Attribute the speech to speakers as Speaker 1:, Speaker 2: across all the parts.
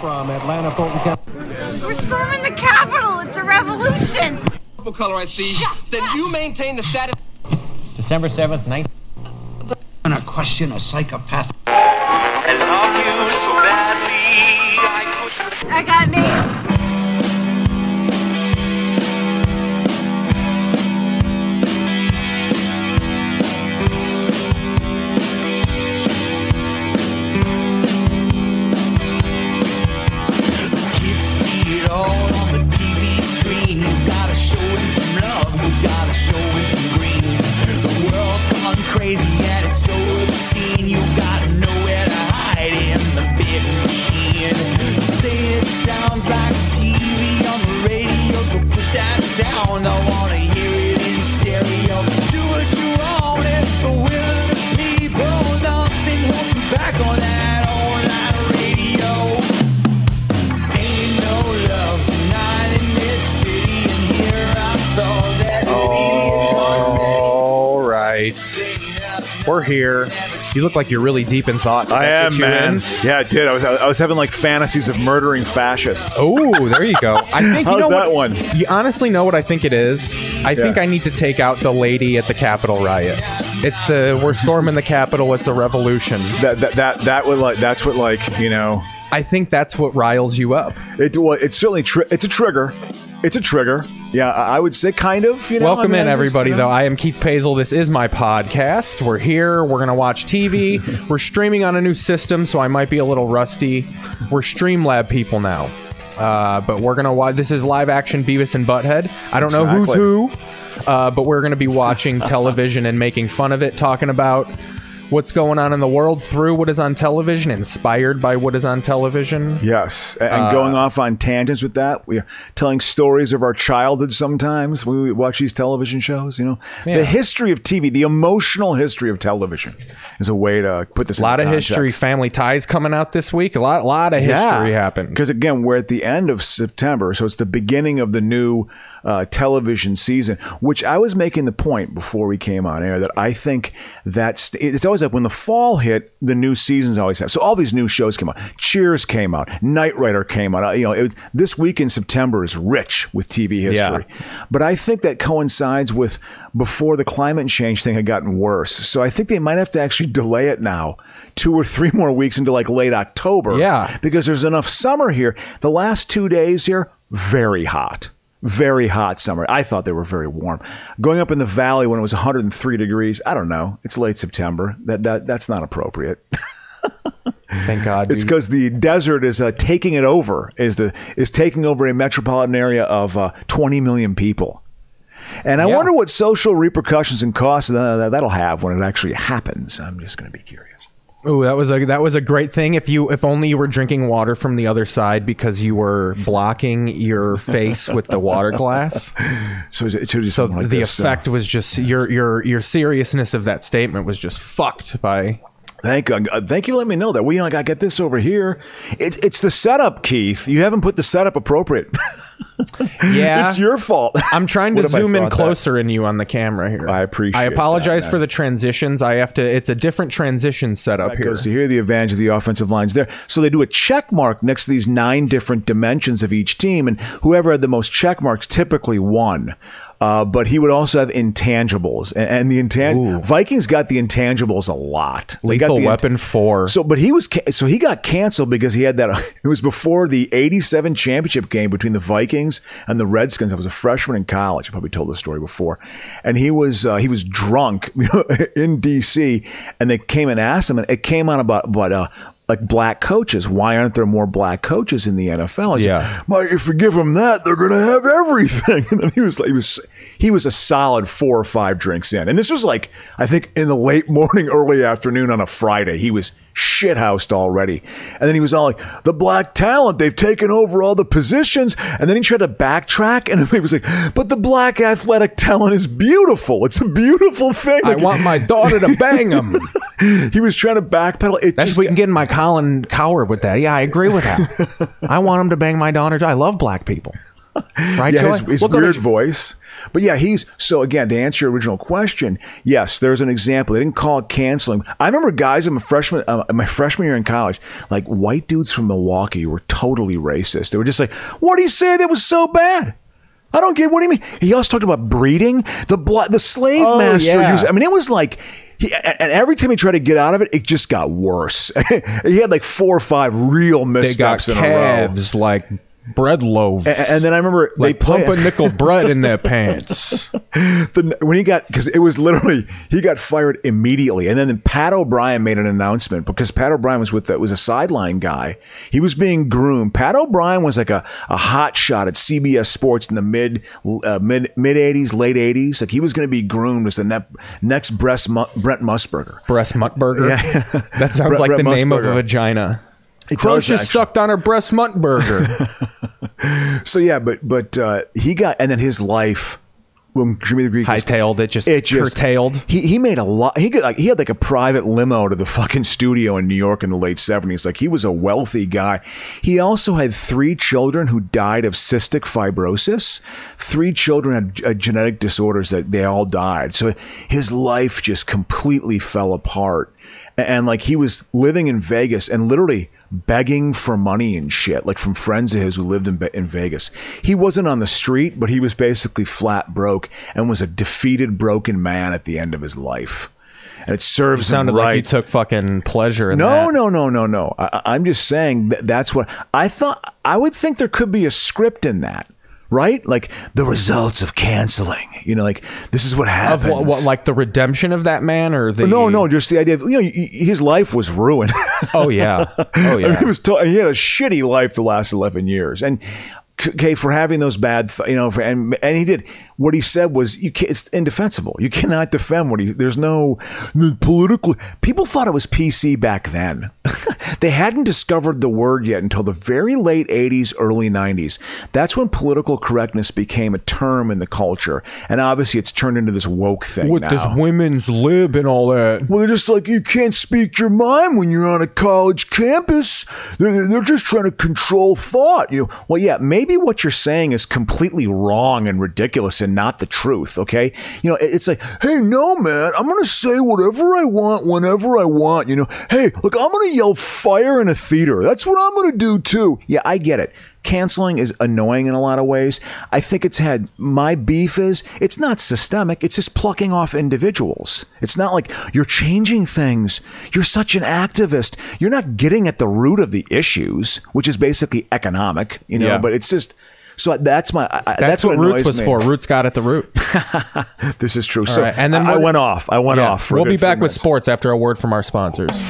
Speaker 1: From Atlanta, Fulton County.
Speaker 2: We're storming the Capitol. It's a revolution.
Speaker 1: Purple color I see.
Speaker 2: Shut
Speaker 1: then you maintain the status.
Speaker 3: December 7th, 19.
Speaker 4: gonna question a psychopath.
Speaker 5: I love you so badly. I could
Speaker 2: I got named.
Speaker 6: Kids see it all on the TV screen. You gotta show him some love, you gotta show him some green. The world's gone crazy and it's so obscene. You gotta know where to hide in the big machine. You say it sounds like TV on the radio, so push that down. I wanna hear it in stereo. Do what you want, it's the will of the people. Nothing holds you back on that online radio. Ain't no love tonight in this city, and here I thought that
Speaker 7: All right. We're here. You look like you're really deep in thought. Did
Speaker 8: I
Speaker 7: that
Speaker 8: am,
Speaker 7: get you
Speaker 8: man.
Speaker 7: in?
Speaker 8: Yeah, I did. I was I was having like fantasies of murdering fascists.
Speaker 7: Oh, there you go. I think you
Speaker 8: How's
Speaker 7: know
Speaker 8: that
Speaker 7: what,
Speaker 8: one?
Speaker 7: You honestly know what I think it is. I think I need to take out the lady at the Capitol riot. It's the we're storming the Capitol. It's a revolution.
Speaker 8: That that that that would like that's what like you know
Speaker 7: I think that's what riles you up.
Speaker 8: it well, it's certainly tri- it's a trigger. It's a trigger. Yeah, I I would say kind of. You know,
Speaker 7: Welcome
Speaker 8: I mean,
Speaker 7: in,
Speaker 8: I just,
Speaker 7: everybody.
Speaker 8: you know.
Speaker 7: Though I am Keith Pazel. This is my podcast. We're here. We're gonna watch TV. we're streaming on a new system, so I might be a little rusty. We're Streamlab people now, uh, but we're gonna watch. This is live action Beavis and Butthead. I don't know
Speaker 8: Exactly.
Speaker 7: who's who, uh, but we're gonna be watching television and making fun of it, talking about what's going on in the world through what is on television, inspired by what is on television.
Speaker 8: Yes, a-
Speaker 7: Uh,
Speaker 8: and going off on tangents with that, we telling stories of our childhood sometimes when we watch these television shows. You know,
Speaker 7: Yeah.
Speaker 8: the history of TV, the emotional history of television, is a way to put this.
Speaker 7: A lot of history, family ties coming out this week. A lot, lot of history happened.
Speaker 8: Because again, we're at the end of September, so it's the beginning of the new uh, television season. Which I was making the point before we came on air that I think that's it's always like when the fall hit, the new seasons always have. So all these new shows came out. Cheers came out. Knight Rider came out. Uh, You know, it, this week in September is rich with TV history. But I think that coincides with before the climate change thing had gotten worse. So I think they might have to actually delay it now. Two or three more weeks into like late October
Speaker 7: Yeah.
Speaker 8: because there's enough summer here. The last two days here, very hot. Very hot summer. I thought they were very warm. Going up in the valley when it was 103 degrees. I don't know. It's late September. That, that that's not appropriate.
Speaker 7: Thank God.
Speaker 8: It's
Speaker 7: dude.
Speaker 8: because the desert is uh, taking it over. Is the is taking over a metropolitan area of uh, 20 million people. And I
Speaker 7: Yeah.
Speaker 8: wonder what social repercussions and costs uh, that'll have when it actually happens. I'm just going to be curious.
Speaker 7: Ooh, that was a that was a great thing. If you if only you were drinking water from the other side because you were blocking your face with the water glass.
Speaker 8: So, is it, should it be
Speaker 7: So
Speaker 8: something like
Speaker 7: the
Speaker 8: this, uh,
Speaker 7: effect was just your your your seriousness of that statement was just fucked by.
Speaker 8: Thank uh, thank you. Let me know that we like I get this over here. It, it's the setup, Keith. You haven't put the setup appropriate.
Speaker 7: Yeah,
Speaker 8: it's your fault.
Speaker 7: I'm trying to
Speaker 8: What if I
Speaker 7: zoom in
Speaker 8: thought that?
Speaker 7: closer in you on the camera here.
Speaker 8: I appreciate
Speaker 7: I apologize
Speaker 8: that, man.
Speaker 7: for the transitions. I have to. It's a different transition setup here.
Speaker 8: Goes to here the advantage of the offensive lines there. So they do a check mark next to these nine different dimensions of each team, and whoever had the most check marks typically won. Uh, but he would also have intangibles, and, and the intan- Vikings got the intangibles a lot. They got
Speaker 7: Lethal
Speaker 8: the int-
Speaker 7: Weapon Four.
Speaker 8: So, but he was ca- so he got canceled because he had that. It was before the '87 championship game between the Vikings and the Redskins. I was a freshman in college. I probably told this story before, and he was uh, he was drunk in D.C. and they came and asked him, and it came on about about uh, like black coaches. Why aren't there more black coaches in the NFL? He's
Speaker 7: Yeah.
Speaker 8: like, Mike, if you give them that, they're gonna have everything. And then he was like, he was he was a solid four or five drinks in, and this was like I think in the late morning, early afternoon on a Friday. He was shithoused already, and then he was all like, "The black talent, they've taken over all the positions," and then he tried to backtrack, and he was like, "But the black athletic talent is beautiful. It's a beautiful thing."
Speaker 7: I
Speaker 8: Like,
Speaker 7: want my daughter to bang him.
Speaker 8: he was trying to backpedal. It
Speaker 7: That's
Speaker 8: just
Speaker 7: we can get in my Colin Coward with that. Yeah, I agree with that. I want him to bang my daughter. I love black people. Right,
Speaker 8: yeah,
Speaker 7: Joy?
Speaker 8: his, his
Speaker 7: Look on
Speaker 8: weird
Speaker 7: his-
Speaker 8: voice. But yeah, he's so again to answer your original question. Yes, there's an example. They didn't call it canceling. I remember guys in my freshman uh, my freshman year in college, like white dudes from Milwaukee were totally racist. They were just like, "What do you say that was so bad?" I don't get what do you mean. He also talked about breeding the blood, the slave
Speaker 7: Oh,
Speaker 8: master.
Speaker 7: yeah.
Speaker 8: Used, I mean, it was like. He, a- and every time he tried to get out of it, it just got worse. he had like four or five real
Speaker 7: They got
Speaker 8: missteps in a row.
Speaker 7: calves like bread loaves.
Speaker 8: A- And then I remember
Speaker 7: like
Speaker 8: they played.
Speaker 7: pumping nickel bread in their pants.
Speaker 8: the, when he got because it was literally he got fired immediately, and then Pat O'Brien made an announcement because Pat O'Brien was with that was a sideline guy. He was being groomed. Pat O'Brien was like a, a hot shot at CBS Sports in the mid uh, mid mid eighties, late eighties. Like he was going to be groomed as the ne- next breast Mu- Brent Musburger.
Speaker 7: Breast mutt burger.
Speaker 8: Yeah.
Speaker 7: That sounds
Speaker 8: Bre-
Speaker 7: like
Speaker 8: bre-
Speaker 7: the
Speaker 8: must
Speaker 7: name of
Speaker 8: burger.
Speaker 7: a vagina.
Speaker 8: It
Speaker 7: Gross
Speaker 8: does
Speaker 7: just
Speaker 8: actually-
Speaker 7: sucked on her breast mutt burger.
Speaker 8: So yeah, but but uh, he got and then his life when Jimmy the Greek was-
Speaker 7: Hightailed it, just
Speaker 8: it just
Speaker 7: curtailed.
Speaker 8: He he made a lot. He could like he had like a private limo to the fucking studio in New York in the late seventies. Like he was a wealthy guy. He also had three children who died of cystic fibrosis. Three children had uh, genetic disorders that they all died. So his life just completely fell apart. And, and like he was living in Vegas and literally begging for money and shit, like from friends of his who lived in, Ve- in Vegas. He wasn't on the street, but he was basically flat broke and was a defeated, broken man at the end of his life. And it serves him
Speaker 7: Sounded
Speaker 8: right.
Speaker 7: like you took fucking pleasure in
Speaker 8: no,
Speaker 7: that.
Speaker 8: no, no, no, no. I, I- I'm just saying that that's what I thought. I would think there could be a script in that, right? Like the results of canceling. You know, like this is what
Speaker 7: Of
Speaker 8: happens.
Speaker 7: what, what, like the redemption of that man, or the
Speaker 8: no, no, just the idea of you know y- y- his life was ruined.
Speaker 7: Oh yeah, oh
Speaker 8: I mean,
Speaker 7: yeah.
Speaker 8: he was to- he had a shitty life the last 11 years. And okay, for having those bad, th- you know, for, and and he did what he said was you can it's indefensible. You cannot defend what he there's no the political people thought it was PC back then. they hadn't discovered the word yet until the very late 80s, early 90s. That's when political correctness became a term in the culture. And obviously it's turned into this woke thing
Speaker 7: With
Speaker 8: now.
Speaker 7: this women's lib and all that.
Speaker 8: Well, they're just like you can't speak your mind when you're on a college campus. They're, they're just trying to control thought. You know, well, yeah, maybe what you're saying is completely wrong and ridiculous and not the truth. Okay, you know, it- it's like, hey, no, man, I'm gonna say whatever I want whenever I want. You know, hey, look, I'm gonna yell fire in a theater. That's what I'm gonna do too. Yeah, I get it. Canceling is annoying in a lot of ways. I think it's had my beef is it's not systemic, it's just plucking off individuals. It's not like you're changing things. You're such an activist. You're not getting at the root of the issues, which is basically economic, you know,
Speaker 7: Yeah.
Speaker 8: but it's just so that's my I, that's,
Speaker 7: That's,
Speaker 8: that's what,
Speaker 7: what, Roots
Speaker 8: annoys
Speaker 7: was
Speaker 8: me.
Speaker 7: for. Roots got at the root.
Speaker 8: This is true. So
Speaker 7: right, and then
Speaker 8: I, I
Speaker 7: what-
Speaker 8: went off. I went
Speaker 7: Yeah.
Speaker 8: off. For a
Speaker 7: We'll
Speaker 8: good
Speaker 7: be
Speaker 8: few
Speaker 7: back with
Speaker 8: minutes.
Speaker 7: sports after a word from our sponsors.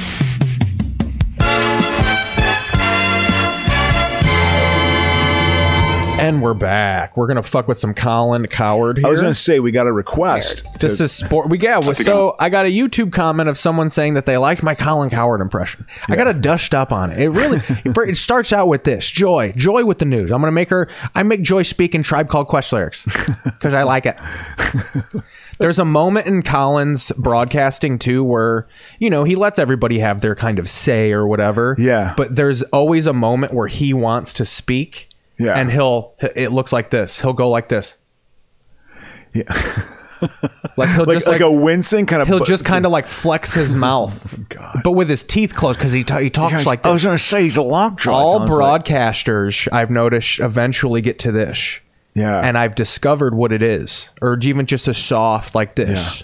Speaker 7: And we're back. We're gonna fuck with some Colin Coward here.
Speaker 8: I was going to say we got a request. to-
Speaker 7: This is sport. We got so I got a YouTube comment of someone saying that they liked my Colin Coward impression. I got a dushed up on it. It really it starts out with this joy, joy with the news. I'm gonna make her. I make Joy speak in Tribe Called Quest lyrics because I like it. There's a moment in Colin's broadcasting too where you know he lets everybody have their kind of say or whatever.
Speaker 8: Yeah.
Speaker 7: But there's always a moment where he wants to speak.
Speaker 8: Yeah.
Speaker 7: And he'll. It looks like this. He'll go like this.
Speaker 8: Yeah.
Speaker 7: Like he'll
Speaker 8: like,
Speaker 7: just
Speaker 8: like, a wincing kind of.
Speaker 7: He'll just kind of like flex his
Speaker 8: Oh
Speaker 7: mouth, but with his teeth closed because he, ta- he talks like
Speaker 8: I was
Speaker 7: this.
Speaker 8: going to say he's a lockjaw.
Speaker 7: All
Speaker 8: sounds like.
Speaker 7: broadcasters, I've noticed, eventually get to this.
Speaker 8: Yeah.
Speaker 7: And I've discovered what it is, or even just a soft like this.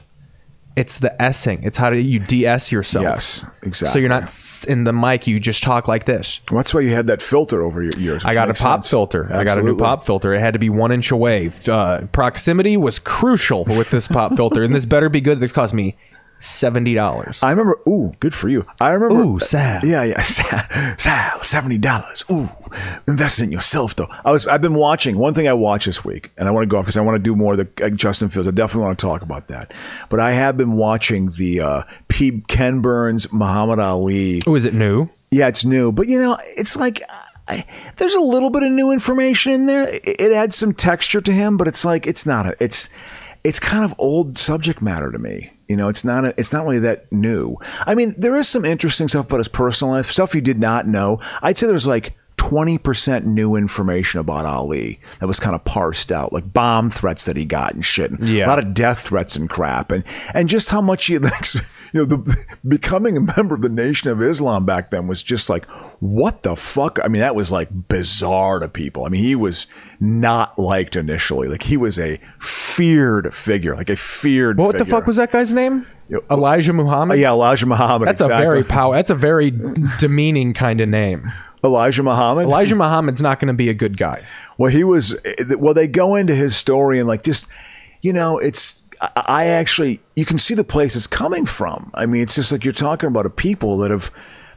Speaker 7: It's the essing. It's how do you de-ess yourself.
Speaker 8: Yes,
Speaker 7: So
Speaker 8: exactly.
Speaker 7: you're not th- in the mic. You just talk like this.
Speaker 8: Well, that's why you had that filter over your ears.
Speaker 7: I
Speaker 8: which
Speaker 7: got a
Speaker 8: makes
Speaker 7: pop
Speaker 8: sense.
Speaker 7: filter. I got a new
Speaker 8: Absolutely.
Speaker 7: pop filter. It had to be one inch away. Uh, proximity was crucial with this pop filter, and this better be good. This cost me seventy dollars.
Speaker 8: I remember. Ooh, good for you. I remember.
Speaker 7: Ooh, Sal.
Speaker 8: Yeah, yeah. Sal, Sal seventy dollars. Ooh, invest in yourself though. I was. I've been watching one thing I watched this week, and I want to go because I want to do more of the like, Justin Fields. I definitely want to talk about that. But I have been watching the uh, P. Ken Burns, Muhammad Ali.
Speaker 7: Oh, is it new?
Speaker 8: Yeah, it's new, but you know, it's like I, there's a little bit of new information in there. It, it adds some texture to him, but it's like it's not a it's it's kind of old subject matter to me. You know, it's not a, it's not really that new. I mean, there is some interesting stuff about his personal life, stuff you did not know. I'd say there's like. 20% new information about Ali that was kind of parsed out, like bomb threats that he got and shit. And
Speaker 7: Yeah.
Speaker 8: A lot of death threats and crap. And, and just how much he, like, you know, the, becoming a member of the Nation of Islam back then was just like, what the fuck? I mean, that was like bizarre to people. I mean, he was not liked initially. Like, he was a feared figure, like a feared Uh,
Speaker 7: What the fuck was that guy's name? Elijah Muhammad.
Speaker 8: Oh, Yeah, Elijah Muhammad.
Speaker 7: that's
Speaker 8: exactly.
Speaker 7: a very pow. That's a very demeaning kind of name.
Speaker 8: Elijah Muhammad.
Speaker 7: Elijah Muhammad's not going to be a good guy.
Speaker 8: Well, he was. eh, Well, they go into his story and like just, you know, it's. I- I actually, you can see the place it's coming from. I mean, it's just like you're talking about a people that have,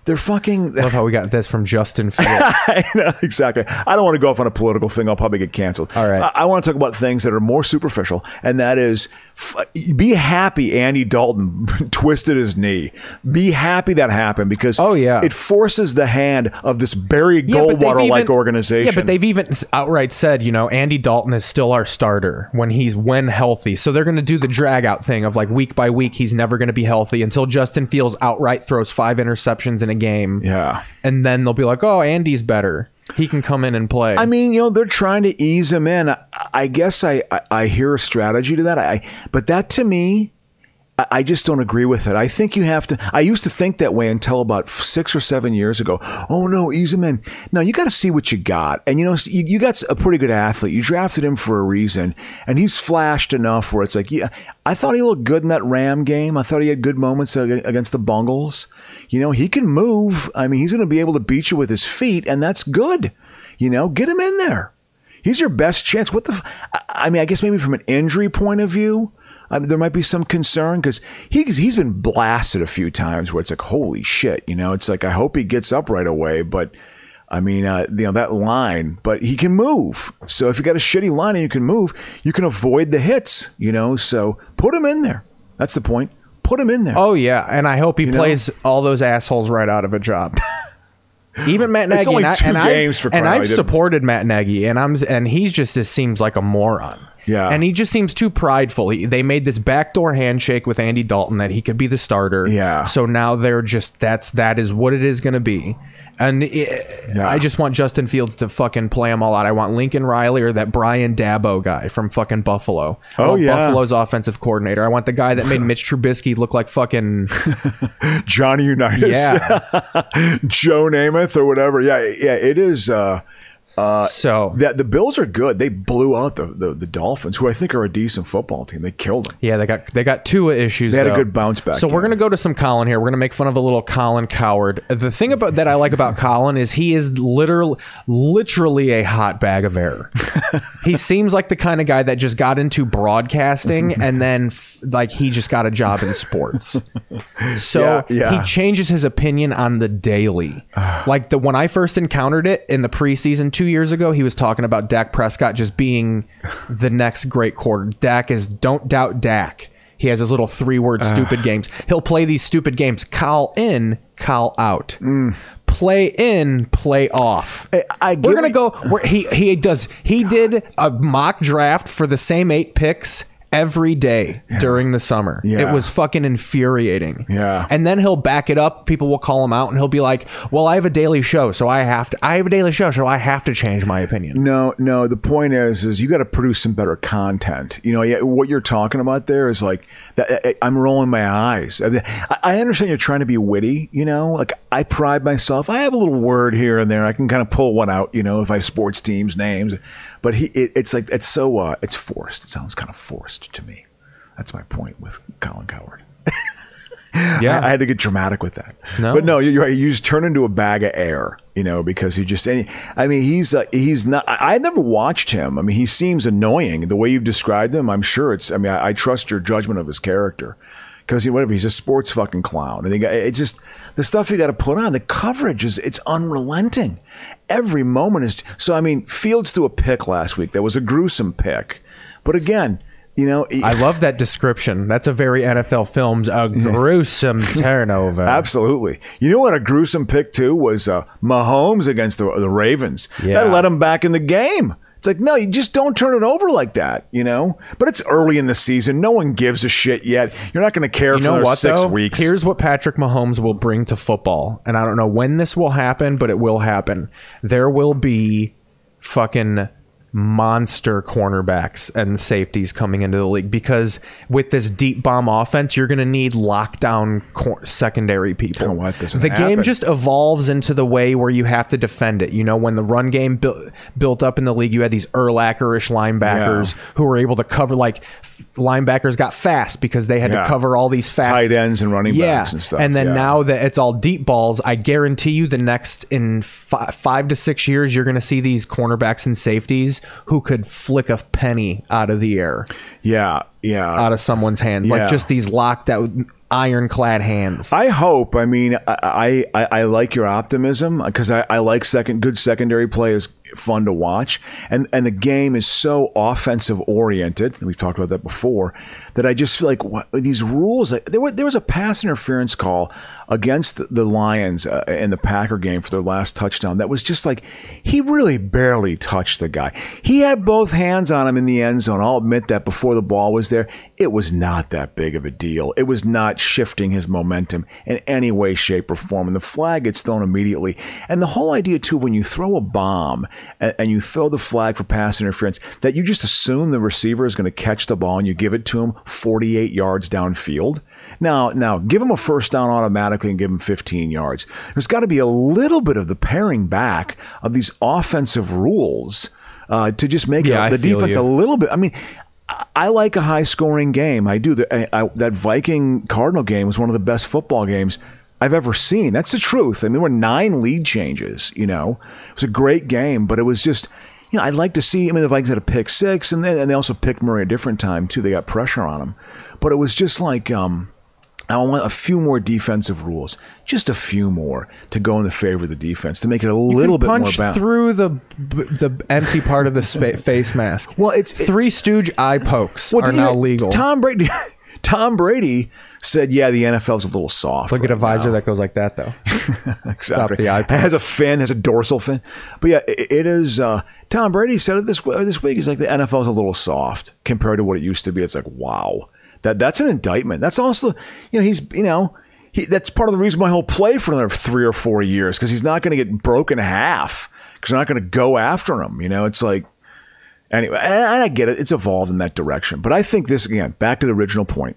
Speaker 8: they're fucking.
Speaker 7: Love how we got this from Justin Fields.
Speaker 8: I know, exactly. I don't want to go off on a political thing. I'll probably get canceled.
Speaker 7: All right.
Speaker 8: I, I want to talk about things that are more superficial, and that is f- be happy Andy Dalton twisted his knee. Be happy that happened because
Speaker 7: Oh, yeah.
Speaker 8: it forces the hand of this Barry
Speaker 7: but they've
Speaker 8: Goldwater like
Speaker 7: even-
Speaker 8: organization.
Speaker 7: Yeah, but they've even s- outright said, you know, Andy Dalton is still our starter when he's when healthy. So they're going to do the drag out thing of like week by week, he's never going to be healthy until Justin Fields outright throws five interceptions in a game.
Speaker 8: Yeah.
Speaker 7: And then they'll be like, oh, Andy's better. He can come in and play.
Speaker 8: I mean, you know, they're trying to ease him in. I, I guess I, I, I hear a strategy to that. I, but that to me, I, I just don't agree with it. I think you have to. I used to think that way until about six or seven years ago. Oh no, ease him in. No, you got to see what you got, and you know, you, you got a pretty good athlete. You drafted him for a reason, and he's flashed enough where it's like, yeah, I thought he looked good in that Ram game. I thought he had good moments ag- against the Bungles. You know, he can move. I mean, he's going to be able to beat you with his feet, and that's good. You know, get him in there. He's your best chance. What the? F- I I mean, I guess maybe from an injury point of view, I mean, there might be some concern because he's he's been blasted a few times where it's like, holy shit, you know, it's like I hope he gets up right away, but. I mean, uh, you know that line, but he can move. So if you got a shitty line and you can move, you can avoid the hits. You know, so put him in there. That's the point. Put him in there.
Speaker 7: oh yeah, and I hope he
Speaker 8: know?
Speaker 7: plays all those assholes right out of a job. Even Matt Nagy,
Speaker 8: It's only
Speaker 7: and, I,
Speaker 8: two
Speaker 7: and I-
Speaker 8: games for
Speaker 7: and
Speaker 8: crying out
Speaker 7: I've
Speaker 8: loud.
Speaker 7: supported Matt Nagy, and I'm and he's just this seems like a moron.
Speaker 8: Yeah.
Speaker 7: and he just seems too prideful. He, they made this backdoor handshake with Andy Dalton that he could be the starter.
Speaker 8: Yeah.
Speaker 7: so now they're just that's that is what it is going to be. And it,
Speaker 8: Yeah.
Speaker 7: I just want Justin Fields to fucking play them all out. I want Lincoln Riley or that Brian Dabo guy from fucking Buffalo. I
Speaker 8: Oh,
Speaker 7: want
Speaker 8: yeah.
Speaker 7: Buffalo's offensive coordinator. I want the guy that made Mitch Trubisky look like fucking
Speaker 8: Johnny Unitas,
Speaker 7: yeah.
Speaker 8: Joe Namath, or whatever. Yeah, yeah. It is. Uh,
Speaker 7: so
Speaker 8: That the Bills are good. They blew out the, the, the Dolphins, who I think are a decent football team. They killed them.
Speaker 7: yeah, they got they got Tua issues.
Speaker 8: They had a
Speaker 7: though.
Speaker 8: good bounce back,
Speaker 7: So we're
Speaker 8: yeah.
Speaker 7: gonna go to some Colin here. We're gonna make fun of a little Colin coward. The thing about that I like about Colin is he is literal, literally a hot bag of air. he seems like the kind of guy that just got into
Speaker 8: Mm-hmm.
Speaker 7: broadcasting and then f- like he just got a job in sports. So
Speaker 8: Yeah, yeah.
Speaker 7: he changes his opinion on the daily. like the when I first encountered it in the preseason two years ago, he was talking about Dak Prescott just being the next great quarter. Dak is don't doubt Dak. He has his little three word stupid games. He'll play these stupid games. Call in, call out. Play in, play off.
Speaker 8: Mm. I
Speaker 7: we're
Speaker 8: get
Speaker 7: gonna
Speaker 8: what-
Speaker 7: go. Where he he does he did a mock draft for the same eight picks every day during the summer.
Speaker 8: Yeah.
Speaker 7: It was fucking infuriating.
Speaker 8: Yeah.
Speaker 7: And then he'll back it up. People will call him out, and he'll be like, "Well, I have a daily show, so I have to. I have a daily show, so I have to change my opinion."
Speaker 8: No, no. The point is, is you got to produce some better content. You know, yeah, what you're talking about there is like that, I- I'm rolling my eyes. I, mean, I- I understand you're trying to be witty. You know, like I pride myself. I have a little word here and there. I can kind of pull one out. You know, if I sports teams names, but he, it, it's like it's so uh, it's forced. It sounds kind of forced to me. That's my point with Colin Coward.
Speaker 7: Yeah.
Speaker 8: I, I had to get dramatic with that.
Speaker 7: No.
Speaker 8: But no, you're right. You just turn into a bag of air, you know, because he just. Any, I mean, he's uh, he's not. I, I never watched him. I mean, he seems annoying the way you've described him. I'm sure it's. I mean, I, I trust your judgment of his character because you know, whatever he's a sports fucking clown. And they got it's just the stuff you got to put on. The coverage is it's unrelenting. Every moment is. So I mean, Fields threw a pick last week. That was a gruesome pick, but again. You know, he-
Speaker 7: I love that description. That's a very NFL films a gruesome turnover.
Speaker 8: Absolutely. You know what a gruesome pick too was uh, Mahomes against the, the Ravens.
Speaker 7: Yeah.
Speaker 8: That let him back in the game. It's like, no, you just don't turn it over like that, you know? But it's early in the season. No one gives a shit yet. You're not going to care
Speaker 7: You
Speaker 8: for
Speaker 7: know
Speaker 8: another
Speaker 7: what?
Speaker 8: six
Speaker 7: though?
Speaker 8: weeks.
Speaker 7: Here's what Patrick Mahomes will bring to football, and I don't know when this will happen, but it will happen. There will be fucking monster cornerbacks and safeties coming into the league because with this deep bomb offense, you're going to need lockdown cor- secondary people.
Speaker 8: don't want this to
Speaker 7: the game
Speaker 8: happen.
Speaker 7: just evolves into the way where you have to defend it. You know, when the run game built built up in the league, you had these Erlacher-ish linebackers
Speaker 8: Yeah.
Speaker 7: who were able to cover like f- linebackers got fast because they had
Speaker 8: Yeah.
Speaker 7: to cover all these fast
Speaker 8: Tight ends and running backs and stuff,
Speaker 7: then
Speaker 8: yeah.
Speaker 7: now that it's all deep balls, I guarantee you the next in fi- five to six years, you're going to see these cornerbacks and safeties who could flick a penny out of the air,
Speaker 8: yeah, yeah.
Speaker 7: out of someone's hands,
Speaker 8: Yeah.
Speaker 7: like just these locked out ironclad hands.
Speaker 8: I hope. I mean, I I, I- I like your optimism because I, I like second good secondary play is fun to watch, and and the game is so offensive oriented. We've talked about that before. That I just feel like what, these rules. like, There were there was a pass interference call against the Lions uh, in the Packer game for their last touchdown. That was just like he really barely touched the guy. He had both hands on him in the end zone. I'll admit that before the ball was there, it was not that big of a deal. It was not shifting his momentum in any way, shape, or form. And the flag gets thrown immediately. And the whole idea, too, when you throw a bomb and, and you throw the flag for pass interference, that you just assume the receiver is going to catch the ball and you give it to him 48 yards downfield. Now, now give him a first down automatically and give him 15 yards. There's got to be a little bit of the paring back of these offensive rules uh, to just make
Speaker 7: Yeah, I
Speaker 8: the
Speaker 7: feel
Speaker 8: defense
Speaker 7: you.
Speaker 8: a little bit. I mean, I- I like a high scoring game. I do. The- I, I, that Viking Cardinal game was one of the best football games I've ever seen. That's the truth. I mean, there were nine lead changes. You know, it was a great game, but it was just. You know, I'd like to see. I mean, the Vikings had a pick six, and then and they also picked Murray a different time too. They got pressure on him, but it was just like. um I want a few more defensive rules, just a few more to go in the favor of the defense to make it a little bit more
Speaker 7: punch
Speaker 8: balanced.
Speaker 7: through the the empty part of the spa- face mask.
Speaker 8: Well, it's- it-
Speaker 7: three Stooge eye pokes
Speaker 8: Well,
Speaker 7: are
Speaker 8: do you-
Speaker 7: now legal.
Speaker 8: Tom Brady, Tom Brady said, "Yeah, the NFL's a little soft."
Speaker 7: Look at a
Speaker 8: right
Speaker 7: visor
Speaker 8: now."
Speaker 7: that goes like that, though.
Speaker 8: Exactly.
Speaker 7: the eye
Speaker 8: It has a fin, has a dorsal fin. But yeah, it, it is. Uh, Tom Brady said it this w- this week. He's like, "The NFL's a little soft compared to what it used to be." It's like, wow, that that's an indictment. That's also, you know, he's you know. He, that's part of the reason why he'll play for another three or four years because he's not going to get broken in half because they're not going to go after him. You know, it's like Anyway, and and I get it. It's evolved in that direction. But I think this, again, back to the original point.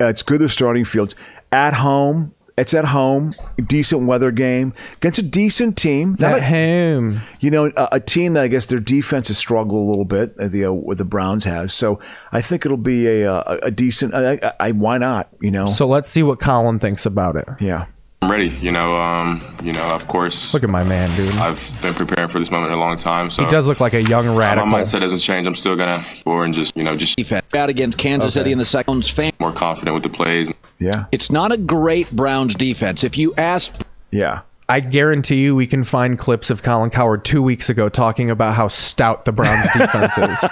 Speaker 8: Uh, it's good they're starting fields at home. It's at home, decent weather game against a decent team. Not
Speaker 7: At
Speaker 8: a-
Speaker 7: home.
Speaker 8: you know, a, a team that I guess their defense has struggled a little bit. uh, The uh, what the Browns has, so I think it'll be a uh, a, a decent. I, I, I why not? You know,
Speaker 7: So let's see what Colin thinks about it.
Speaker 8: yeah.
Speaker 9: I'm ready. You know, um, you know, of course,
Speaker 7: Look at my man, dude.
Speaker 9: I've been preparing for this moment a long time. So
Speaker 7: He does look like a young
Speaker 9: my
Speaker 7: radical.
Speaker 9: mindset doesn't change. I'm still gonna or and just you know just
Speaker 10: out against Kansas City in the second fan.
Speaker 9: more confident with the plays.
Speaker 8: Yeah.
Speaker 10: It's not a great Browns defense. If you ask
Speaker 8: Yeah.
Speaker 7: I guarantee you we can find clips of Colin Coward two weeks ago talking about how stout the Browns defense is.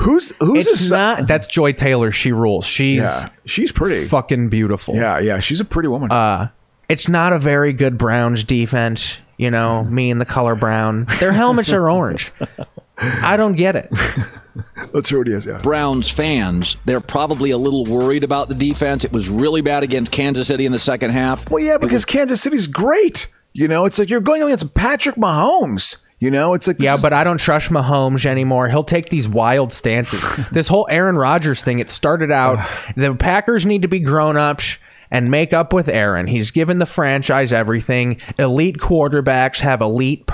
Speaker 8: Who's who's
Speaker 7: it's
Speaker 8: a-
Speaker 7: not that's Joy Taylor. She rules. She's
Speaker 8: Yeah. She's pretty.
Speaker 7: fucking beautiful.
Speaker 8: Yeah. Yeah. She's a pretty woman.
Speaker 7: It's not a very good Browns defense, you know, me and the color brown. Their helmets are orange. I don't get it.
Speaker 8: Let's hear what he has. Yeah.
Speaker 10: Browns fans, they're probably a little worried about the defense. It was really bad against Kansas City in the second half.
Speaker 8: Well, yeah, because Kansas City's great. You know, it's like you're going against Patrick Mahomes. You know, it's like this
Speaker 7: Yeah,
Speaker 8: is-
Speaker 7: but I don't trust Mahomes anymore. He'll take these wild stances. this whole Aaron Rodgers thing, it started out the Packers need to be grown ups and make up with Aaron. He's given the franchise everything. Elite quarterbacks have elite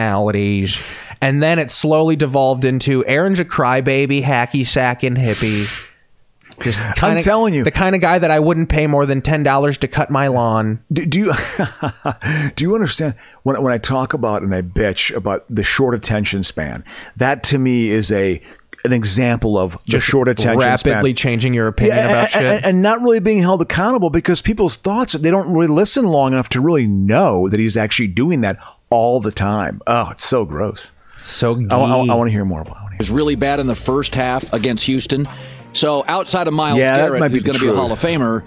Speaker 7: personalities. And then it slowly devolved into Aaron's a crybaby, hacky sack, and hippie. Just kinda,
Speaker 8: telling you.
Speaker 7: the kind of guy that I wouldn't pay more than ten dollars to cut my lawn.
Speaker 8: do, do you do you understand when when I talk about and I bitch about the short attention span? That to me is a an example of just short attention
Speaker 7: rapidly
Speaker 8: span.
Speaker 7: changing your opinion
Speaker 8: Yeah,
Speaker 7: about
Speaker 8: and,
Speaker 7: shit.
Speaker 8: and- and not really being held accountable because people's thoughts they don't really listen long enough to really know that he's actually doing that all the time. Oh, it's so gross.
Speaker 7: so
Speaker 8: I,
Speaker 7: gee.
Speaker 8: want to hear more about it.
Speaker 10: It was really bad in the first half against Houston. So outside of Miles
Speaker 8: Yeah, that might
Speaker 10: Garrett,
Speaker 8: be
Speaker 10: who's
Speaker 8: the
Speaker 10: going to be a
Speaker 8: truth.
Speaker 10: Hall of Famer,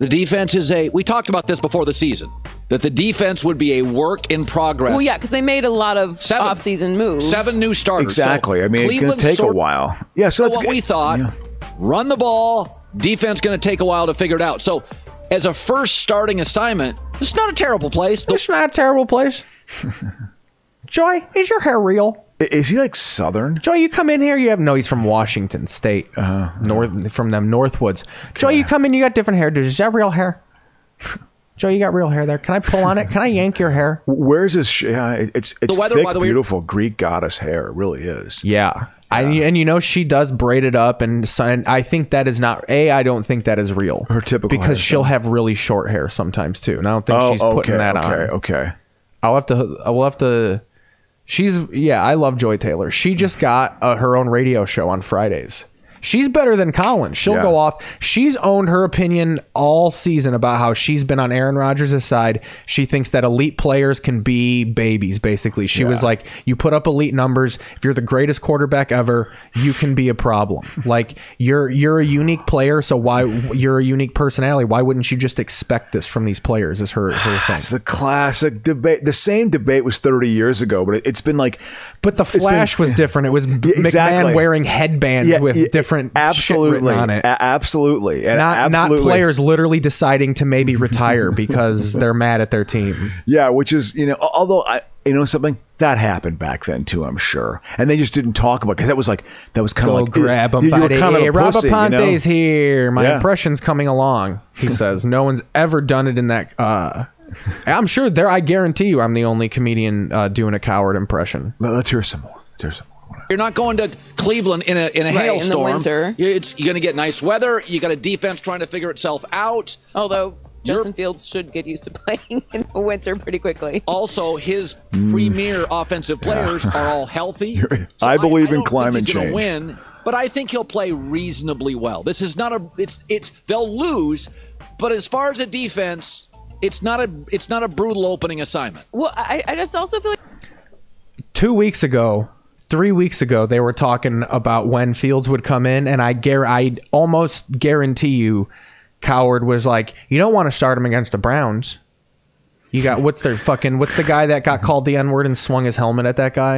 Speaker 10: the defense is a. We talked about this before the season. that the defense would be a work in progress.
Speaker 11: Well, yeah, because they made a lot of
Speaker 10: Seven.
Speaker 11: offseason moves.
Speaker 10: Seven new starters.
Speaker 8: Exactly.
Speaker 10: So
Speaker 8: I mean, it can
Speaker 10: Cleveland's
Speaker 8: take a
Speaker 10: sort- Oh,
Speaker 8: while. Yeah, so
Speaker 10: So
Speaker 8: that's
Speaker 10: what
Speaker 8: good.
Speaker 10: we thought,
Speaker 8: Yeah.
Speaker 10: run the ball, defense going to take a while to figure it out. So as a first starting assignment, it's not a terrible place. The-
Speaker 7: It's not a terrible place. Joy, is your hair real?
Speaker 8: I- Is he like Southern?
Speaker 7: Joy, you come in here. You have no. He's from Washington State,
Speaker 8: Uh-huh.
Speaker 7: north from them Northwoods. Joy, you come in. You got different hairdos. Is that real hair? Joy, you got real hair there. Can I pull on it? Can I yank your hair?
Speaker 8: Where's his? Sh- yeah, it- it's it's
Speaker 10: weather,
Speaker 8: thick,
Speaker 10: by the way-
Speaker 8: beautiful Greek goddess hair. It really is.
Speaker 7: Yeah. I, and you know she does braid it up, and, so- and I think that is not a. I don't think that is real.
Speaker 8: Her typical hair,
Speaker 7: because she'll have really short hair sometimes too, and I don't think
Speaker 8: Oh,
Speaker 7: she's
Speaker 8: okay,
Speaker 7: putting that
Speaker 8: okay,
Speaker 7: on.
Speaker 8: okay.
Speaker 7: I'll have to. I will have to. She's yeah. I love Joy Taylor. She just got uh her own radio show on Fridays. She's better than Colin. She'll
Speaker 8: Yeah.
Speaker 7: go off. She's owned her opinion all season about how she's been on Aaron Rodgers' side. She thinks that elite players can be babies. Basically, she was like, "You put up elite numbers. If you're the greatest quarterback ever, you can be a problem. like you're you're a unique player. So why you're a unique personality? Why wouldn't you just expect this from these players?" Is her her thing.
Speaker 8: It's the classic debate. The same debate was 30 years ago, but it, it's been like,
Speaker 7: But the
Speaker 8: It's been-
Speaker 7: Flash was different. It was
Speaker 8: exactly.
Speaker 7: McMahon wearing headbands with
Speaker 8: yeah,
Speaker 7: different absolutely.
Speaker 8: absolutely,
Speaker 7: on it.
Speaker 8: A- absolutely, and
Speaker 7: Not, not
Speaker 8: absolutely.
Speaker 7: players literally deciding to maybe retire because they're mad at their team.
Speaker 8: Yeah, which is you know, al- although I you know something that happened back then too, I'm sure, and they just didn't talk about because that was like that was kind
Speaker 7: Go
Speaker 8: of like
Speaker 7: grab him
Speaker 8: you- you
Speaker 7: by
Speaker 8: were
Speaker 7: the
Speaker 8: kind of a
Speaker 7: ear.
Speaker 8: pussy, you know?
Speaker 7: Ponte's here. My
Speaker 8: Yeah.
Speaker 7: impression's coming along. He says no one's ever done it in that. Uh, I'm sure there. I guarantee you, I'm the only comedian uh, doing a coward impression.
Speaker 8: Let- Let's hear some more. Let's hear some more.
Speaker 10: You're not going to Cleveland in a in a
Speaker 11: Right, in the
Speaker 10: hailstorm.
Speaker 11: winter.
Speaker 10: You- It's, you're going to get nice weather. You got a defense trying to figure itself out.
Speaker 11: Although
Speaker 10: You're-
Speaker 11: Justin Fields should get used to playing in the winter pretty quickly.
Speaker 10: Also, his premier offensive players are all healthy. So
Speaker 8: I believe
Speaker 10: don't
Speaker 8: in
Speaker 10: think
Speaker 8: climate
Speaker 10: he's gonna
Speaker 8: change.
Speaker 10: Win, but I think he'll play reasonably well. This is not a. It's it's they'll lose, but as far as a defense, it's not a it's not a brutal opening assignment.
Speaker 11: Well, I, I just also feel like
Speaker 7: two weeks ago, three weeks ago, they were talking about when Fields would come in, and I gar- I almost guarantee you, Coward was like, "You don't want to start him against the Browns." You got what's their fucking what's the guy that got called the N word and swung his helmet at that guy?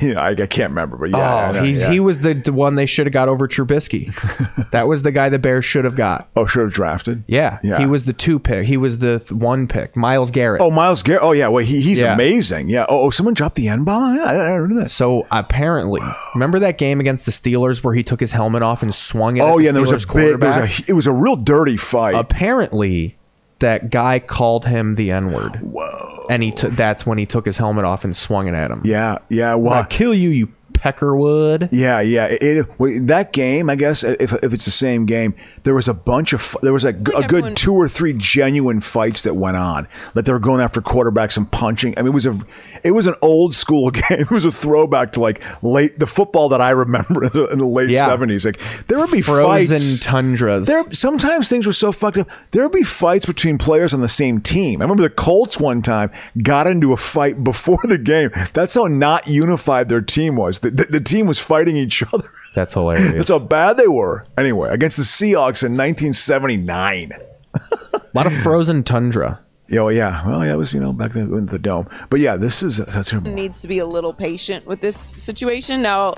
Speaker 8: you know, I, I can't remember, but yeah, I
Speaker 7: oh,
Speaker 8: know,
Speaker 7: he's,
Speaker 8: yeah.
Speaker 7: he was the, the one they should have got over Trubisky. that was the guy the Bears should have got.
Speaker 8: oh should have drafted.
Speaker 7: Yeah,
Speaker 8: yeah,
Speaker 7: he was the two pick. He was the th- one pick. Miles Garrett.
Speaker 8: Oh, Miles Garrett. Oh, yeah. Wait, he, he's
Speaker 7: Yeah.
Speaker 8: amazing. Yeah. Oh, oh, someone dropped the N bomb. Yeah, I didn't I didn't know this.
Speaker 7: So apparently, remember that game against the Steelers where he took his helmet off and swung it?
Speaker 8: Oh,
Speaker 7: at the
Speaker 8: yeah. And there was
Speaker 7: Steelers
Speaker 8: a big. There
Speaker 7: quarterback?
Speaker 8: was a, it was a real dirty fight.
Speaker 7: apparently that guy called him the N word. Whoa! And he took that's when he took his helmet off and swung it at him.
Speaker 8: yeah. Yeah.
Speaker 7: I'll
Speaker 8: Wow.
Speaker 7: kill you, you peckerwood.
Speaker 8: Yeah, yeah. It, it- wait, that game, I guess, if, if it's the same game, there was a bunch of f- there was a, g- a
Speaker 11: everyone-
Speaker 8: good two or three genuine fights that went on. Like they were going after quarterbacks and punching. I mean, it was a it was an old school game. It was a throwback to like late the football that I remember in the, in the late
Speaker 7: Yeah.
Speaker 8: seventies. Like there would be
Speaker 7: Frozen
Speaker 8: fights.
Speaker 7: tundras.
Speaker 8: there, sometimes things were so fucked up. There would be fights between players on the same team. I remember the Colts one time got into a fight before the game. That's how not unified their team was. The, the, the team was fighting each other.
Speaker 7: that's hilarious.
Speaker 8: That's how bad they were. Anyway, against the Seahawks in 1979.
Speaker 7: a lot of frozen tundra.
Speaker 8: Yeah, well, yeah. Well, yeah, it was, you know, back then with the dome. But yeah, this is, that's
Speaker 11: he
Speaker 8: her.
Speaker 11: needs to be a little patient with this situation. Now,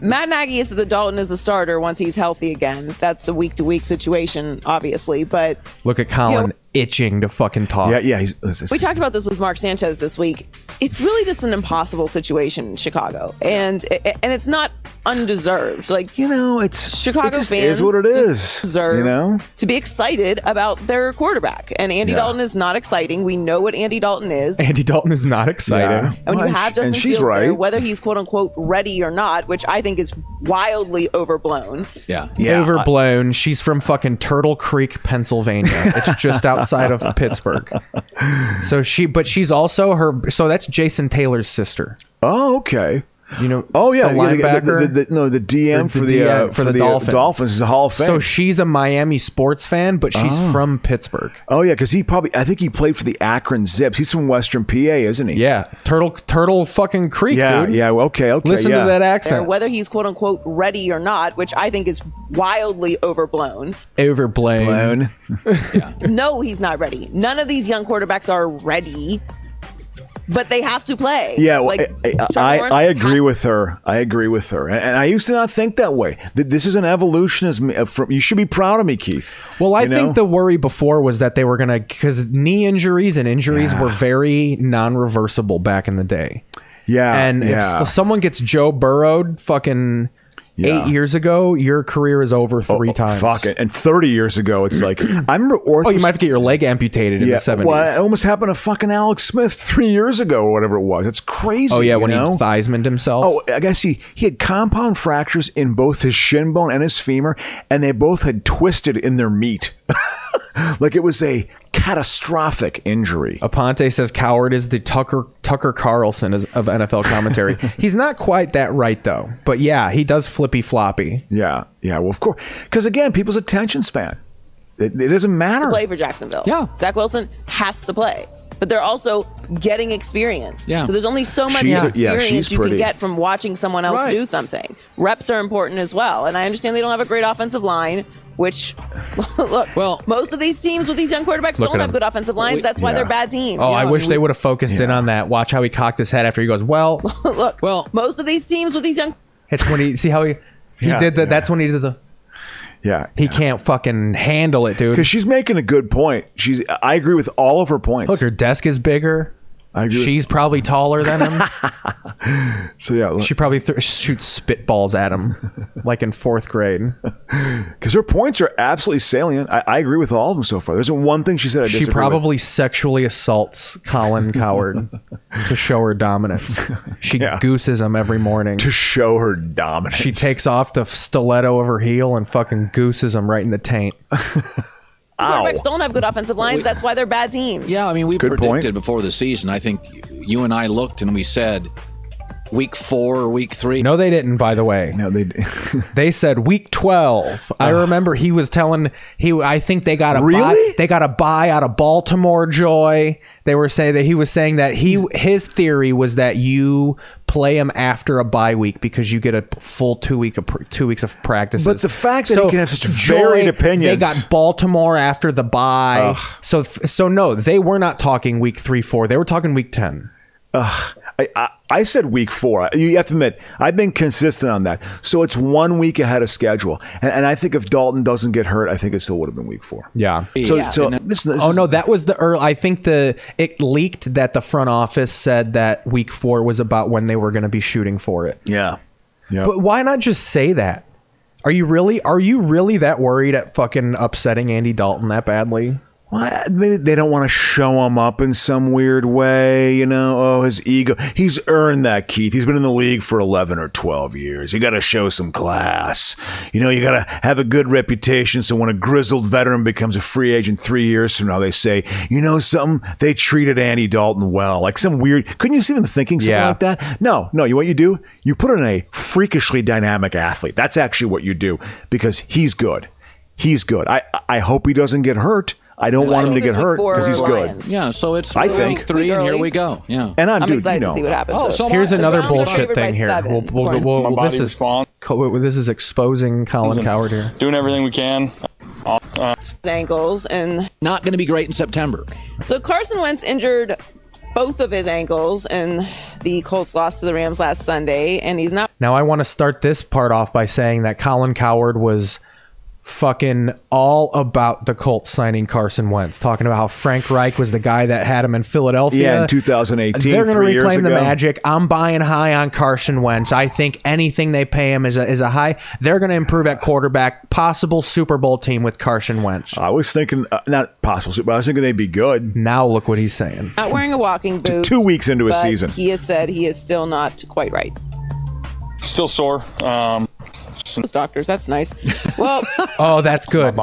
Speaker 11: Matt Nagy is the Dalton is a starter once he's healthy again. That's a week to week situation, obviously. But
Speaker 7: Look at Colin
Speaker 11: Yeah.
Speaker 7: itching to fucking talk.
Speaker 8: Yeah, yeah. He's, uh, it's- it's-
Speaker 11: we talked about this with Mark Sanchez this week. It's really just an impossible situation in Chicago, and and it's not undeserved. Like
Speaker 8: you know, it's
Speaker 11: Chicago
Speaker 8: it just
Speaker 11: fans
Speaker 8: is what it is.
Speaker 11: deserve
Speaker 8: You know,
Speaker 11: to be excited about their quarterback. And Andy
Speaker 8: Yeah.
Speaker 11: Dalton is not exciting. We know what Andy Dalton is. And
Speaker 7: Andy Dalton is not exciting.
Speaker 8: Yeah.
Speaker 11: when
Speaker 8: Well,
Speaker 11: you
Speaker 8: and
Speaker 11: have
Speaker 8: sh-
Speaker 11: Justin
Speaker 8: and she's
Speaker 11: Fields there,
Speaker 8: right.
Speaker 11: whether he's quote unquote ready or not, which I think is wildly overblown,
Speaker 10: Yeah.
Speaker 8: Yeah.
Speaker 7: Overblown. She's from fucking Turtle Creek, Pennsylvania. It's just outside of Pittsburgh. So she, but she's also her. So that's Jason Taylor's sister.
Speaker 8: Oh, okay.
Speaker 7: You know,
Speaker 8: Oh yeah,
Speaker 7: the
Speaker 8: yeah, the-
Speaker 7: linebacker.
Speaker 8: the- the- the- no, the DM for the, uh, for the, uh, Dolphins is a Hall of Fame.
Speaker 7: So she's a Miami sports fan, but she's
Speaker 8: Oh.
Speaker 7: from Pittsburgh.
Speaker 8: Oh yeah, because he probably I think he played for the Akron Zips. He's from Western PA, isn't he?
Speaker 7: Yeah, Turtle Turtle fucking Creek,
Speaker 8: yeah,
Speaker 7: dude.
Speaker 8: yeah. Okay, okay.
Speaker 7: Listen to
Speaker 8: yeah.
Speaker 7: that
Speaker 11: Or
Speaker 7: accent.
Speaker 11: whether he's quote unquote ready or not, which I think is wildly overblown.
Speaker 7: Overblown.
Speaker 8: Blown.
Speaker 11: No, he's not ready. None of these young quarterbacks are ready, but they have to play.
Speaker 8: Yeah, well,
Speaker 11: like,
Speaker 8: I,
Speaker 11: Trevor
Speaker 8: I,
Speaker 11: Lawrence
Speaker 8: I
Speaker 11: has
Speaker 8: agree
Speaker 11: to
Speaker 8: with her. I agree with her, and, and I used to not think that way. Th- This is an evolution. As me, uh, from, you should be proud of me, Keith.
Speaker 7: Well, I
Speaker 8: You know?
Speaker 7: think the worry before was that they were gonna because knee injuries and injuries were very non-reversible back in the day.
Speaker 8: yeah,
Speaker 7: and
Speaker 8: Uh, yeah.
Speaker 7: if someone gets Joe Burrowed fucking
Speaker 8: Yeah. Oh,
Speaker 7: eight years ago, your career is over three times.
Speaker 8: Fuck it. And 30 years ago, it's like, I remember Orth
Speaker 7: Oh, you
Speaker 8: was-
Speaker 7: might have to get your leg amputated in
Speaker 8: yeah,
Speaker 7: the seventies.
Speaker 8: Well, oh, it almost happened to fucking Alex Smith three years ago or whatever it was. It's crazy.
Speaker 7: oh yeah,
Speaker 8: you
Speaker 7: when
Speaker 8: know?
Speaker 7: he Theismaned himself.
Speaker 8: Oh, I guess he, he had compound fractures in both his shin bone and his femur, and they both had twisted in their meat. like it was a catastrophic injury.
Speaker 7: Aponte says Coward is the Tucker Tucker Carlson is, of NFL commentary. He's not quite that right though, but yeah, he does flippy floppy.
Speaker 8: Yeah, yeah. Well, of course, because again, people's attention span. It, it doesn't matter.
Speaker 11: play for Jacksonville.
Speaker 10: Yeah.
Speaker 11: Zach Wilson has to play. But they're also getting experience.
Speaker 10: Yeah.
Speaker 11: So there's only so much
Speaker 8: She's a-
Speaker 11: experience
Speaker 8: yeah, she's
Speaker 11: you
Speaker 8: pretty.
Speaker 11: can get from watching someone else
Speaker 10: Right.
Speaker 11: do something. Reps are important as well. And I understand they don't have a great offensive line, which look,
Speaker 10: Well-
Speaker 11: most of these teams with these young quarterbacks
Speaker 7: Look
Speaker 11: don't
Speaker 7: at
Speaker 11: have
Speaker 7: them.
Speaker 11: good offensive lines. That's why
Speaker 8: yeah.
Speaker 11: they're bad teams.
Speaker 7: Oh, I wish they would have focused in on that. Watch how he cocked his head after he goes, "Well,
Speaker 11: look.
Speaker 10: Well-
Speaker 11: most of these teams with these young
Speaker 7: it's when he see how he he
Speaker 8: Yeah,
Speaker 7: did that.
Speaker 8: yeah.
Speaker 7: That's when he did the
Speaker 8: Yeah,
Speaker 7: he can't fucking handle it, dude.
Speaker 8: because she's making a good point. She's. I agree with all of her points.
Speaker 7: Look, her desk is bigger.
Speaker 8: I agree with-
Speaker 7: She's probably taller than him.
Speaker 8: so yeah,
Speaker 7: she probably th- shoots spitballs at him, like in fourth grade.
Speaker 8: because her points are absolutely salient. I, I agree with all of them so far. There's one thing she said. I
Speaker 7: She
Speaker 8: disagree with.
Speaker 7: probably sexually assaults Colin Coward to show her dominance. She
Speaker 8: Yeah.
Speaker 7: gooses him every morning.
Speaker 8: to show her dominance.
Speaker 7: She takes off the stiletto of her heel and fucking gooses him right in the taint.
Speaker 8: Ow.
Speaker 11: quarterbacks don't have good offensive lines. That's why they're bad teams.
Speaker 10: Yeah, I mean, we
Speaker 8: Good point.
Speaker 10: predicted before the season. I think you and I looked and we said week four or week three.
Speaker 7: No, they didn't. By the way,
Speaker 8: No, they
Speaker 7: they said week twelve. I remember he was telling he. I think they got a buy,
Speaker 8: Really?
Speaker 7: they got a buy out of Baltimore Joy. They were saying that he was saying that he his theory was that you play him after a bye week because you get a full two week of, pr- two weeks of practices.
Speaker 8: But the fact that he can have such varied
Speaker 7: They
Speaker 8: opinions.
Speaker 7: got Baltimore after the bye. So f- so no, they were not talking week three four. They were talking week ten.
Speaker 8: I, I I said week four. You have to admit I've been consistent on that. So it's one week ahead of schedule, and, and I think if Dalton doesn't get hurt, I think it still would have been week four.
Speaker 7: Yeah.
Speaker 8: So, so listen, this
Speaker 7: Oh
Speaker 8: is-
Speaker 7: no, that was the early. I think the it leaked that the front office said that week four was about when they were going to be shooting for it.
Speaker 8: yeah, yeah.
Speaker 7: But why not just say that? Are you really are you really that worried at fucking upsetting Andy Dalton that badly?
Speaker 8: Why- maybe they don't want to show him up in some weird way, you know? Oh, his ego. He's earned that, Keith. He's been in the league for 11 or 12 years. You got to show some class. You know, you got to have a good reputation so when a grizzled veteran becomes a free agent three years from now, they say, you know something? They treated Andy Dalton well. Like some weird. Couldn't you see them thinking something
Speaker 7: Yeah.
Speaker 8: like that? No, no. You, what you do? You put in a freakishly dynamic athlete. That's actually what you do because he's good. He's good. I, I hope he doesn't get hurt. I don't want him to
Speaker 11: This
Speaker 8: get
Speaker 11: week
Speaker 8: hurt
Speaker 11: four
Speaker 8: because he's
Speaker 11: are
Speaker 8: good.
Speaker 11: Lions.
Speaker 10: Yeah, so it's
Speaker 8: I
Speaker 10: week
Speaker 8: think-
Speaker 10: three, and here
Speaker 11: Early.
Speaker 10: we go. Yeah.
Speaker 8: And I'm,
Speaker 11: I'm
Speaker 8: dude,
Speaker 11: excited
Speaker 8: you know,
Speaker 11: to see what happens.
Speaker 10: Oh, so
Speaker 7: Here's
Speaker 10: The
Speaker 7: another
Speaker 11: Browns are
Speaker 7: bullshit
Speaker 11: favored by
Speaker 7: thing here.
Speaker 11: seven.
Speaker 7: We'll, we'll,
Speaker 11: Point.
Speaker 7: we'll-
Speaker 9: My
Speaker 7: well,
Speaker 9: body
Speaker 7: this is
Speaker 9: responds.
Speaker 7: co- this is exposing Colin Coward here.
Speaker 9: Doing everything we can.
Speaker 11: ankles and
Speaker 10: Not going to be great in September.
Speaker 11: So Carson Wentz injured both of his ankles and the Colts lost to the Rams last Sunday and he's not
Speaker 7: Now I want to start this part off by saying that Colin Coward was fucking all about the Colts signing Carson Wentz, talking about how Frank Reich was the guy that had him in Philadelphia.
Speaker 8: Yeah, in 2018,
Speaker 7: They're gonna
Speaker 8: three years
Speaker 7: reclaim the
Speaker 8: ago.
Speaker 7: magic. I'm buying high on Carson Wentz. I think anything they pay him is a, is a high. They're going to improve at quarterback, possible Super Bowl team with Carson Wentz.
Speaker 8: I was thinking, uh, not possible, but I was thinking they'd be good.
Speaker 7: Now look what he's saying.
Speaker 11: not wearing a walking boot.
Speaker 8: Two weeks into a
Speaker 11: but
Speaker 8: season.
Speaker 11: He has said he is still not quite right.
Speaker 9: Still sore. Um,
Speaker 11: those doctors. That's nice. Well,
Speaker 7: Oh, that's good.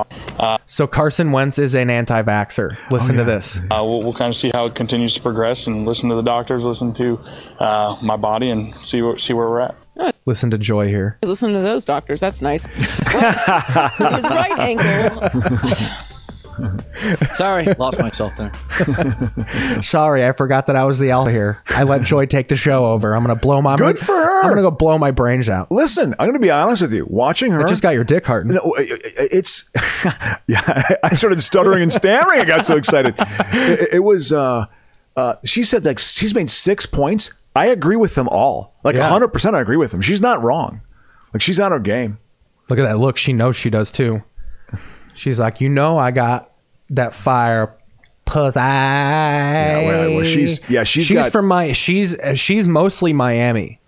Speaker 7: so Carson Wentz is an anti-vaxer. Listen
Speaker 8: Oh,
Speaker 7: to this.
Speaker 12: Uh, we'll, we'll kind of see how it continues to progress and listen to the doctors, listen to uh, my body, and see where, see where we're at.
Speaker 7: Listen to Joy here.
Speaker 11: listen to those doctors. That's nice. Well, his right ankle.
Speaker 10: Sorry, lost myself there.
Speaker 7: Sorry, I forgot that I was the L here. I let Joy take the show over. I'm gonna blow my.
Speaker 8: Good for her.
Speaker 7: I'm gonna go blow my brains out.
Speaker 8: Listen, I'm going to be honest with you. Watching her,
Speaker 7: I just got your dick hardened.
Speaker 8: No, Oh, i- i- it's yeah. I- I started stuttering and stammering. I got so excited. It, it was. Uh, uh, she said like she's made six points. I agree with them all. Like
Speaker 7: Yeah.
Speaker 8: hundred percent, I agree with them. She's not wrong. Like she's on her game.
Speaker 7: Look at that look. She knows she does too. She's like, you know, I got that fire pussy. Yeah,
Speaker 8: well, well, she's- yeah, she's got-
Speaker 7: from my. She's uh, she's mostly Miami.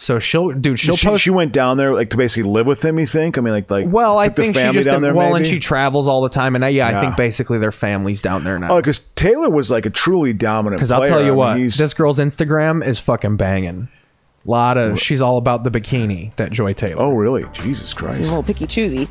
Speaker 7: So she'll, dude, she'll
Speaker 8: she,
Speaker 7: post.
Speaker 8: she went down there like to basically live with him. You think? I mean, like like
Speaker 7: well, I
Speaker 8: took the
Speaker 7: think she
Speaker 8: family
Speaker 7: just
Speaker 8: down there,
Speaker 7: well, and
Speaker 8: maybe?
Speaker 7: she travels all the time, and I, yeah, I
Speaker 8: Yeah.
Speaker 7: think basically their families down there now.
Speaker 8: Oh, because Taylor was like a truly dominant.
Speaker 7: Because I'll
Speaker 8: player.
Speaker 7: tell
Speaker 8: I
Speaker 7: you
Speaker 8: mean,
Speaker 7: what,
Speaker 8: he's-
Speaker 7: this girl's Instagram is fucking banging. Lot of she's all about the bikini that Joy Taylor.
Speaker 8: oh, really? Jesus Christ!
Speaker 11: a little picky choosy.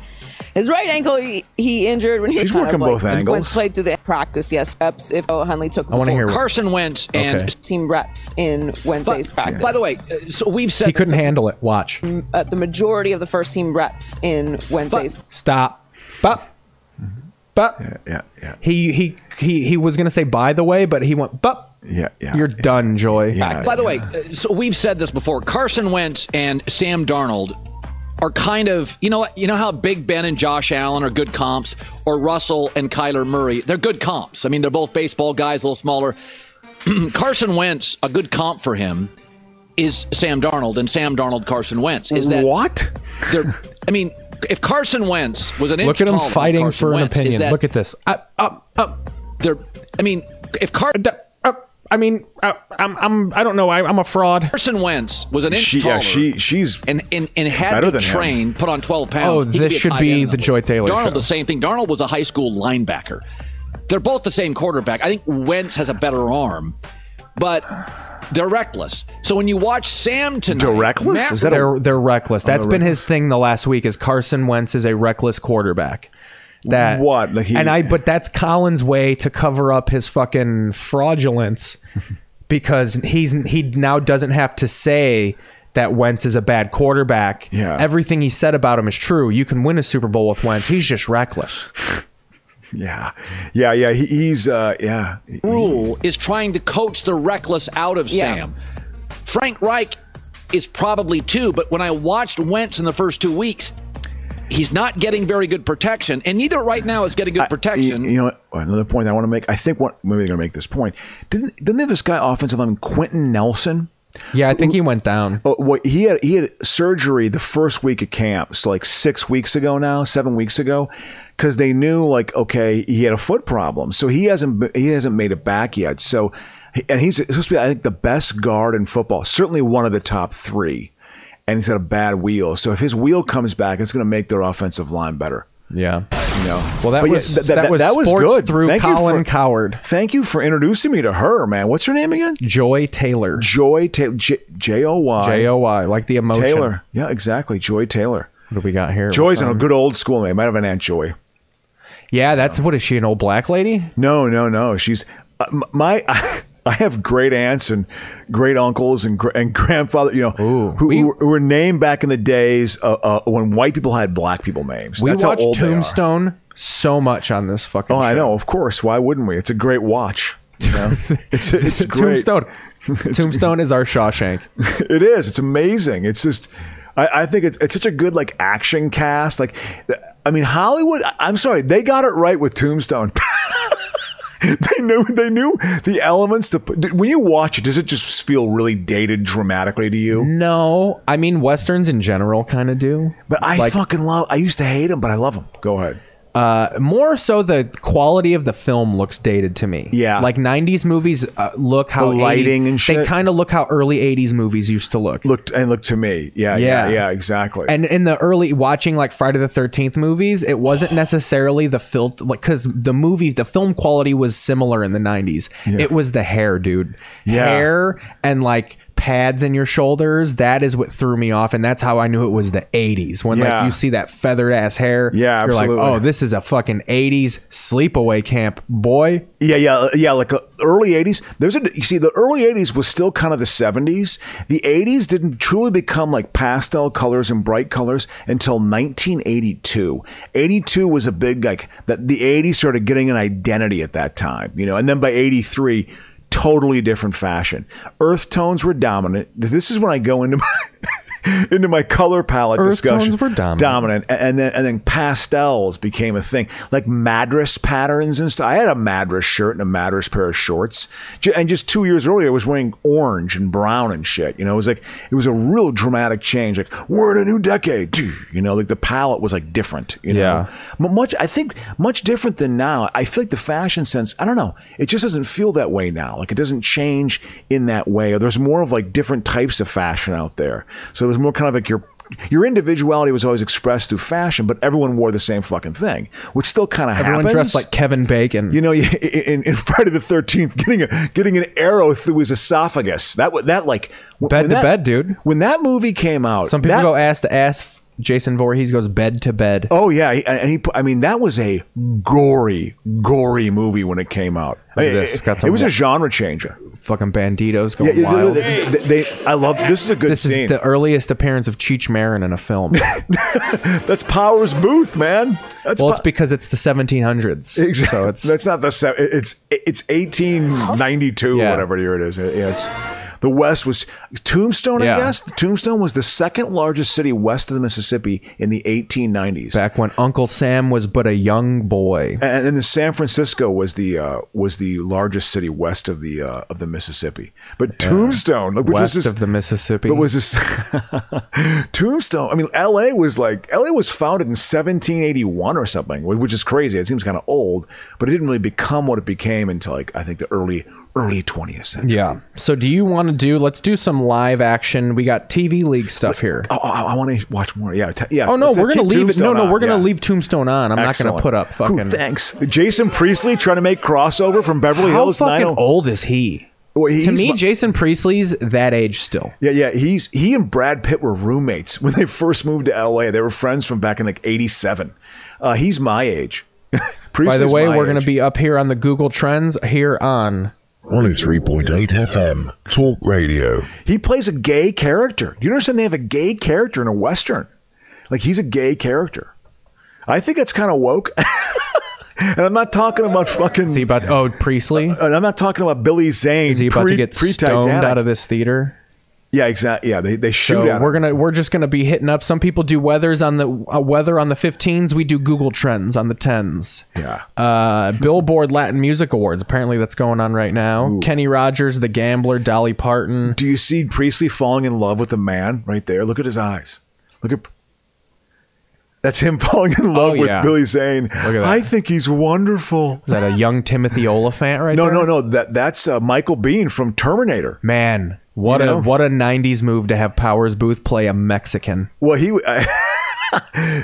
Speaker 11: His right ankle he, he injured when he
Speaker 8: She's
Speaker 11: was kind
Speaker 8: working
Speaker 11: of like,
Speaker 8: both angles.
Speaker 11: Wentz played through the practice, yes, reps. If Hunley took
Speaker 7: I want to hear. what-
Speaker 10: Carson Wentz and
Speaker 7: Okay.
Speaker 11: team reps in Wednesday's practice.
Speaker 10: by the way, uh, so we've said
Speaker 7: He couldn't handle it. Watch.
Speaker 11: uh, the majority of the first team reps in Wednesday's.
Speaker 7: Stop. But. But.
Speaker 8: Yeah, yeah,
Speaker 7: He he he he was gonna say by the way, but he went but.
Speaker 8: yeah, yeah.
Speaker 7: You're done, Joy.
Speaker 8: Yeah.
Speaker 10: By the way, uh, so we've said this before. Carson Wentz and Sam Darnold are kind of you know what- you know how Big Ben and Josh Allen are good comps, or Russell and Kyler Murray. They're good comps. I mean, they're both baseball guys, a little smaller. Carson Wentz, a good comp for him is Sam Darnold, and Sam Darnold Carson Wentz is that
Speaker 8: what?
Speaker 10: they're. I mean, if Carson Wentz was an inch
Speaker 7: Look at him
Speaker 10: taller than
Speaker 7: fighting
Speaker 10: Carson
Speaker 7: for an
Speaker 10: Wentz, is
Speaker 7: opinion.
Speaker 10: that
Speaker 7: Look at this. Up up up.
Speaker 10: they're. I mean, if Car-
Speaker 7: d- up. I mean, uh, I'm I'm I don't know. I, I'm a fraud.
Speaker 10: Carson Wentz was an inch
Speaker 8: She,
Speaker 10: taller,
Speaker 8: yeah, she, she's
Speaker 10: and and, and had
Speaker 8: Better
Speaker 10: to
Speaker 8: than him.
Speaker 10: train, put on 12 pounds.
Speaker 7: Oh,
Speaker 10: he could
Speaker 7: this
Speaker 10: a
Speaker 7: should
Speaker 10: tight
Speaker 7: be
Speaker 10: end in
Speaker 7: the Joy Taylor
Speaker 10: Darnold,
Speaker 7: show.
Speaker 10: the same thing. Darnold was a high school linebacker. They're both the same quarterback. I think Wentz has a better arm, but they're reckless. So when you watch Sam tonight,
Speaker 8: They're reckless?
Speaker 10: Matt-
Speaker 8: Is that a-
Speaker 7: They're they're reckless. That's been his thing the last week. Is Carson Wentz is a reckless quarterback. That
Speaker 8: What? Like he-
Speaker 7: and I but that's Collins' way to cover up his fucking fraudulence because he's he now doesn't have to say that Wentz is a bad quarterback.
Speaker 8: Yeah.
Speaker 7: Everything he said about him is true. You can win a Super Bowl with Wentz. He's just reckless.
Speaker 8: yeah, yeah, yeah. He, he's uh, yeah.
Speaker 10: rule is trying to coach the reckless out of
Speaker 11: Yeah.
Speaker 10: Sam. Frank Reich is probably too, but when I watched Wentz in the first two weeks, he's not getting very good protection, and neither right now is getting good protection.
Speaker 8: You, you know, what? another point I want to make. I think what maybe they're going to make this point. Didn't didn't they have this guy offensive lineman Quentin Nelson?
Speaker 7: Yeah, I think he went down.
Speaker 8: Oh, what he had he had surgery the first week of camp, so like six weeks ago now, seven weeks ago, because they knew like okay he had a foot problem, so he hasn't b- he hasn't made it back yet. So and he's supposed to be I think the best guard in football, certainly one of the top three, and he's had a bad wheel. So if his wheel comes back, it's going to make their offensive line better.
Speaker 7: Yeah.
Speaker 8: You know,
Speaker 7: Well, that
Speaker 8: But yeah,
Speaker 7: was
Speaker 8: th- th-
Speaker 7: that, was sports through
Speaker 8: Thank you
Speaker 7: Colin
Speaker 8: for-
Speaker 7: Coward.
Speaker 8: Thank you for introducing me to her, man. What's her name again?
Speaker 7: Joy Taylor.
Speaker 8: Joy Taylor. J O Y.
Speaker 7: J O Y, like the emotion.
Speaker 8: Taylor. Yeah, exactly. Joy Taylor.
Speaker 7: What do we got here?
Speaker 8: Joy's in
Speaker 7: Um,
Speaker 8: a good old school name. Might have an Aunt Joy.
Speaker 7: Yeah, that's what is she an old black lady?
Speaker 8: No, no, no. She's uh, m- my. I, have great aunts and great uncles and gr- and grandfather. You know,
Speaker 7: Ooh.
Speaker 8: who,
Speaker 7: We-
Speaker 8: who were- who were named back in the days uh, uh, when white people had black people names.
Speaker 7: We
Speaker 8: That's how
Speaker 7: watch
Speaker 8: old they are.
Speaker 7: Tombstone so much on this fucking.
Speaker 8: Oh,
Speaker 7: show.
Speaker 8: I know. Of course. Why wouldn't we? It's a great watch. you know? it's, it's great.
Speaker 7: Tombstone. Tombstone is our Shawshank.
Speaker 8: It is. It's amazing. It's just. I, I think it's it's such a good like action cast. Like, I mean, Hollywood. I- I'm sorry, they got it right with Tombstone. they knew they knew the elements. To put, when you watch it, does it just feel really dated dramatically to you?
Speaker 7: No, I mean westerns in general kind of do,
Speaker 8: But I
Speaker 7: Like-
Speaker 8: fucking love. I used to hate him, but I love him. Go ahead.
Speaker 7: more so the quality of the film looks dated to me.
Speaker 8: Yeah.
Speaker 7: like '90s movies uh, look how
Speaker 8: The lighting
Speaker 7: 80s
Speaker 8: and
Speaker 7: They
Speaker 8: shit.
Speaker 7: kind of look how early '80s movies used to look.
Speaker 8: Looked and looked to me. Yeah, yeah,
Speaker 7: Yeah.
Speaker 8: yeah. exactly.
Speaker 7: and in the early watching like Friday the 13th movies, it wasn't necessarily the filth like cuz the movie the film quality was similar in the 90s. It was the hair, dude.
Speaker 8: Yeah.
Speaker 7: Hair and like pads in your shoulders, that is what threw me off, and that's how I knew it was the '80s when
Speaker 8: Yeah.
Speaker 7: like you see that feathered ass hair. Yeah, you're
Speaker 8: absolutely.
Speaker 7: like, oh, this is a fucking '80s sleepaway camp, boy.
Speaker 8: Yeah, yeah, yeah. Like uh, early '80s. There's a you see the early '80s was still kind of the '70s. The '80s didn't truly become like pastel colors and bright colors until 1982. '82 was a big like that. The '80s started getting an identity at that time, you know, and then by '83. Totally different fashion. Earth tones were dominant. This is when I go into my into my color palette
Speaker 7: Earth
Speaker 8: discussion.
Speaker 7: tones were dominant.
Speaker 8: dominant, A- and then and then pastels became a thing, like Madras patterns and stuff. I had a Madras shirt and a Madras pair of shorts, Ju- and just two years earlier, I was wearing orange and brown and shit. You know, it was like it was a real dramatic change. Like we're in a new decade, dude. You know, like the palette was like different. You know,
Speaker 7: Yeah.
Speaker 8: M- much I think much different than now. I feel like the fashion sense. I don't know. It just doesn't feel that way now. Like it doesn't change in that way. There's more of like different types of fashion out there. So it was more kind of like your your individuality was always expressed through fashion, but everyone wore the same fucking thing, which still kind of happens.
Speaker 7: Everyone dressed like Kevin Bacon.
Speaker 8: You know, in, in, in Friday the Thirteenth, getting a getting an arrow through his esophagus. That wa- that like w-
Speaker 7: Bed
Speaker 8: when
Speaker 7: to
Speaker 8: that-
Speaker 7: bed, dude.
Speaker 8: When that movie came out,
Speaker 7: Some people
Speaker 8: that-
Speaker 7: go ass to ass. Jason Voorhees goes bed to bed.
Speaker 8: Oh yeah, he- and he. I mean, that was a gory, gory movie when it came out.
Speaker 7: Look at
Speaker 8: I-
Speaker 7: this.
Speaker 8: It,
Speaker 7: Got some
Speaker 8: it was a
Speaker 7: wa-
Speaker 8: genre changer.
Speaker 7: Fucking banditos go
Speaker 8: Yeah, yeah,
Speaker 7: wild.
Speaker 8: they- they- they- I love this. Is a good
Speaker 7: this
Speaker 8: scene.
Speaker 7: is the earliest appearance of Cheech Marin in a film.
Speaker 8: That's Powers Booth, man. That's
Speaker 7: well, it's
Speaker 8: Pa-
Speaker 7: because it's the 1700s.
Speaker 8: Exactly.
Speaker 7: So it's
Speaker 8: That's not the se- it's it's eighteen ninety two
Speaker 7: Yeah.
Speaker 8: whatever year it is. It- yeah, it's the West was Tombstone.
Speaker 7: Yeah.
Speaker 8: I guess Tombstone was the second largest city west of the Mississippi in the eighteen nineties.
Speaker 7: back when Uncle Sam was but a young boy.
Speaker 8: And then the San Francisco was the uh, was the largest city west of the uh, of the Mississippi. But Tombstone, like, which
Speaker 7: west
Speaker 8: is this,
Speaker 7: of the Mississippi.
Speaker 8: but was this Tombstone? I mean, L.A. was like L.A. was founded in 1781 or something, wh- which is crazy. It seems kind of old, but it didn't really become what it became until like I think the early early 20th century.
Speaker 7: yeah. So do you want to do? Let's do some live action. We got TV league stuff here.
Speaker 8: Oh, I, want to watch more. Yeah, t- yeah.
Speaker 7: Oh no,
Speaker 8: Let's
Speaker 7: we're gonna
Speaker 8: keep
Speaker 7: leave it. No,
Speaker 8: Tombstone
Speaker 7: no,
Speaker 8: on,
Speaker 7: we're gonna
Speaker 8: yeah.
Speaker 7: leave Tombstone on. I'm
Speaker 8: Excellent.
Speaker 7: not gonna put up
Speaker 8: Cool,
Speaker 7: fucking.
Speaker 8: thanks, Jason Priestley trying to make crossover from Beverly
Speaker 7: How
Speaker 8: Hills.
Speaker 7: fucking
Speaker 8: 90
Speaker 7: old is he?
Speaker 8: Well, he's
Speaker 7: to me,
Speaker 8: my-
Speaker 7: Jason Priestley's that age still.
Speaker 8: Yeah, yeah. He's he and Brad Pitt were roommates when they first moved to LA. They were friends from back in like '87. Uh, he's my age.
Speaker 7: By the way, we're going to be up here on the Google Trends here on.
Speaker 13: 103.8 FM, Talk Radio.
Speaker 8: He plays a gay character. Do you understand? They have a gay character in a western. Like he's a gay character. I think that's kind of woke. and I'm not talking about fucking. uh,
Speaker 7: See about oh Priestley.
Speaker 8: and I'm not talking about Billy Zane.
Speaker 7: Is he about to get stoned out of this theater?
Speaker 8: Yeah, exactly. Yeah, they they shoot
Speaker 7: So
Speaker 8: at him.
Speaker 7: we're gonna we're just gonna be hitting up. Some people do weathers on the uh, weather on the 15s. We do Google Trends on the 10s.
Speaker 8: Yeah.
Speaker 7: Uh, Billboard Latin Music Awards. Apparently that's going on right now. Kenny Rogers, The Gambler, Dolly Parton.
Speaker 8: Do you see Priestley falling in love with a man right there? Look at his eyes. Look at. That's him falling in love
Speaker 7: Oh, yeah.
Speaker 8: with Billy Zane.
Speaker 7: that.
Speaker 8: I think he's wonderful.
Speaker 7: Is that a young Timothy Oliphant right
Speaker 8: No,
Speaker 7: there?
Speaker 8: no, no. That that's uh, Michael Bean from Terminator.
Speaker 7: Man, what
Speaker 8: You
Speaker 7: a
Speaker 8: know?
Speaker 7: what a 90s move to have Powers Booth play a Mexican.
Speaker 8: Well, he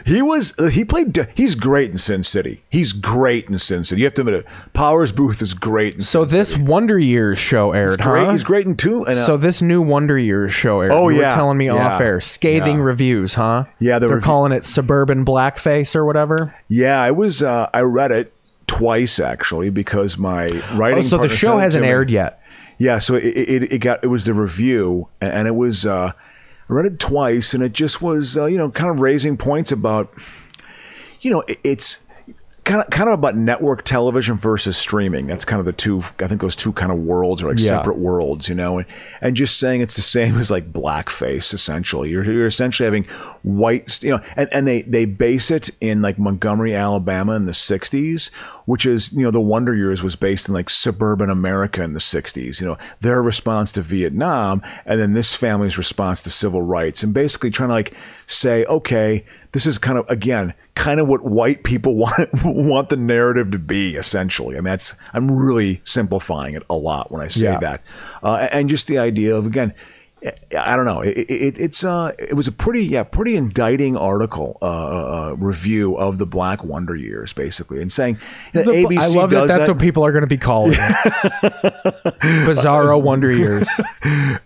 Speaker 8: he was he played. He's great in Sin City. He's great in Sin City. You have to admit it. Powers Booth is great. In
Speaker 7: So this Wonder Years show aired,
Speaker 8: Sin City. great.
Speaker 7: huh?
Speaker 8: He's great in two. And, uh,
Speaker 7: So this new Wonder Years show aired.
Speaker 8: Oh,
Speaker 7: you
Speaker 8: yeah.
Speaker 7: were telling me
Speaker 8: Yeah.
Speaker 7: off air. Scathing
Speaker 8: Yeah.
Speaker 7: reviews, huh?
Speaker 8: Yeah, the
Speaker 7: they're
Speaker 8: review-
Speaker 7: calling it suburban blackface or whatever.
Speaker 8: yeah, I was. Uh, I read it twice actually because my writing.
Speaker 7: Oh, so the
Speaker 8: partner
Speaker 7: show
Speaker 8: sent it
Speaker 7: hasn't
Speaker 8: to me.
Speaker 7: aired yet.
Speaker 8: Yeah, so it, it, it got it was the review, and it was uh, I read it twice, and it just was uh, you know kind of raising points about you know it, it's kind of kind of about network television versus streaming. That's kind of the two I think those two kind of worlds are like
Speaker 7: Yeah.
Speaker 8: separate worlds, you know, and and just saying it's the same as like blackface essentially. You're you're essentially having white, you know, and and they they base it in like Montgomery, Alabama in the 60s, which is, you know, the Wonder Years was based in like suburban America in the 60s, you know, their response to Vietnam and then this family's response to civil rights and basically trying to like say, okay, this is kind of again kind of what white people want want the narrative to be essentially i mean that's i'm really simplifying it a lot when i say
Speaker 7: Yeah.
Speaker 8: that uh, and just the idea of again I don't know. It, it, it's uh, it was a pretty yeah pretty indicting article uh, uh, review of the Black Wonder years basically, and saying that ABC
Speaker 7: I love that.
Speaker 8: does
Speaker 7: That's
Speaker 8: that.
Speaker 7: what people are going to be calling it. Bizarro Wonder Years.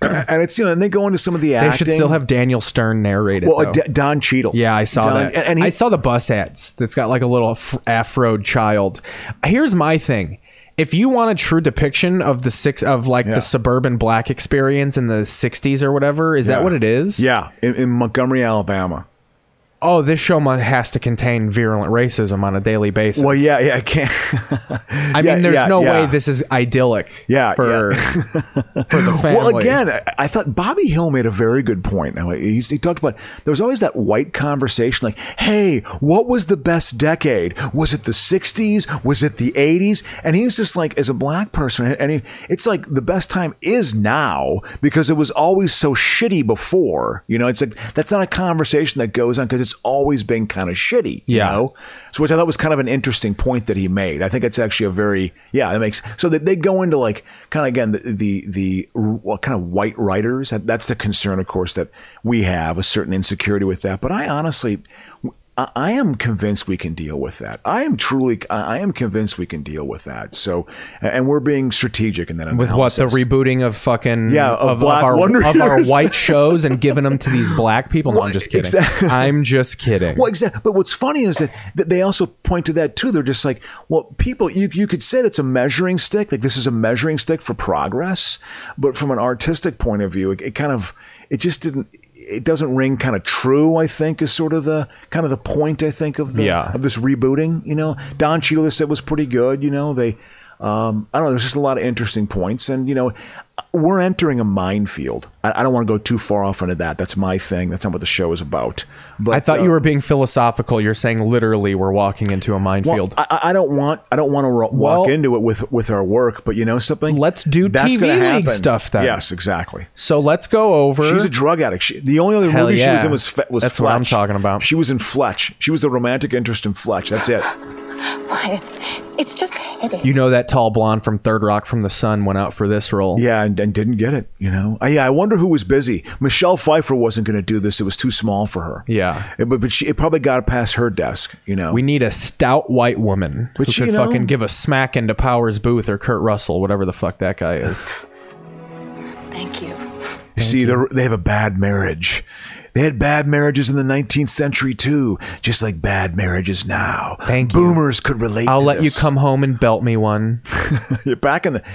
Speaker 8: and it's you know, and they go into some of the
Speaker 7: They
Speaker 8: acting.
Speaker 7: should still have Daniel Stern narrate it.
Speaker 8: Well, uh,
Speaker 7: though.
Speaker 8: D- Don Cheadle.
Speaker 7: Yeah, I saw
Speaker 8: Don-
Speaker 7: that.
Speaker 8: and-
Speaker 7: And,
Speaker 8: and he-
Speaker 7: I saw the bus ads that's got like a little af- afro child. Here's my thing. If you want a true depiction of the six of like the suburban black experience in the 60s or whatever, is that
Speaker 8: Yeah.
Speaker 7: what it is?
Speaker 8: Yeah, in, in Montgomery, Alabama.
Speaker 7: Oh, this show mu- has to contain virulent racism on a daily basis.
Speaker 8: Well, yeah, yeah, I can't.
Speaker 7: I
Speaker 8: Yeah,
Speaker 7: mean, there's
Speaker 8: yeah,
Speaker 7: no
Speaker 8: yeah.
Speaker 7: way this is idyllic.
Speaker 8: Yeah,
Speaker 7: for for the family.
Speaker 8: Well, again, I- I thought Bobby Hill made a very good point. Now, He, he talked about there was always that white conversation, like, "Hey, what was the best decade? Was it the '60s? Was it the '80s?" And he was just like, as a black person, and he, it's like the best time is now because it was always so shitty before. You know, it's like that's not a conversation that goes on because it's always been kind of shitty.
Speaker 7: Yeah.
Speaker 8: You know? So which I thought was kind of an interesting point that he made. I think it's actually a very yeah, that makes so that they go into like kind of again the the, the well, kind of white writers. That- That's the concern, of course, that we have a certain insecurity with that. But I honestly. I I am convinced we can deal with that. I am truly, I I am convinced we can deal with that. So, and we're being strategic in that
Speaker 7: with what the
Speaker 8: analysis.
Speaker 7: rebooting of fucking
Speaker 8: Yeah, of
Speaker 7: of, of
Speaker 8: Black
Speaker 7: our
Speaker 8: Wonder
Speaker 7: of our
Speaker 8: Years.
Speaker 7: white shows and giving them to these black people. No, I'm just kidding.
Speaker 8: exactly.
Speaker 7: I'm just kidding.
Speaker 8: Well, exactly. But what's funny is that that they also point to that too. They're just like, well, people. You you could say it's a measuring stick. Like this is a measuring stick for progress, but from an artistic point of view, it, it kind of it just didn't. It doesn't ring kind of true. I think is sort of the kind of the point. I think of the
Speaker 7: Yeah.
Speaker 8: of this rebooting. You know, Don Cheadle said was pretty good. You know, they. Um, I don't know. There's just a lot of interesting points, and you know, we're entering a minefield. I, I don't want to go too far off into that. That's my thing. That's not what the show is about. But
Speaker 7: I thought
Speaker 8: uh,
Speaker 7: you were being philosophical. You're saying literally we're walking into a minefield.
Speaker 8: Well, I, I don't want I don't want to ro- walk
Speaker 7: Well-
Speaker 8: into it with with our work, but you know something.
Speaker 7: Let's do TV
Speaker 8: gonna
Speaker 7: league
Speaker 8: happen.
Speaker 7: stuff then.
Speaker 8: Yes, exactly.
Speaker 7: so let's go over.
Speaker 8: She's a drug addict. She, the only other
Speaker 7: Hell
Speaker 8: movie she was
Speaker 7: yeah.
Speaker 8: in was Fe- was
Speaker 7: That's
Speaker 8: Fletch.
Speaker 7: what I'm talking about.
Speaker 8: She was in Fletch. She was the romantic interest in Fletch. That's it.
Speaker 14: Why, it's just a headache.
Speaker 7: you know that tall blonde from Third Rock from the Sun went out for this role.
Speaker 8: Yeah, and, and didn't get it. You know. I, yeah, I wonder who was busy. Michelle Pfeiffer wasn't going to do this. It was too small for her.
Speaker 7: Yeah.
Speaker 8: It- but but she, it probably got past her desk. You know.
Speaker 7: We need a stout white woman
Speaker 8: But
Speaker 7: who
Speaker 8: you
Speaker 7: could
Speaker 8: know-
Speaker 7: fucking give a smack into Powers Booth or Kurt Russell, whatever the fuck that guy is.
Speaker 14: Thank you.
Speaker 8: You see, they're, they have a bad marriage. They had bad marriages in the 19th century too, just like bad marriages now.
Speaker 7: Thank you.
Speaker 8: Boomers could relate.
Speaker 7: I'll
Speaker 8: to
Speaker 7: let you
Speaker 8: this.
Speaker 7: come home and belt me one.
Speaker 8: You're back in the.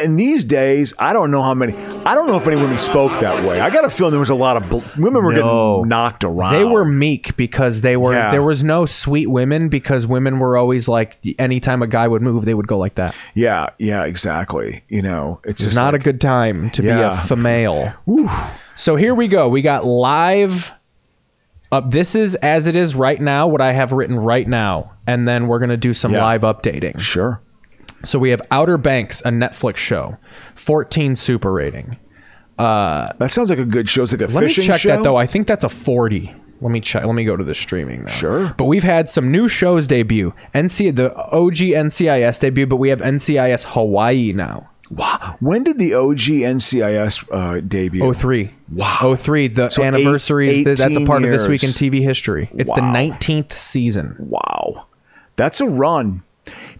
Speaker 8: And these days, I don't know how many. I don't know if any women spoke that way. I got a feeling there was a lot of bl- women were
Speaker 7: No.
Speaker 8: getting knocked around.
Speaker 7: They were meek because they were
Speaker 8: Yeah.
Speaker 7: there was no sweet women because women were always like anytime a guy would move they would go like that.
Speaker 8: Yeah, yeah, exactly. You know, it's
Speaker 7: It's
Speaker 8: just
Speaker 7: not
Speaker 8: like-
Speaker 7: a good time to be a
Speaker 8: Yeah.
Speaker 7: female. So here we go. We got live up this is as it is right now what I have written right now and then we're going to do some
Speaker 8: Yeah.
Speaker 7: live updating.
Speaker 8: Sure.
Speaker 7: So we have Outer Banks, a Netflix show. 14 super rating. Uh
Speaker 8: That sounds like a good show. It's like a
Speaker 7: let me
Speaker 8: fishing
Speaker 7: check
Speaker 8: show?
Speaker 7: that though. I think that's a 40. Let me check. Let me go to the streaming now. Sure. But we've had some new shows debut. NC the OG NCIS debut, but we have NCIS Hawaii now.
Speaker 8: Wow. When did the OG NCIS uh, debut?
Speaker 7: Oh three. Wow. 03, the
Speaker 8: So eight-
Speaker 7: anniversaries. th- that's a
Speaker 8: 18
Speaker 7: part of this week in
Speaker 8: years.
Speaker 7: TV history. It's the
Speaker 8: Wow.
Speaker 7: 19th season.
Speaker 8: Wow. That's a run.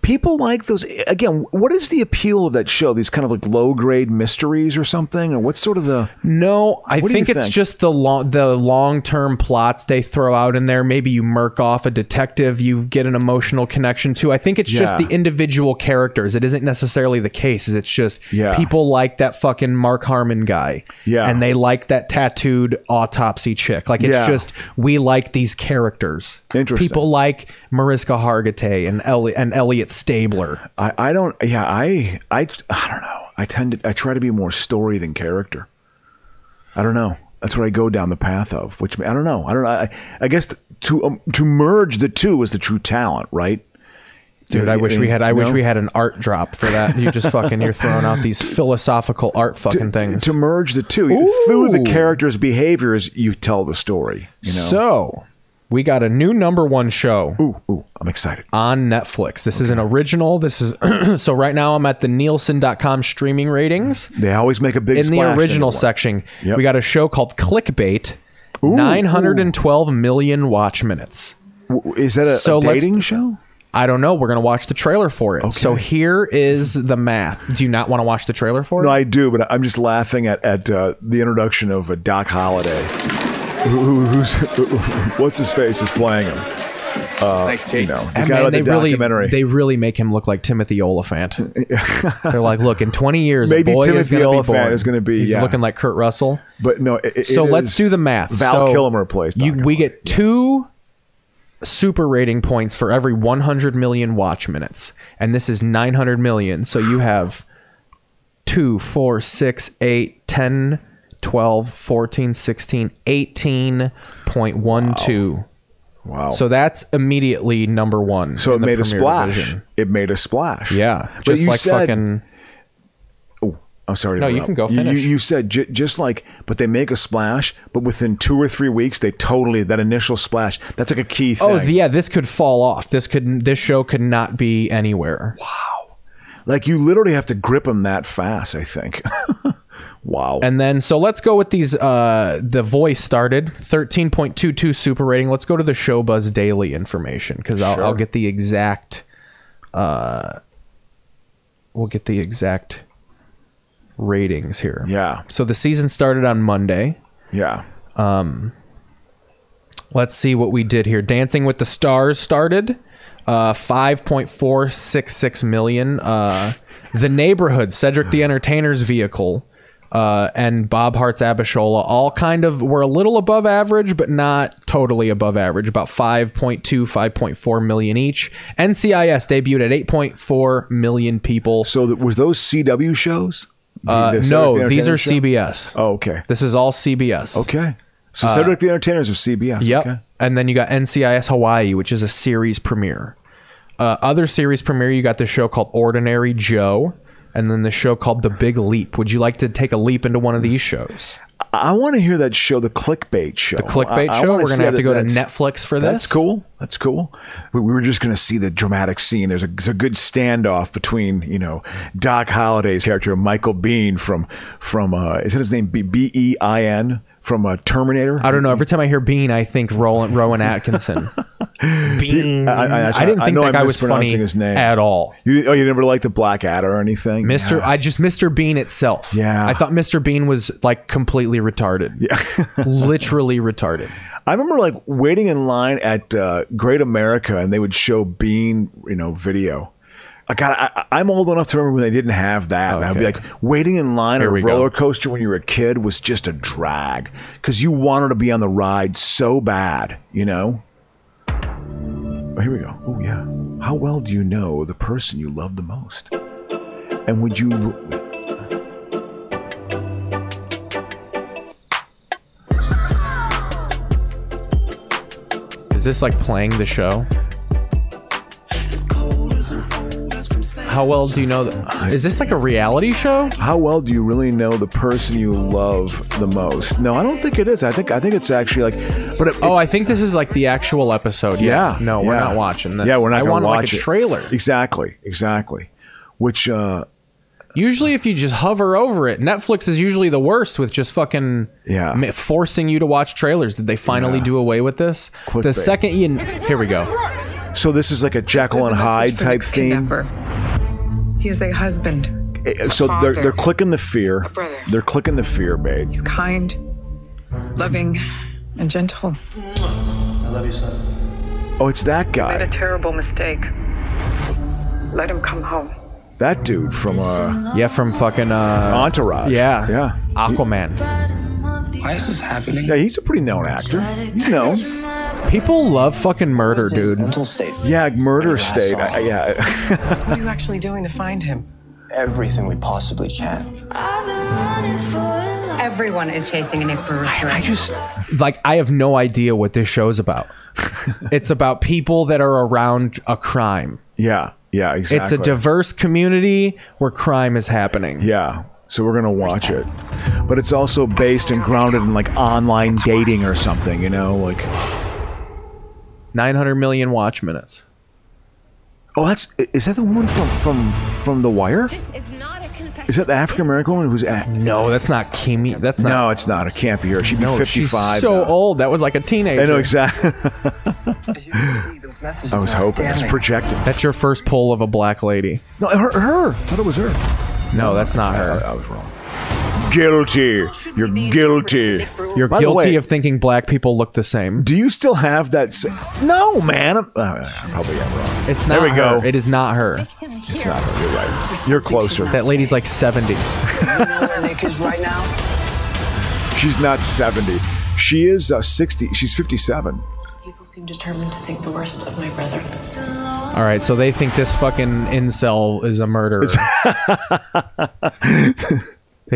Speaker 8: People like those. Again, what is the appeal of that show? These kind of like low grade mysteries or something? Or what's sort of the.
Speaker 7: No, I
Speaker 8: What do you
Speaker 7: think it's
Speaker 8: think?
Speaker 7: just the long the long term plots they throw out in there. Maybe you murk off a detective you get an emotional connection to. I think it's just
Speaker 8: Yeah.
Speaker 7: the individual characters. It isn't necessarily the cases. It's just
Speaker 8: Yeah.
Speaker 7: people like that fucking Mark Harmon guy.
Speaker 8: Yeah.
Speaker 7: And they like that tattooed autopsy chick. Like it's
Speaker 8: Yeah.
Speaker 7: just we like these characters.
Speaker 8: Interesting.
Speaker 7: People like Mariska Hargitay and Elliot and Elliot Stabler.
Speaker 8: I, I don't. Yeah, I, I. I don't know. I tend to. I try to be more story than character. I don't know. That's what I go down the path of. Which I don't know. I don't. I, I guess to um, to merge the two is the true talent, right?
Speaker 7: Dude, I wish we had. I wish we had an art drop for that. You just fucking you're throwing out these philosophical art fucking things.
Speaker 8: to merge the two through the
Speaker 7: Ooh.
Speaker 8: character's behaviors. You tell the story. You know.
Speaker 7: So, we got a new number one show.
Speaker 8: Ooh, ooh, I'm excited.
Speaker 7: On Netflix. This is an original. This is so right now I'm at the Nielsen.com streaming ratings.
Speaker 8: They always make a big
Speaker 7: in the
Speaker 8: splash
Speaker 7: original
Speaker 8: anymore.
Speaker 7: section.
Speaker 8: Yep.
Speaker 7: We got a show called Clickbait.
Speaker 8: Ooh,
Speaker 7: Nine hundred and twelve million watch minutes.
Speaker 8: Is that a, a
Speaker 7: So let's-
Speaker 8: dating show?
Speaker 7: I don't know. We're gonna watch the trailer for it. So here is the math. Do you not want to watch the trailer for it?
Speaker 8: No, I do, but I'm just laughing at at uh, the introduction of uh, Doc Holliday. Who, who- who's what's his face is playing him? Uh, Thanks, Kate. No, the
Speaker 7: And
Speaker 8: guy
Speaker 7: man,
Speaker 8: on the
Speaker 7: they really,
Speaker 8: documentary.
Speaker 7: they really make him look like Timothy Oliphant. They're like, look, in twenty years,
Speaker 8: Maybe
Speaker 7: a boy is
Speaker 8: Timothy
Speaker 7: going to be
Speaker 8: Oliphant
Speaker 7: born.
Speaker 8: is gonna be,
Speaker 7: He's
Speaker 8: yeah.
Speaker 7: looking like Kurt Russell.
Speaker 8: but no, it, it
Speaker 7: so let's
Speaker 8: is
Speaker 7: do the math.
Speaker 8: Val
Speaker 7: So
Speaker 8: Kilmer plays.
Speaker 7: You, we get two super rating points for every 100 million watch minutes, and this is 900 million. So you have 2, 4, 6, 8, 10, 12, 14, 16, 18.12.
Speaker 8: Wow.
Speaker 7: So that's immediately number one.
Speaker 8: So it
Speaker 7: in the
Speaker 8: made a
Speaker 7: Premier
Speaker 8: splash.
Speaker 7: Division.
Speaker 8: It made a splash.
Speaker 7: Yeah.
Speaker 8: But
Speaker 7: Just
Speaker 8: you
Speaker 7: like
Speaker 8: said-
Speaker 7: fucking.
Speaker 8: I'm Oh, sorry. to
Speaker 7: No, you
Speaker 8: interrupt.
Speaker 7: can go
Speaker 8: You,
Speaker 7: finish.
Speaker 8: you said j- just like, but they make a splash, but within two or three weeks, they totally that initial splash. That's like a key thing.
Speaker 7: Oh, yeah, this could fall off. This could this show could not be anywhere.
Speaker 8: like you literally have to grip them that fast. I think. wow.
Speaker 7: And then so let's go with these uh the voice started 13.22 super rating. Let's go to the show buzz daily information cuz I'll, I'll get the exact uh we'll get the exact ratings here.
Speaker 8: Yeah.
Speaker 7: So the season started on Monday.
Speaker 8: Yeah.
Speaker 7: Um let's see what we did here. Dancing with the Stars started uh 5.466 million uh The Neighborhood, Cedric the Entertainer's vehicle uh and Bob Hart's Abishola all kind of were a little above average but not totally above average, about 5.2 5.4 million each. NCIS debuted at 8.4 million people.
Speaker 8: So th- were those CW shows? The-
Speaker 7: Uh,
Speaker 8: the Cedric
Speaker 7: no,
Speaker 8: the
Speaker 7: these are
Speaker 8: Entertainer show?
Speaker 7: CBS.
Speaker 8: Oh, okay.
Speaker 7: This is all CBS.
Speaker 8: Okay. So
Speaker 7: Uh,
Speaker 8: Cedric the Entertainers of CBS.
Speaker 7: Yep.
Speaker 8: Okay.
Speaker 7: And then you got NCIS Hawaii, which is a series premiere. Uh, other series premiere, you got the show called Ordinary Joe, and then the show called The Big Leap. Would you like to take a leap into one of these shows?
Speaker 8: I want to hear that show, the clickbait show. The
Speaker 7: clickbait show? We're gonna have to go to Netflix for
Speaker 8: That's
Speaker 7: this?
Speaker 8: cool. That's cool. We, we were just going to see the dramatic scene. There's a, there's a good standoff between you know Doc Holliday's character Michael Bean from from uh, isn't his name B B E I N from uh, Terminator?
Speaker 7: I don't know. Every time I hear Bean, I think Roland, Rowan Atkinson. Bean.
Speaker 8: I, I-
Speaker 7: I,
Speaker 8: that's-
Speaker 7: didn't
Speaker 8: I
Speaker 7: think
Speaker 8: know
Speaker 7: that
Speaker 8: I'm
Speaker 7: guy was funny
Speaker 8: mispronouncing his name.
Speaker 7: at all.
Speaker 8: You, oh, you never liked the Black Adder or anything,
Speaker 7: Mr.
Speaker 8: Yeah.
Speaker 7: I just Mr. Bean itself.
Speaker 8: Yeah.
Speaker 7: I thought Mr. Bean was like completely retarded. Yeah. Literally retarded.
Speaker 8: I remember like waiting in line at uh, Great America, and they would show Bean, you know, video. I got. I, I- I'm old enough to remember when they didn't have that. And I'd be
Speaker 7: Okay.
Speaker 8: like, waiting in line at
Speaker 7: Here
Speaker 8: a
Speaker 7: we go.
Speaker 8: roller coaster when you were a kid was just a drag because you wanted to be on the ride so bad, you know. Oh, here we go. Oh yeah. How well do you know the person you love the most? And would you?
Speaker 7: Is this like playing the show? How well do you know? Th- is this like a reality show?
Speaker 8: How well do you really know the person you love the most? No, I don't think it is. I think I think it's actually like, but it,
Speaker 7: Oh, I think this is like the actual episode.
Speaker 8: Yeah.
Speaker 7: No, we're
Speaker 8: yeah.
Speaker 7: not watching this.
Speaker 8: Yeah, we're not
Speaker 7: I
Speaker 8: gonna
Speaker 7: want like
Speaker 8: watch
Speaker 7: a
Speaker 8: it.
Speaker 7: trailer.
Speaker 8: Exactly. Exactly. Which uh
Speaker 7: Usually, if you just hover over it, Netflix is usually the worst with just fucking
Speaker 8: Yeah.
Speaker 7: ma- forcing you to watch trailers. Did they finally do away with this? the
Speaker 8: Clickbait.
Speaker 7: second you here we go.
Speaker 8: so this is like a Jekyll and Hyde type theme.
Speaker 15: He is a husband,
Speaker 8: Eh, So they're they're clicking the fear. They're clicking the fear bait.
Speaker 15: kind, loving, and gentle.
Speaker 16: I love you, son.
Speaker 8: Oh, it's that
Speaker 15: Made a
Speaker 8: guy.
Speaker 15: terrible mistake. Let him come home.
Speaker 8: That dude from uh
Speaker 7: Yeah, from fucking uh
Speaker 8: Entourage.
Speaker 7: Yeah.
Speaker 8: Yeah.
Speaker 7: Aquaman.
Speaker 16: Why is this happening?
Speaker 8: Yeah, he's a pretty known actor. He's known.
Speaker 7: People love fucking murder, dude.
Speaker 16: Mental state.
Speaker 8: Yeah, murder state. I, I- yeah.
Speaker 15: What are you actually doing to find him?
Speaker 16: Everything we possibly can.
Speaker 17: Everyone is chasing a Nick Burris. I, just
Speaker 7: like I have no idea what this show is about. it's about people that are around a crime.
Speaker 8: Yeah. Yeah, exactly.
Speaker 7: It's a diverse community where crime is happening.
Speaker 8: Yeah. So we're gonna watch it, but it's also based and grounded in like online dating or something, you know, like
Speaker 7: 900 million watch minutes.
Speaker 8: Oh, that's is that the woman from from from The Wire? Is that the African American woman who's at?
Speaker 7: No, that's not Kimi. That's not.
Speaker 8: No, it's not. It can't be her. She'd be
Speaker 7: No, she's
Speaker 8: fifty-five.
Speaker 7: so
Speaker 8: now.
Speaker 7: old. That was like a teenager.
Speaker 8: I know exactly. I was hoping. I was projecting.
Speaker 7: That's your first pull of a black lady.
Speaker 8: No, her. her. I thought it was her.
Speaker 7: No, that's not her.
Speaker 8: Uh, I, was wrong. Guilty. You're guilty.
Speaker 7: You're
Speaker 8: By the
Speaker 7: guilty
Speaker 8: way,
Speaker 7: of thinking black people look the same.
Speaker 8: Do you still have that? s no, man. I'm, uh, I probably got wrong.
Speaker 7: It's not
Speaker 8: There we
Speaker 7: her.
Speaker 8: go.
Speaker 7: It is not her.
Speaker 8: It's not her. You're right. You're closer.
Speaker 7: That lady's like 70.
Speaker 16: Nick is right now.
Speaker 8: She's not seventy. She is uh, sixty. She's fifty-seven.
Speaker 15: People seem determined to think the worst of my brother.
Speaker 7: All right, so they think this fucking incel is a murderer. they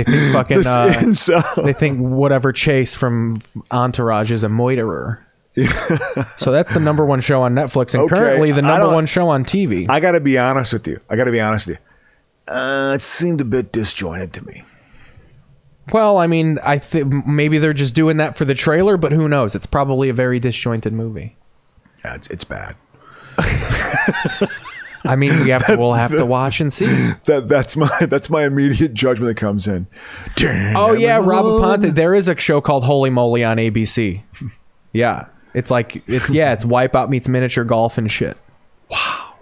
Speaker 7: think fucking
Speaker 8: This
Speaker 7: uh,
Speaker 8: incel.
Speaker 7: They think whatever Chase from Entourage is a moiterer. so that's the number one show on Netflix, and
Speaker 8: Okay,
Speaker 7: currently the
Speaker 8: I
Speaker 7: number
Speaker 8: don't-
Speaker 7: one show on TV.
Speaker 8: I got to be honest with you. I got to be honest with you. Uh, it seemed a bit disjointed to me.
Speaker 7: Well, I mean, I think maybe they're just doing that for the trailer, but who knows? It's probably a very disjointed movie.
Speaker 8: Yeah, Uh, it's, it's bad.
Speaker 7: I mean, we have to, we'll have to watch and see.
Speaker 8: That that's my that's my immediate judgment that comes in. Damn.
Speaker 7: Oh yeah, Rob Aponte. There is a show called Holy Moly on ABC. Yeah, it's like it's yeah, it's Wipeout meets miniature golf and shit. Wow.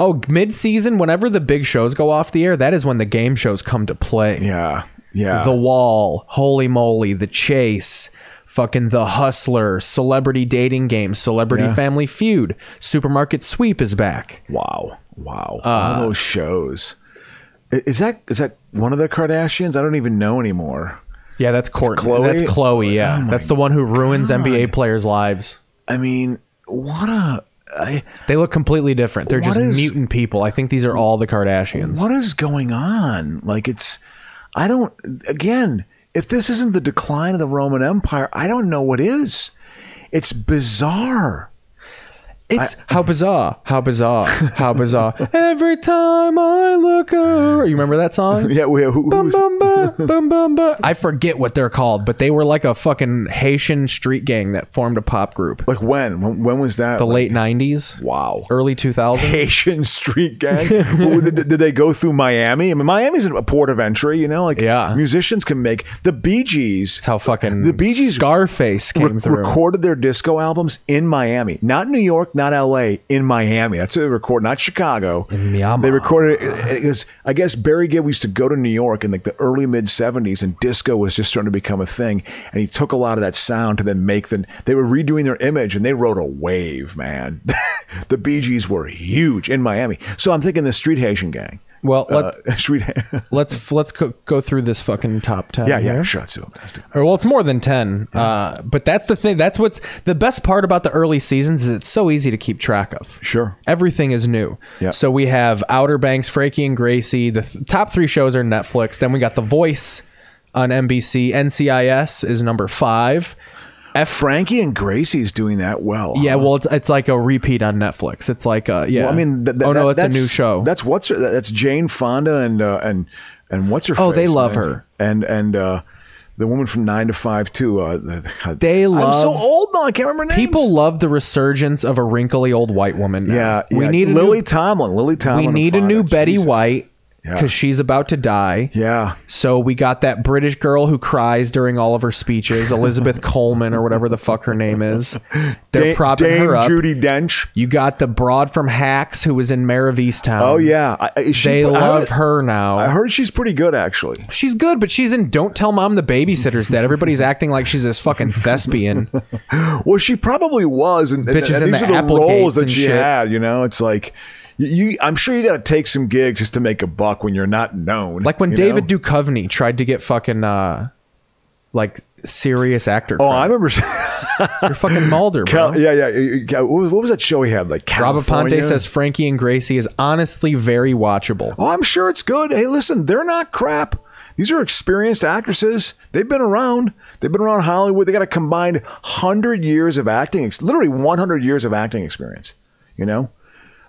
Speaker 7: Oh, mid-season, whenever the big shows go off the air, that is when the game shows come to play.
Speaker 8: Yeah, yeah.
Speaker 7: The Wall, Holy Moly, The Chase, fucking The Hustler, Celebrity Dating Game, Celebrity
Speaker 8: Yeah.
Speaker 7: Family Feud, Supermarket Sweep is back.
Speaker 8: Wow, wow. All those shows. I- Is that is that one of the Kardashians? I don't even know anymore.
Speaker 7: Yeah, that's Courtney.
Speaker 8: Khloe?
Speaker 7: That's Chloe. Yeah, that's the one who ruins NBA players' lives.
Speaker 8: I mean, what a I,
Speaker 7: They look completely different. They're
Speaker 8: What
Speaker 7: just
Speaker 8: is-
Speaker 7: mutant people. I think these are all the Kardashians.
Speaker 8: what is going on? Like it's I don't again, if this isn't the decline of the Roman Empire, I don't know what is. It's bizarre.
Speaker 7: It's how bizarre, how bizarre, how bizarre. Every time I look over, you remember that song?
Speaker 8: Yeah, we, who,
Speaker 7: bum, bum, ba, bum, bum, ba. I forget what they're called, but they were like a fucking Haitian street gang that formed a pop group.
Speaker 8: Like when? When, when was that?
Speaker 7: The late '90s.
Speaker 8: Wow.
Speaker 7: Early 2000s.
Speaker 8: Haitian street gang. Who- did, did they go through Miami? I mean, Miami's a port of entry, you know. Like, yeah. musicians can make the Bee Gees. That's
Speaker 7: how fucking
Speaker 8: the Bee Gees
Speaker 7: Scarface came
Speaker 8: re-
Speaker 7: through.
Speaker 8: Recorded their disco albums in Miami, not New York, not L.A. In Miami, that's where they record, not Chicago. In
Speaker 7: Miami,
Speaker 8: they recorded. It, it was, I guess Barry Gibb used to go to New York in like the early mid '70s, and disco was just starting to become a thing. And he took a lot of that sound to then make them. They were redoing their image, and they rode a wave, man. the Bee Gees were huge in Miami, so I'm thinking the Street Haitian gang.
Speaker 7: Well, let's
Speaker 8: Uh, Street.
Speaker 7: let's let's go, go through this fucking top ten.
Speaker 8: yeah, yeah,
Speaker 7: here.
Speaker 8: sure. So, that's-
Speaker 7: Or, well, it's more than 10. Uh, but that's the thing. That's what's the best part about the early seasons is it's so easy to keep track of.
Speaker 8: Sure.
Speaker 7: Everything is new.
Speaker 8: Yeah.
Speaker 7: So we have Outer Banks, Frankie and Gracie. The th- top three shows are Netflix. Then we got The Voice on NBC. NCIS is number five. F-
Speaker 8: Frankie and Gracie's doing that well.
Speaker 7: Yeah, well, it's, it's like a repeat on Netflix. It's like, uh, yeah.
Speaker 8: Uh-huh. Well, I mean, th- th-
Speaker 7: oh, no,
Speaker 8: that-
Speaker 7: it's a new show.
Speaker 8: That's what's her, that's Jane Fonda and uh, and and what's her?
Speaker 7: Oh, they
Speaker 8: face,
Speaker 7: love
Speaker 8: man?
Speaker 7: her.
Speaker 8: And and uh, the woman from Nine to Five too. Uh, the, God,
Speaker 7: They
Speaker 8: I'm so
Speaker 7: love-
Speaker 8: old now. I can't remember names.
Speaker 7: People love the resurgence of a wrinkly old white woman. now.
Speaker 8: Yeah,
Speaker 7: We
Speaker 8: yeah.
Speaker 7: need a
Speaker 8: Lily
Speaker 7: new,
Speaker 8: Tomlin. Lily Tomlin.
Speaker 7: we
Speaker 8: and
Speaker 7: need a
Speaker 8: Fonda.
Speaker 7: new Betty
Speaker 8: Jesus.
Speaker 7: White because
Speaker 8: Yeah.
Speaker 7: she's about to die.
Speaker 8: Yeah.
Speaker 7: So we got that British girl who cries during all of her speeches, Elizabeth Coleman or whatever the fuck her name is. They're
Speaker 8: Da-
Speaker 7: propping
Speaker 8: Dame
Speaker 7: her up.
Speaker 8: Judi Dench.
Speaker 7: You got the broad from Hacks who was in Mayor of Easttown.
Speaker 8: Oh yeah, I- I- is she-
Speaker 7: they
Speaker 8: I heard-
Speaker 7: love her now.
Speaker 8: I heard she's pretty good actually.
Speaker 7: She's good, but she's in Don't Tell Mom the Babysitter's Dead. Everybody's acting like she's this fucking thespian.
Speaker 8: Well, she probably was, and, and-
Speaker 7: Bitches
Speaker 8: and
Speaker 7: in
Speaker 8: these
Speaker 7: the
Speaker 8: are the
Speaker 7: apple
Speaker 8: roles
Speaker 7: gates
Speaker 8: that
Speaker 7: and
Speaker 8: she
Speaker 7: shit.
Speaker 8: had. You know, it's like you. I'm sure you got to take some gigs just to make a buck when you're not known.
Speaker 7: Like when
Speaker 8: you know?
Speaker 7: David Duchovny tried to get fucking uh like serious actor.
Speaker 8: Oh,
Speaker 7: credit.
Speaker 8: I remember.
Speaker 7: You're fucking Mulder, bro.
Speaker 8: Cal- yeah, yeah, yeah. What was- what was that show he had? Like
Speaker 7: Rob
Speaker 8: California?
Speaker 7: Aponte says Frankie and Gracie is honestly very watchable.
Speaker 8: "Oh, I'm sure it's good." Hey, listen, they're not crap. These are experienced actresses. They've been around. They've been around Hollywood. They got a combined hundred years of acting, ex- literally 100 years of acting experience. You know.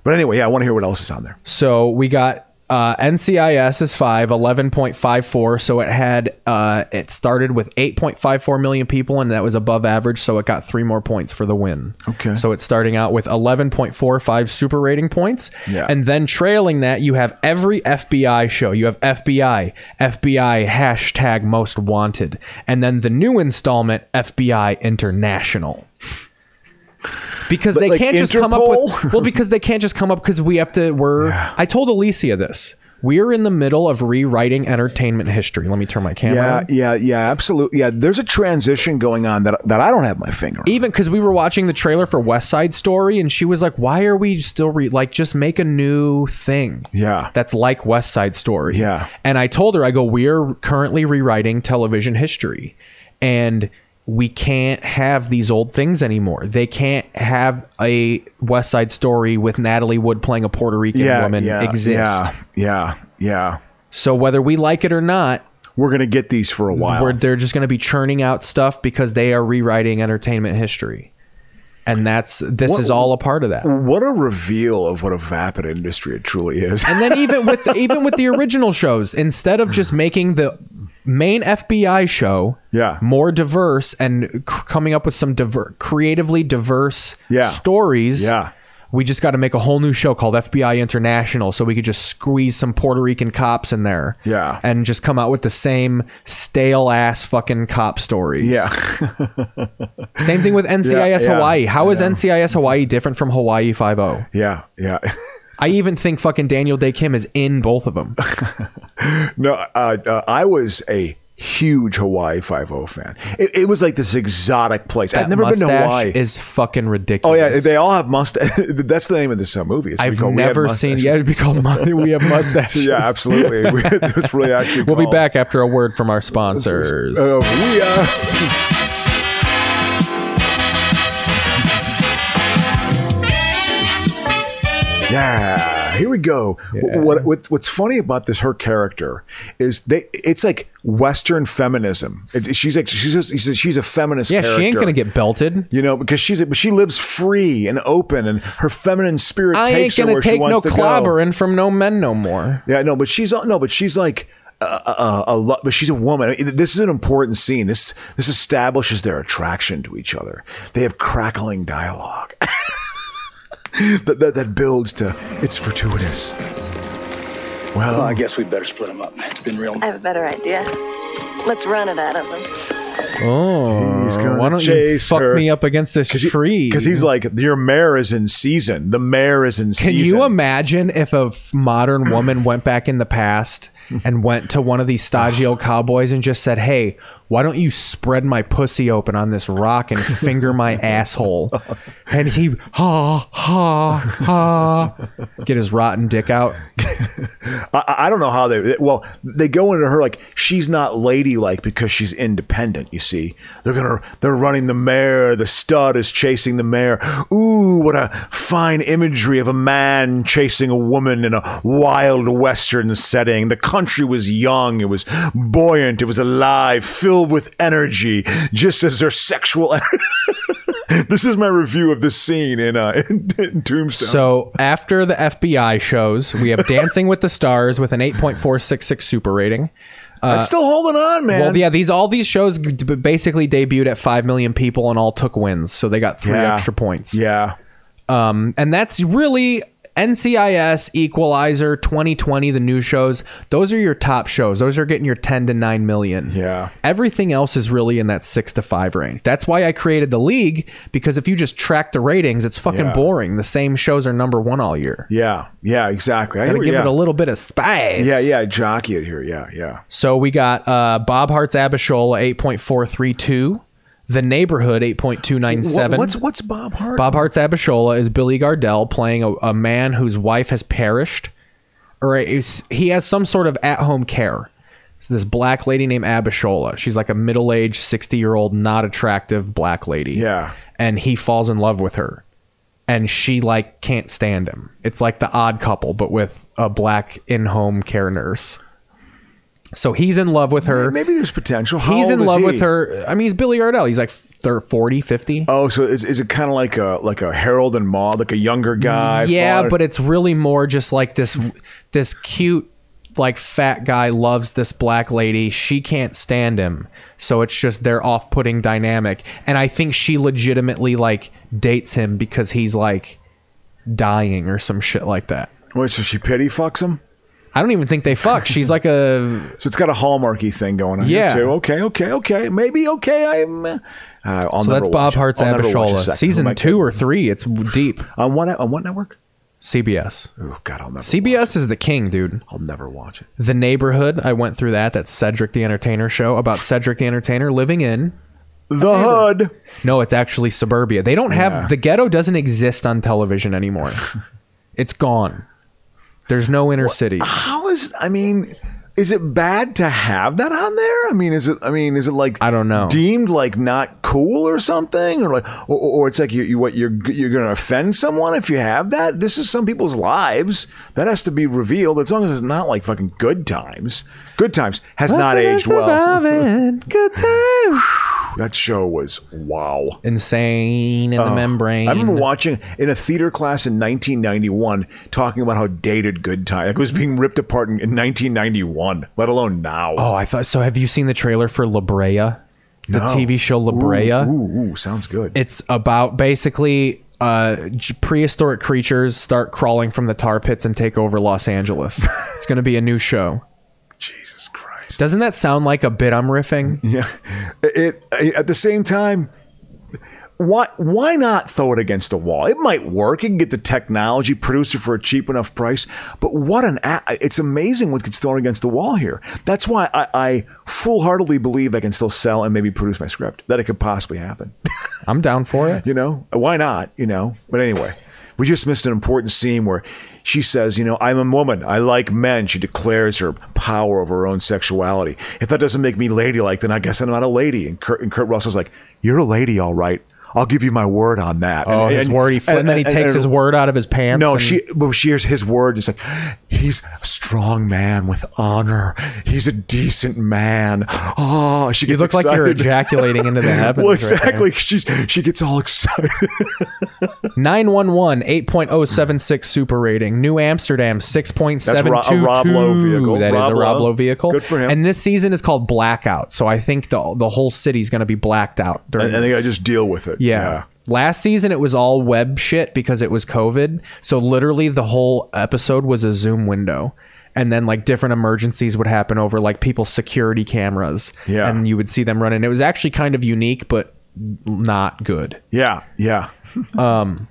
Speaker 8: But anyway, yeah, I want to hear what else is on there.
Speaker 7: So we got Uh, NCIS is five, 11.54. So it had, uh, it started with 8.54 million people, and that was above average. So it got three more points for the win. Okay. So it's starting out with 11.45 super rating points.
Speaker 8: Yeah.
Speaker 7: And then trailing that, you have every FBI show. You have FBI, FBI hashtag most wanted. And then the new installment, FBI International because
Speaker 8: But,
Speaker 7: they
Speaker 8: like,
Speaker 7: can't just come up
Speaker 8: Interpol?
Speaker 7: with well because they can't just come up because we have to we're i told alicia this we're in the middle of rewriting entertainment history let me turn my camera
Speaker 8: Yeah,
Speaker 7: on.
Speaker 8: yeah, yeah, absolutely. Yeah, there's a transition going on that that I don't have my finger. on.
Speaker 7: even because we were watching the trailer for west side story and she was like why are we still re-? like just make a new thing
Speaker 8: yeah
Speaker 7: that's like west side story
Speaker 8: Yeah.
Speaker 7: and i told her i go we're currently rewriting television history and we can't have these old things anymore. They can't have a West Side Story with Natalie Wood playing a Puerto Rican
Speaker 8: Yeah,
Speaker 7: woman
Speaker 8: yeah,
Speaker 7: exist.
Speaker 8: yeah, yeah, yeah.
Speaker 7: So whether we like it or not,
Speaker 8: we're gonna get these for a while.
Speaker 7: Where they're just gonna be churning out stuff because they are rewriting entertainment history, and that's this
Speaker 8: What-
Speaker 7: is all a part of that.
Speaker 8: What a reveal of what a vapid industry it truly is.
Speaker 7: And then even with even with the original shows, instead of just making the main FBI show
Speaker 8: yeah.
Speaker 7: more diverse and c- coming up with some diver- creatively diverse
Speaker 8: Yeah.
Speaker 7: stories,
Speaker 8: Yeah.
Speaker 7: we just got to make a whole new show called FBI International, so we could just squeeze some Puerto Rican cops in there,
Speaker 8: Yeah.
Speaker 7: and just come out with the same stale ass fucking cop stories.
Speaker 8: Yeah.
Speaker 7: same thing with NCIS
Speaker 8: Yeah, yeah,
Speaker 7: Hawaii. How is NCIS Hawaii different from Hawaii Five O?
Speaker 8: Yeah, yeah.
Speaker 7: I even think fucking Daniel Day Kim is in both of them.
Speaker 8: No, uh, uh, I was a huge Hawaii Five O fan. It, it was like this exotic place. I've
Speaker 7: That
Speaker 8: never been to
Speaker 7: mustache
Speaker 8: Hawaii.
Speaker 7: Is fucking
Speaker 8: oh
Speaker 7: ridiculous.
Speaker 8: yeah, they all have mustache. That's the name of this uh, movie. It's
Speaker 7: I've
Speaker 8: called We Have
Speaker 7: never seen.
Speaker 8: Mustaches.
Speaker 7: Yeah, it'd be called Mon- We Have Mustaches.
Speaker 8: Yeah, absolutely. It's really actually
Speaker 7: We'll be
Speaker 8: called-
Speaker 7: back after a word from our sponsors.
Speaker 8: Uh, we uh, Yeah, here we go. What, what what's funny about this her character is they it's like Western feminism. It- she's like she's just, she's a feminist.
Speaker 7: Yeah, she ain't
Speaker 8: character.
Speaker 7: gonna get belted.
Speaker 8: You know, because she's but she lives free and open, and her feminine spirit.
Speaker 7: I ain't
Speaker 8: takes her
Speaker 7: gonna
Speaker 8: where she
Speaker 7: take
Speaker 8: wants
Speaker 7: no
Speaker 8: to go.
Speaker 7: clobbering from no men no more.
Speaker 8: Yeah, no, but she's uh, no, but she's like a, a, a, a lo- but she's a woman. This is an important scene. This this establishes their attraction to each other. They have crackling dialogue that, that that builds to it's fortuitous. Well,
Speaker 18: Well, I guess we'd better split them up. It's been real.
Speaker 14: I have a better idea. Let's run it out of them.
Speaker 7: Oh,
Speaker 8: He's gonna
Speaker 7: why don't you
Speaker 8: chase
Speaker 7: fuck
Speaker 8: her.
Speaker 7: me up against this tree?
Speaker 8: because he's like your mare is in season. The mare is in
Speaker 7: Can
Speaker 8: season.
Speaker 7: you imagine if a f- modern woman went back in the past and went to one of these stodgy old cowboys and just said, "Hey, why don't you spread my pussy open on this rock and finger my asshole?" And he ha ha ha get his rotten dick out.
Speaker 8: I- I, I don't know how they, they- Well, they go into her like she's not ladylike because she's independent. You see, they're gonna they're running the mare. The stud is chasing the mare. Ooh, what a fine imagery of a man chasing a woman in a wild western setting. The country was young. It was buoyant. It was alive, filled with energy. Just as their sexual. this is my review of this scene in uh, in, in Tombstone.
Speaker 7: So after the FBI shows, we have Dancing with the Stars with an 8.466 super rating.
Speaker 8: I'm still holding on, man.
Speaker 7: uh, Well, yeah, these all these shows g- d- basically debuted at five million people and all took wins, so they got three
Speaker 8: Yeah.
Speaker 7: extra points.
Speaker 8: Yeah,
Speaker 7: um, and that's really NCIS, Equalizer, 2020, the new shows. Those are your top shows. Those are getting your 10 to 9 million.
Speaker 8: Yeah,
Speaker 7: everything else is really in that six to five range. That's why I created the league because if you just track the ratings, it's fucking
Speaker 8: Yeah.
Speaker 7: boring. The same shows are number one all year.
Speaker 8: Yeah, yeah, exactly. I
Speaker 7: Gotta
Speaker 8: hear-
Speaker 7: give
Speaker 8: yeah.
Speaker 7: it a little bit of spice.
Speaker 8: Yeah, yeah, jockey it here. Yeah, yeah.
Speaker 7: So we got uh, Bob Hart's Abishola 8.432, The Neighborhood 8.297.
Speaker 8: What's what's Bob Hart?
Speaker 7: Bob Hart's Abishola is Billy Gardell playing a, a man whose wife has perished, or is, he has some sort of at-home care. So this black lady named Abishola. She's like a middle-aged, sixty-year-old, not attractive black lady.
Speaker 8: Yeah,
Speaker 7: and he falls in love with her, and she like can't stand him. It's like the Odd Couple, but with a black in-home care nurse. So he's in love with her.
Speaker 8: Maybe there's potential. How
Speaker 7: He's
Speaker 8: old
Speaker 7: in
Speaker 8: is
Speaker 7: love
Speaker 8: he?
Speaker 7: with her. I mean, he's Billy Ardell. He's like thir 40, 50.
Speaker 8: Oh, so is, is it kind of like a like a Harold and Maude, like a younger guy?
Speaker 7: yeah,
Speaker 8: father-
Speaker 7: but it's really more just like this this cute like fat guy loves this black lady. She can't stand him. So it's just their off-putting dynamic. And I think she legitimately like dates him because he's like dying or some shit like that.
Speaker 8: Wait, so she pity fucks him?
Speaker 7: I don't even think they fuck. She's like a
Speaker 8: so it's got a hallmarky thing going on.
Speaker 7: Yeah.
Speaker 8: Here too. Okay. Okay. Okay. Maybe. Okay. I'm. Uh, I'll
Speaker 7: so
Speaker 8: never
Speaker 7: that's
Speaker 8: watch
Speaker 7: Bob
Speaker 8: it.
Speaker 7: Hart's
Speaker 8: I'll never watch a
Speaker 7: Abishola.
Speaker 8: second. Oh
Speaker 7: Season
Speaker 8: Who
Speaker 7: two or three. It's deep.
Speaker 8: On what on what network?
Speaker 7: CBS.
Speaker 8: Oh God, I'll never.
Speaker 7: CBS is the king, dude.
Speaker 8: I'll never watch it.
Speaker 7: The Neighborhood. I went through that. That Cedric the Entertainer show about Cedric the Entertainer living in
Speaker 8: the hood.
Speaker 7: No, it's actually suburbia. They don't have
Speaker 8: Yeah.
Speaker 7: the ghetto. Doesn't exist on television anymore. it's gone. There's no inner city.
Speaker 8: How is? I mean, is it bad to have that on there? I mean, is it? I mean, is it like I
Speaker 7: don't know.
Speaker 8: Deemed like not cool or something, or like, or, or it's like you, you what you're you're going to offend someone if you have that. This is some people's lives that has to be revealed. As long as it's not like fucking good times. Good times has not aged well.
Speaker 7: Good time.
Speaker 8: That show was wow.
Speaker 7: Insane in the
Speaker 8: Oh,
Speaker 7: membrane.
Speaker 8: I remember watching in a theater class in 1991 talking about how dated Good Time like it was being ripped apart in, in 1991, let alone now.
Speaker 7: Oh, I thought so. Have you seen the trailer for La Brea? The
Speaker 8: No.
Speaker 7: TV show La
Speaker 8: Ooh,
Speaker 7: Brea.
Speaker 8: Ooh, ooh, sounds good.
Speaker 7: It's about basically uh, j- prehistoric creatures start crawling from the tar pits and take over Los Angeles. it's going to be a new show.
Speaker 8: Jesus Christ.
Speaker 7: Doesn't that sound like a bit I'm riffing?
Speaker 8: Yeah. It, it- at the same time. Why, why not throw it against the wall? It might work. You can get the technology, produce it for a cheap enough price. But what an a- it's amazing what gets thrown against the wall here. That's why I, I full heartedly believe I can still sell and maybe produce my script. That it could possibly happen.
Speaker 7: I'm down for it.
Speaker 8: You know, why not? You know, but anyway, we just missed an important scene where she says, you know, I'm a woman. I like men. She declares her power over her own sexuality. If that doesn't make me ladylike, then I guess I'm not a lady. And Kurt, and Kurt Russell's like, you're a lady, all right. I'll give you my word on that.
Speaker 7: Oh, his word. He fl- and, then he takes his word out of his pants.
Speaker 8: No,
Speaker 7: and-
Speaker 8: she but she hears his word. It's like he's a strong man with honor. He's a decent man. Oh, she
Speaker 7: You
Speaker 8: gets
Speaker 7: look like you're
Speaker 8: excited.
Speaker 7: ejaculating into the heavens.
Speaker 8: well,
Speaker 7: right there.
Speaker 8: exactly. She's she gets all excited.
Speaker 7: 911 8.076 super rating. New Amsterdam 6.722.
Speaker 8: That's Ro- a Rob Lowe vehicle.
Speaker 7: That is
Speaker 8: Rob
Speaker 7: a Rob
Speaker 8: Lowe.
Speaker 7: Lowe vehicle.
Speaker 8: Good for him.
Speaker 7: And this season is called Blackout. So I think the the whole city's going to be blacked out during
Speaker 8: and, and they
Speaker 7: this.
Speaker 8: gotta just deal with it.
Speaker 7: yeah. Last season it was all web shit because it was COVID. So literally the whole episode was a Zoom window. And then like different emergencies would happen over like people's security cameras.
Speaker 8: Yeah.
Speaker 7: And you would see them running. It was actually kind of unique, but not good.
Speaker 8: yeah, yeah.
Speaker 7: Um,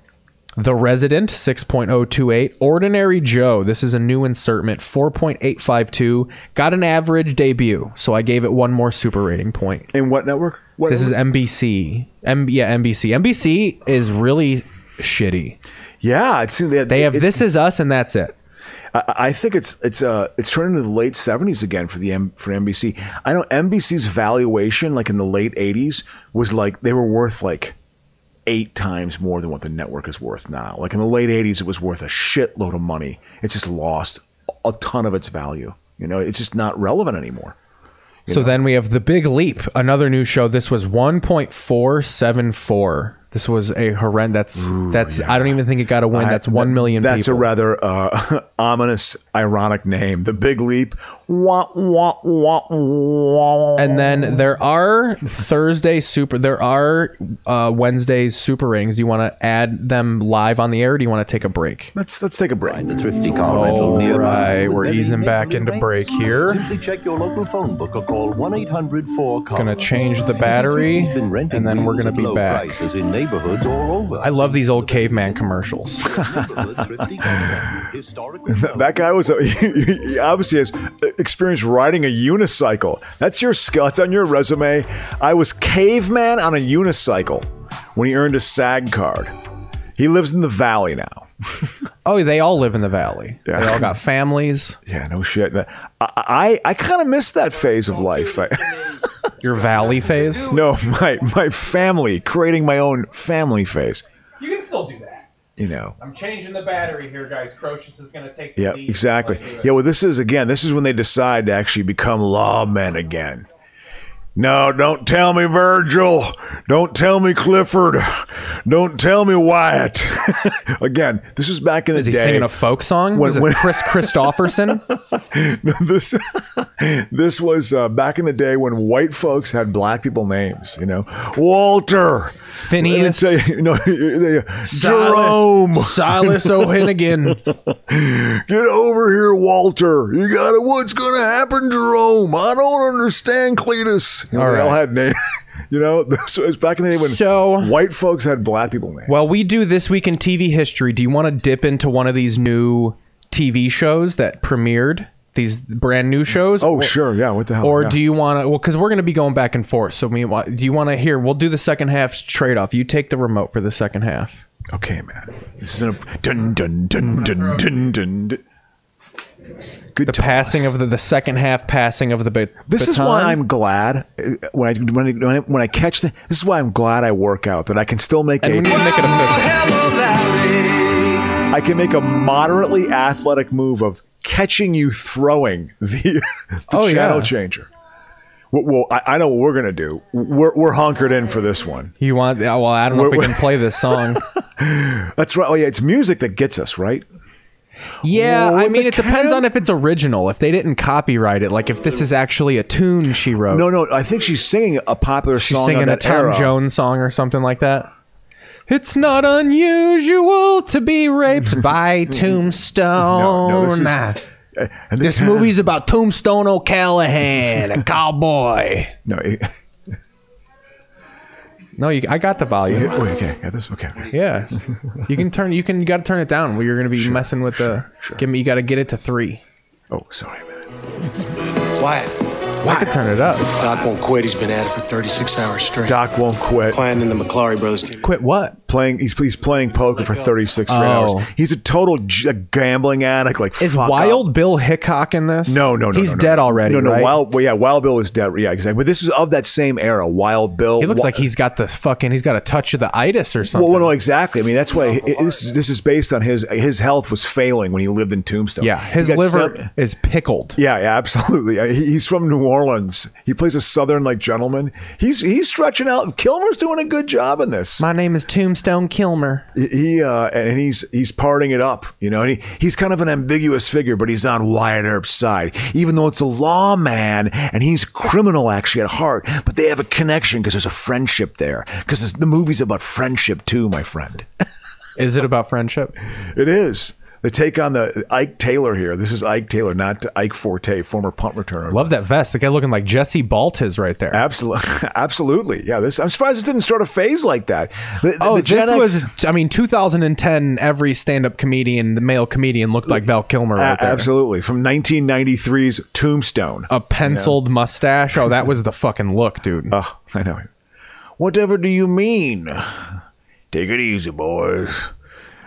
Speaker 7: The Resident, 6.028. Ordinary Joe, this is a new insertment, 4.852. Got an average debut, so I gave it one more super rating point.
Speaker 8: In what network? What
Speaker 7: this is NBC. M- yeah, NBC. NBC is really shitty.
Speaker 8: Yeah, it's they,
Speaker 7: They have This Is Us and that's it.
Speaker 8: I, I think it's it's uh it's turning to the late seventies again for the M, for NBC. I know NBC's valuation, like in the late eighties, was like they were worth like eight times more than what the network is worth now. Like in the late eighties, it was worth a shitload of money. It's just lost a ton of its value. You know, it's just not relevant anymore.
Speaker 7: So then we have The Big Leap, another new show. This was 1.474. This was a horrendous. That's that's. I don't even think it got a win.
Speaker 8: I-
Speaker 7: that's one million.
Speaker 8: That's
Speaker 7: people.
Speaker 8: a rather uh, ominous, ironic name. The Big Leap. Wah, wah, wah, wah.
Speaker 7: And then there are Thursday super. There are uh, Wednesday's super rings. Do you want to add them live on the air? Or do you want to take a break?
Speaker 8: Let's let's take a break.
Speaker 7: All right, we're easing back into break here.
Speaker 19: Simply check your local phone book or call 1 800 4
Speaker 7: Gonna change the battery, and then we're gonna be back.
Speaker 19: in neighborhoods all over.
Speaker 7: I love these old caveman commercials.
Speaker 8: that guy was a, he obviously has uh, experience riding a unicycle. That's your skill. That's on your resume. I was caveman on a unicycle when he earned a SAG card. He lives in the valley now.
Speaker 7: Oh, they all live in the valley.
Speaker 8: Yeah.
Speaker 7: They all got families.
Speaker 8: Yeah, no shit. I I, I kind of miss that phase of life. I,
Speaker 7: Your valley phase?
Speaker 8: No, my my family creating my own family phase.
Speaker 7: You can still do that.
Speaker 8: you know.
Speaker 7: I'm changing the battery here, guys. Crocius is going to take.
Speaker 8: Yeah, exactly. Yeah, well, this is again. This is when they decide to actually become lawmen again. No, don't tell me Virgil. Don't tell me Clifford. Don't tell me Wyatt. again, this is back in the
Speaker 7: Is he
Speaker 8: day.
Speaker 7: singing a folk song? Was it Chris Christopherson?
Speaker 8: no, this this was uh, back in the day when white folks had black people names. You know, Walter,
Speaker 7: Phineas.
Speaker 8: Let me tell you, no, Jerome,
Speaker 7: Silas O'Hinnigan.
Speaker 8: Get over here, Walter. You got to What's going to happen, Jerome? I don't understand, Cletus. You know,
Speaker 7: All
Speaker 8: they all
Speaker 7: right.
Speaker 8: had names. You know, so it's back in the day when
Speaker 7: So-
Speaker 8: white folks had black people names.
Speaker 7: Well, we do this week in TV history. Do you want to dip into one of these new TV shows that premiered? These brand new shows?
Speaker 8: Oh, sure. Yeah. What the hell?
Speaker 7: Or
Speaker 8: Yeah.
Speaker 7: do you want to? Well, because we're going to be going back and forth. So, we, wa- do you want to hear? We'll do the second half trade off. You take the remote for the second half.
Speaker 8: Okay, man. This is a dun dun dun dun dun dun. dun.
Speaker 7: the passing of the, the second half passing of the ba-
Speaker 8: This is why I'm glad uh, when I when I- when I, when I catch the, this is why I'm glad I work out that I can still make
Speaker 7: And
Speaker 8: a
Speaker 7: we need to make it official.
Speaker 8: I can make a moderately athletic move of catching you throwing the, the
Speaker 7: Oh,
Speaker 8: channel
Speaker 7: yeah.
Speaker 8: changer. Well, well I, I know what we're gonna do. We're we're hunkered in for this one.
Speaker 7: You want? oh, Well, I don't know if we
Speaker 8: We're-
Speaker 7: can play this song.
Speaker 8: That's right. Oh yeah, it's music that gets us right.
Speaker 7: Yeah, I mean, it depends on if it's original. If they didn't copyright it, like if this is actually a tune she wrote.
Speaker 8: No, no, I think she's singing a popular
Speaker 7: she's
Speaker 8: song. of
Speaker 7: singing a
Speaker 8: that
Speaker 7: Tom
Speaker 8: era.
Speaker 7: Jones song or something like that. It's not unusual to be raped by
Speaker 8: No,
Speaker 7: Tombstone.
Speaker 8: no, this is- uh, and the
Speaker 7: This
Speaker 8: kind-
Speaker 7: movie's about Tombstone O'Callahan, a cowboy.
Speaker 8: No, it- oh,
Speaker 7: No, you, I got the volume.
Speaker 8: wait, okay, yeah, this okay.
Speaker 7: Yeah, you can turn. You can. You got to turn it down. Well, you're going to be messing with the. Give me. You got to get it to three.
Speaker 8: Oh, sorry, man.
Speaker 20: Wyatt.
Speaker 7: I could turn it up.
Speaker 20: Doc won't quit. He's been at it for 36 hours straight.
Speaker 8: Doc won't quit.
Speaker 20: Playing in the McClary Bros.
Speaker 7: Quit what?
Speaker 8: Playing, he's, he's playing poker for 36 straight
Speaker 7: Oh.
Speaker 8: hours. He's a total j- gambling addict. Like
Speaker 7: Is
Speaker 8: fuck up.
Speaker 7: Wild Bill Hickok in this?
Speaker 8: No, no, no.
Speaker 7: He's
Speaker 8: no, no.
Speaker 7: dead already.
Speaker 8: No, no.
Speaker 7: right?
Speaker 8: Wild, well, yeah, Wild Bill is dead. Yeah, exactly. But this is of that same era. Wild Bill.
Speaker 7: He looks
Speaker 8: Wi-
Speaker 7: like he's got the fucking. He's got a touch of the itis or something.
Speaker 8: Well, well, no, exactly. I mean, that's why it- it- this is this is based on his his health was failing when he lived in Tombstone.
Speaker 7: yeah,
Speaker 8: He
Speaker 7: his
Speaker 8: got
Speaker 7: liver
Speaker 8: some-
Speaker 7: is pickled.
Speaker 8: yeah, yeah, absolutely. Uh, he- He's from New Orleans. He plays a Southern like gentleman. He's he's stretching out. Kilmer's doing a good job in this.
Speaker 7: My name is Tombstone Kilmer.
Speaker 8: He- He uh, and he's he's parting it up, you know. And he, he's kind of an ambiguous figure, but he's on Wyatt Earp's side, even though it's a lawman and he's criminal actually at heart. But they have a connection because there's a friendship there. Because the movie's about friendship too, my friend.
Speaker 7: Is it about friendship?
Speaker 8: It is. They take on the Ike Taylor here. This is Ike Taylor, not Ike Forte, former punt returner.
Speaker 7: Love that vest. The guy looking like Jesse Baltes right there.
Speaker 8: Uh, Absolutely, absolutely. Yeah, this. I'm surprised this didn't start a phase like that. The- the-
Speaker 7: Oh,
Speaker 8: the Gen
Speaker 7: this
Speaker 8: X-
Speaker 7: was. I mean, 2010. Every stand-up comedian, the male comedian, looked
Speaker 8: Uh,
Speaker 7: like Val Kilmer
Speaker 8: A-
Speaker 7: right there.
Speaker 8: absolutely from 1993's Tombstone.
Speaker 7: A penciled mustache. Oh, that was the fucking look, dude.
Speaker 8: Oh, I know. Whatever do you mean? Take it easy, boys.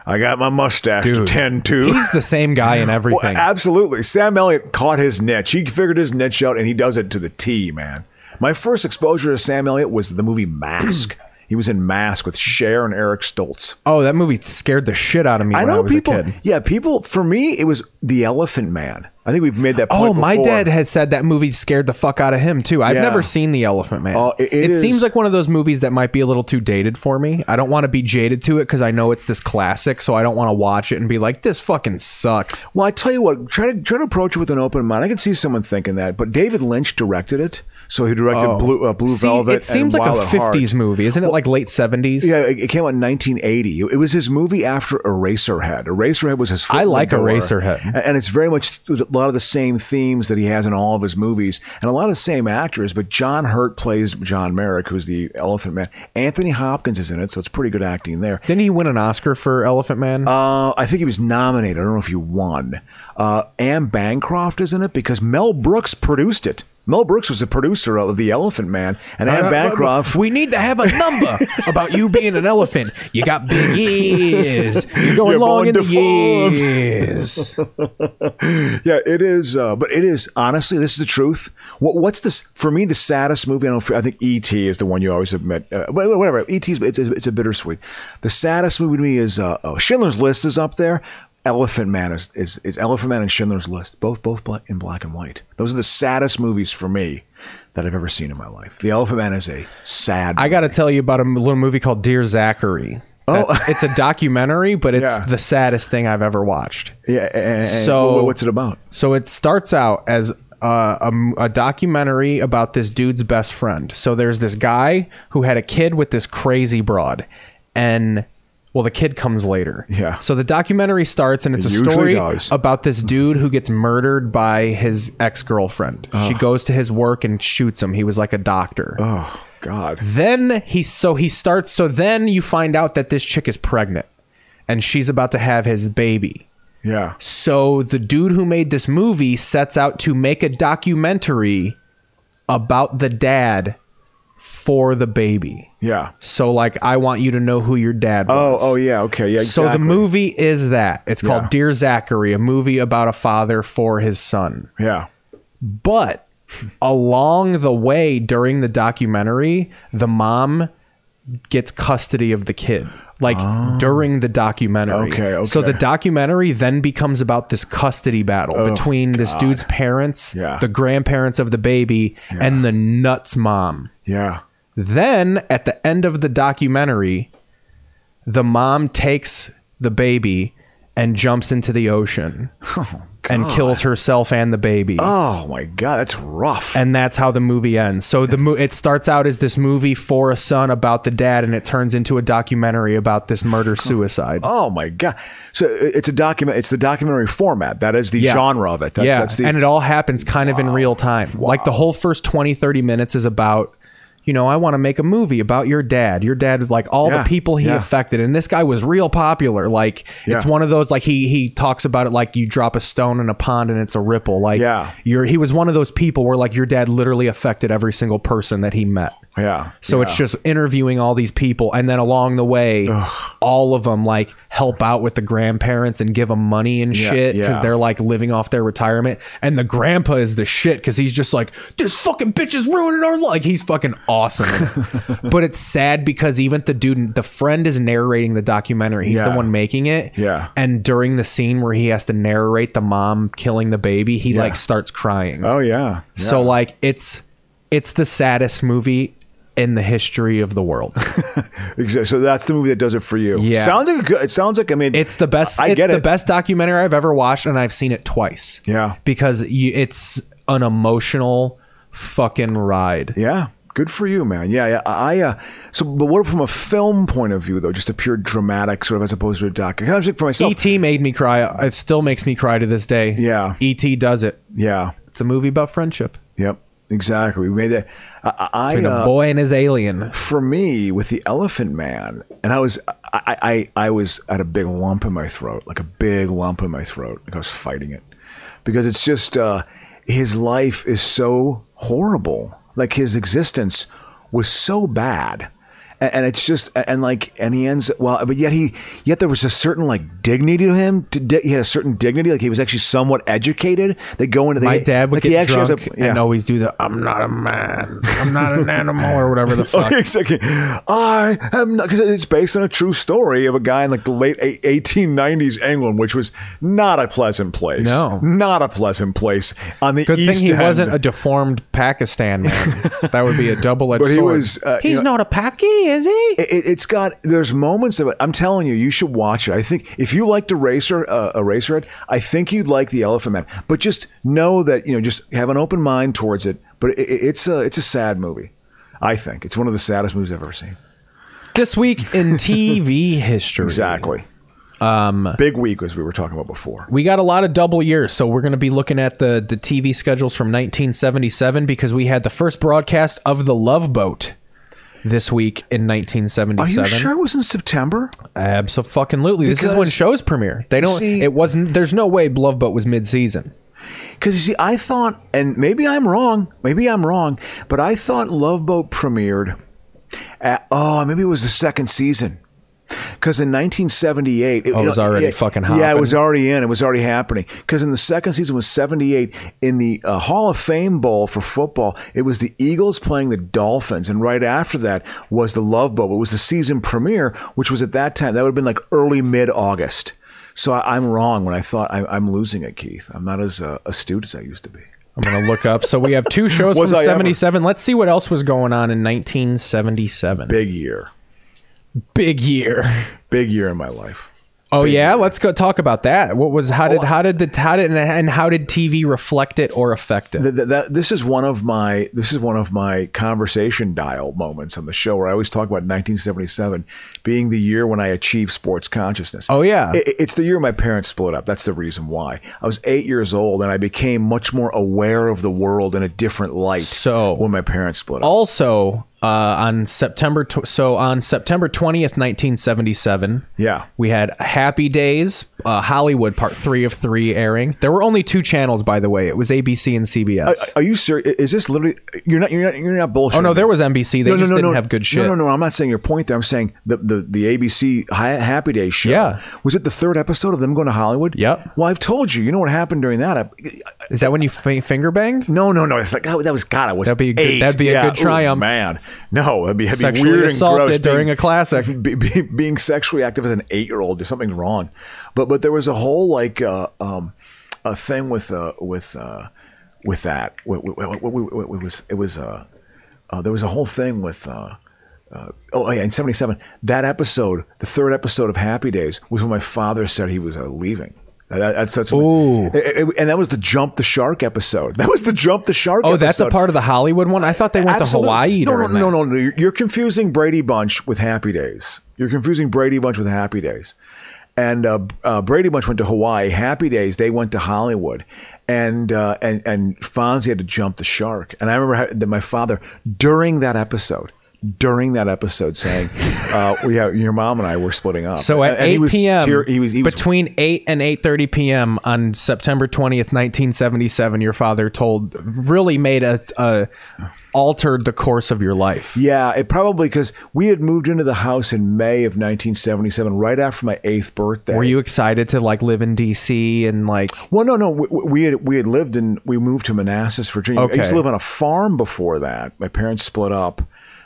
Speaker 8: I got my mustache
Speaker 7: Dude,
Speaker 8: to tend to.
Speaker 7: He's the same guy in
Speaker 8: Well,
Speaker 7: everything.
Speaker 8: absolutely. Sam Elliott caught his niche. He figured his niche out, and he does it to the T, man. My first exposure to Sam Elliott was the movie Mask. he was in Mask with Cher and Eric Stoltz.
Speaker 7: Oh, that movie scared the shit out of me
Speaker 8: I
Speaker 7: when I
Speaker 8: know
Speaker 7: was
Speaker 8: people.
Speaker 7: a kid.
Speaker 8: Yeah, people. For me, it was The Elephant Man. I think we've made that. Point
Speaker 7: Oh, my
Speaker 8: before.
Speaker 7: dad has said that movie scared the fuck out of him too. I've
Speaker 8: Yeah.
Speaker 7: never seen The Elephant Man.
Speaker 8: Oh, it- it is-
Speaker 7: seems like one of those movies that might be a little too dated for me. I don't want to be jaded to it because I know it's this classic, so I don't want to watch it and be like, "This fucking sucks."
Speaker 8: Well, I tell you what, try to try to approach it with an open mind. I can see someone thinking that, but David Lynch directed it, so he directed
Speaker 7: Oh.
Speaker 8: Blue uh, Blue
Speaker 7: See,
Speaker 8: Velvet.
Speaker 7: It seems
Speaker 8: and
Speaker 7: like
Speaker 8: Wild
Speaker 7: a
Speaker 8: at Heart.
Speaker 7: '50s movie, isn't it? Like late '70s.
Speaker 8: Yeah, it it came out in 1980. It was his movie after Eraserhead. Eraserhead was his. foot
Speaker 7: I
Speaker 8: in the
Speaker 7: like
Speaker 8: door.
Speaker 7: Eraserhead.
Speaker 8: A- and it's very much th- a lot of the same themes that he has in all of his movies, and a lot of the same actors. But John Hurt plays John Merrick, who's the Elephant Man. Anthony Hopkins is in it, so it's pretty good acting there.
Speaker 7: Didn't he win an Oscar for Elephant Man?
Speaker 8: Uh, I think he was nominated. I don't know if he won. Uh, Anne Bancroft is in it because Mel Brooks produced it. Mel Brooks was a producer of The Elephant Man, and Anne
Speaker 7: Uh,
Speaker 8: Bancroft.
Speaker 7: We need to have a number about you being an elephant. You got big ears. You're going long in the ears.
Speaker 8: yeah, it is. Uh, but it is honestly, this is the truth. What, what's this for me? The saddest movie. I don't. I think E. T. is the one you always have met. Uh, but whatever. E. T. is it's, it's a bittersweet. The saddest movie to me is uh, oh, Schindler's List is up there. Elephant Man is, is is Elephant Man and Schindler's List both both black, in black and white. Those are the saddest movies for me that I've ever seen in my life. The Elephant Man is a sad.
Speaker 7: I got to tell you about a m- little movie called Dear Zachary. Oh. it's a documentary, but it's
Speaker 8: Yeah.
Speaker 7: the saddest thing I've ever watched.
Speaker 8: Yeah. And,
Speaker 7: So-
Speaker 8: so what's it about?
Speaker 7: So it starts out as uh, a, m- a documentary about this dude's best friend. So there's this guy who had a kid with this crazy broad, and well, the kid comes later. Yeah. So the documentary starts, and it's a
Speaker 8: It usually
Speaker 7: story
Speaker 8: does.
Speaker 7: about this dude who gets murdered by his ex girlfriend. She goes to his work and shoots him. He was like a doctor.
Speaker 8: Oh God.
Speaker 7: Then he so he starts. So then you find out that this chick is pregnant, and she's about to have his baby.
Speaker 8: Yeah.
Speaker 7: So the dude who made this movie sets out to make a documentary about the dad for the baby.
Speaker 8: Yeah.
Speaker 7: So like I want you to know who your dad
Speaker 8: Oh,
Speaker 7: was.
Speaker 8: oh yeah, okay, yeah.
Speaker 7: So the
Speaker 8: exactly.
Speaker 7: movie is that. It's called
Speaker 8: Yeah.
Speaker 7: Dear Zachary, a movie about a father for his son.
Speaker 8: Yeah.
Speaker 7: But along the way during the documentary, the mom gets custody of the kid. Like during the documentary.
Speaker 8: Ah. Okay, okay.
Speaker 7: So the documentary then becomes about this custody battle
Speaker 8: Oh,
Speaker 7: between this dude's parents,
Speaker 8: Yeah.
Speaker 7: the grandparents of the baby, and the nuts mom.
Speaker 8: Yeah.
Speaker 7: Then at the end of the documentary, the mom takes the baby and jumps into the ocean and kills herself and the baby.
Speaker 8: Oh my god, that's rough.
Speaker 7: And that's how the movie ends. So the mo- it starts out as this movie for a son about the dad, and it turns into a documentary about this murder suicide.
Speaker 8: Oh my god! So it's a document. It's the documentary format. That is the
Speaker 7: Yeah.
Speaker 8: genre of it. That's,
Speaker 7: yeah,
Speaker 8: That's the,
Speaker 7: and it all happens kind of in real time. Like the whole first 20, 30 minutes is about, you know, I want to make a movie about your dad. Your dad, like all
Speaker 8: Yeah,
Speaker 7: the people he
Speaker 8: yeah.
Speaker 7: affected, and this guy was real popular. Like it's
Speaker 8: Yeah.
Speaker 7: one of those like he he talks about it like you drop a stone in a pond and it's a ripple. Like
Speaker 8: Yeah.
Speaker 7: you're he was one of those people where like your dad literally affected every single person that he met.
Speaker 8: yeah.
Speaker 7: So
Speaker 8: yeah.
Speaker 7: it's just interviewing all these people, and then along the way, all of them like help out with the grandparents and give them money and
Speaker 8: Yeah,
Speaker 7: shit because
Speaker 8: yeah.
Speaker 7: they're like living off their retirement. And the grandpa is the shit because he's just like this fucking bitch is ruining our life. Like, he's fucking awesome, in it. but it's sad because even the dude, the friend, is narrating the documentary. He's the
Speaker 8: Yeah.
Speaker 7: one making it.
Speaker 8: Yeah.
Speaker 7: And during the scene where he has to narrate the mom killing the baby, he
Speaker 8: Yeah.
Speaker 7: like starts crying.
Speaker 8: Oh yeah.
Speaker 7: So like it's it's the saddest movie in the history of the world.
Speaker 8: Exa- So that's the movie that does it for you.
Speaker 7: Yeah.
Speaker 8: Sounds like a good, it sounds like I mean
Speaker 7: It's the best.
Speaker 8: I
Speaker 7: it's
Speaker 8: get
Speaker 7: the
Speaker 8: it.
Speaker 7: best documentary I've ever watched, and I've seen it twice.
Speaker 8: Yeah.
Speaker 7: because you, it's an emotional fucking ride.
Speaker 8: Yeah. Good for you, man. Yeah, yeah. I uh, so, but what from a film point of view though? Just a pure dramatic sort of as opposed to a doc. I kind of think for myself.
Speaker 7: E.T. E made me cry. It still makes me cry to this day.
Speaker 8: Yeah.
Speaker 7: E.T. does it.
Speaker 8: Yeah.
Speaker 7: It's a movie about friendship.
Speaker 8: Yep. Exactly. We made that. I, I
Speaker 7: Between a
Speaker 8: uh,
Speaker 7: boy and his alien.
Speaker 8: for me with the Elephant Man, and I was I, I I was at a big lump in my throat, like a big lump in my throat. Like I was fighting it because it's just uh, his life is so horrible. Like his existence was so bad. And and it's just and like and he ends well, but yet he yet there was a certain like dignity to him. To di- he had a certain dignity, like he was actually somewhat educated. They go into
Speaker 7: My
Speaker 8: they,
Speaker 7: dad would
Speaker 8: like he
Speaker 7: get
Speaker 8: actually has
Speaker 7: drunk
Speaker 8: a, yeah.
Speaker 7: and always do the "I'm not a man, I'm not an animal" or whatever the fuck.
Speaker 8: Oh, exactly. I am not because it's based on a true story of a guy in like the late eighteen nineties England, which was not a pleasant place.
Speaker 7: No.
Speaker 8: not a pleasant place on the
Speaker 7: Good
Speaker 8: east
Speaker 7: thing he
Speaker 8: end.
Speaker 7: wasn't a deformed Pakistan man. that would be a double-edged
Speaker 8: But he
Speaker 7: sword.
Speaker 8: was, uh, you know-
Speaker 7: not a Paki, is he?
Speaker 8: It, it- it's got there's moments of it. I'm telling you, you should watch it. I think if you liked Eraser, uh, Eraserhead, I think you'd like The Elephant Man. But just know that you know, just have an open mind towards it. But it, it- it's a it's a sad movie. I think it's one of the saddest movies I've ever seen.
Speaker 7: This week in TV history.
Speaker 8: Exactly.
Speaker 7: Um,
Speaker 8: Big week, as we were talking about before.
Speaker 7: we got a lot of double years, so we're going to be looking at the the TV schedules from 1977 because we had the first broadcast of The Love Boat this week in 1977.
Speaker 8: Are you sure it was in September?
Speaker 7: Absolutely. This is when
Speaker 8: Because-
Speaker 7: shows premiere. They don't.
Speaker 8: See-
Speaker 7: it wasn't. There's no way Love Boat was mid season.
Speaker 8: Because you see, I thought, and maybe I'm wrong, maybe I'm wrong, but I thought Love Boat premiered at, oh, maybe it was the second season. Because in 1978,
Speaker 7: Oh, it was already
Speaker 8: yeah,
Speaker 7: fucking
Speaker 8: Yeah, it was
Speaker 7: hopping.
Speaker 8: already in. It was already happening. Because in the second season was 78. In the uh, Hall of Fame Bowl for football, it was the Eagles playing the Dolphins. And right after that was the Love Boat. It was the season premiere, which was at that time, that would have been like early mid August. So I, I'm wrong when I thought I, I'm losing it, Keith. I'm not as uh, astute as I used to be.
Speaker 7: I'm gonna look up. So we have two shows from
Speaker 8: Was I ever?
Speaker 7: '77. Let's see what else was going on in 1977.
Speaker 8: Big year.
Speaker 7: Big year.
Speaker 8: Big year in my life.
Speaker 7: Oh yeah, let's go talk about that. What was how
Speaker 8: Oh,
Speaker 7: did how did the how did and how did TV reflect it or affect it?
Speaker 8: Th- th- that- this is one of my this is one of my conversation dial moments on the show where I always talk about 1977 being the year when I achieved sports consciousness.
Speaker 7: Oh, yeah.
Speaker 8: I- it's the year my parents split up. That's the reason why. I was eight years old and I became much more aware of the world in a different light. So when my parents split up,
Speaker 7: Also, uh, on September tw- so on September 20th, 1977.
Speaker 8: Yeah.
Speaker 7: We had Happy Days, uh, Hollywood Part 3 of 3 airing. There were only two channels by the way. It was ABC and CBS.
Speaker 8: Are- are you serious? Is this literally? You're not. You're not. You're not bullshit.
Speaker 7: Oh, no, there was NBC. They just didn't have good shit.
Speaker 8: No, no, no. I'm not saying your point there. I'm saying the the, the ABC Hi- Happy Days show.
Speaker 7: Yeah.
Speaker 8: Was it the third episode of them going to Hollywood? Yep. Well, I've told you. You know what happened during that? I,
Speaker 7: Is that when you f- finger banged?
Speaker 8: No, no, no. It's like oh, that was God. I was
Speaker 7: That'd be a good-
Speaker 8: eight.
Speaker 7: that'd be a
Speaker 8: Yeah,
Speaker 7: good triumph.
Speaker 8: Ooh, man. No, that'd be, that'd be
Speaker 7: Sexually
Speaker 8: weird
Speaker 7: assaulted
Speaker 8: and gross
Speaker 7: during
Speaker 8: being-
Speaker 7: a classic.
Speaker 8: be, be, being sexually active as an eight year old. There's something wrong. But but there was a whole like uh, um, a thing with uh, with uh, with that. Wi- wi- wi- wi- wi- wi- It was it was uh, uh, there was a whole thing with. Uh, uh, oh yeah, in '77, that episode, the third episode of Happy Days, was when my father said he was uh, leaving. That- that's that's. Ooh. and that was the jump the shark episode. That was the jump the shark.
Speaker 7: Oh, that's a
Speaker 8: episode.
Speaker 7: part of the Hollywood one. I thought they went
Speaker 8: Absolute-
Speaker 7: to Hawaii.
Speaker 8: No, no,
Speaker 7: during
Speaker 8: no, no, no. You're, you're confusing Brady Bunch with Happy Days. You're confusing Brady Bunch with Happy Days. And uh, uh, Brady Bunch went to Hawaii. Happy Days, they went to Hollywood, and uh, and and Fonzie had to jump the shark. And I remember how, that my father during that episode, during that episode, saying, uh, well, "Yeah, your mom and I were splitting up."
Speaker 7: that. So at
Speaker 8: And- and he
Speaker 7: 8
Speaker 8: was
Speaker 7: p.m.
Speaker 8: tear- he was, he was
Speaker 7: between 8 and 8:30 p.m. on September 20th, 1977, your father told really made a, a altered the course of your life.
Speaker 8: Yeah, it probably because we had moved into the house in May of 1977, right after my eighth birthday.
Speaker 7: Were you excited to like live in D.C. and like
Speaker 8: Well, no, no. We, we had we had lived in we moved to Manassas, Virginia. I used
Speaker 7: Okay.
Speaker 8: to live on a farm before that. My parents split up,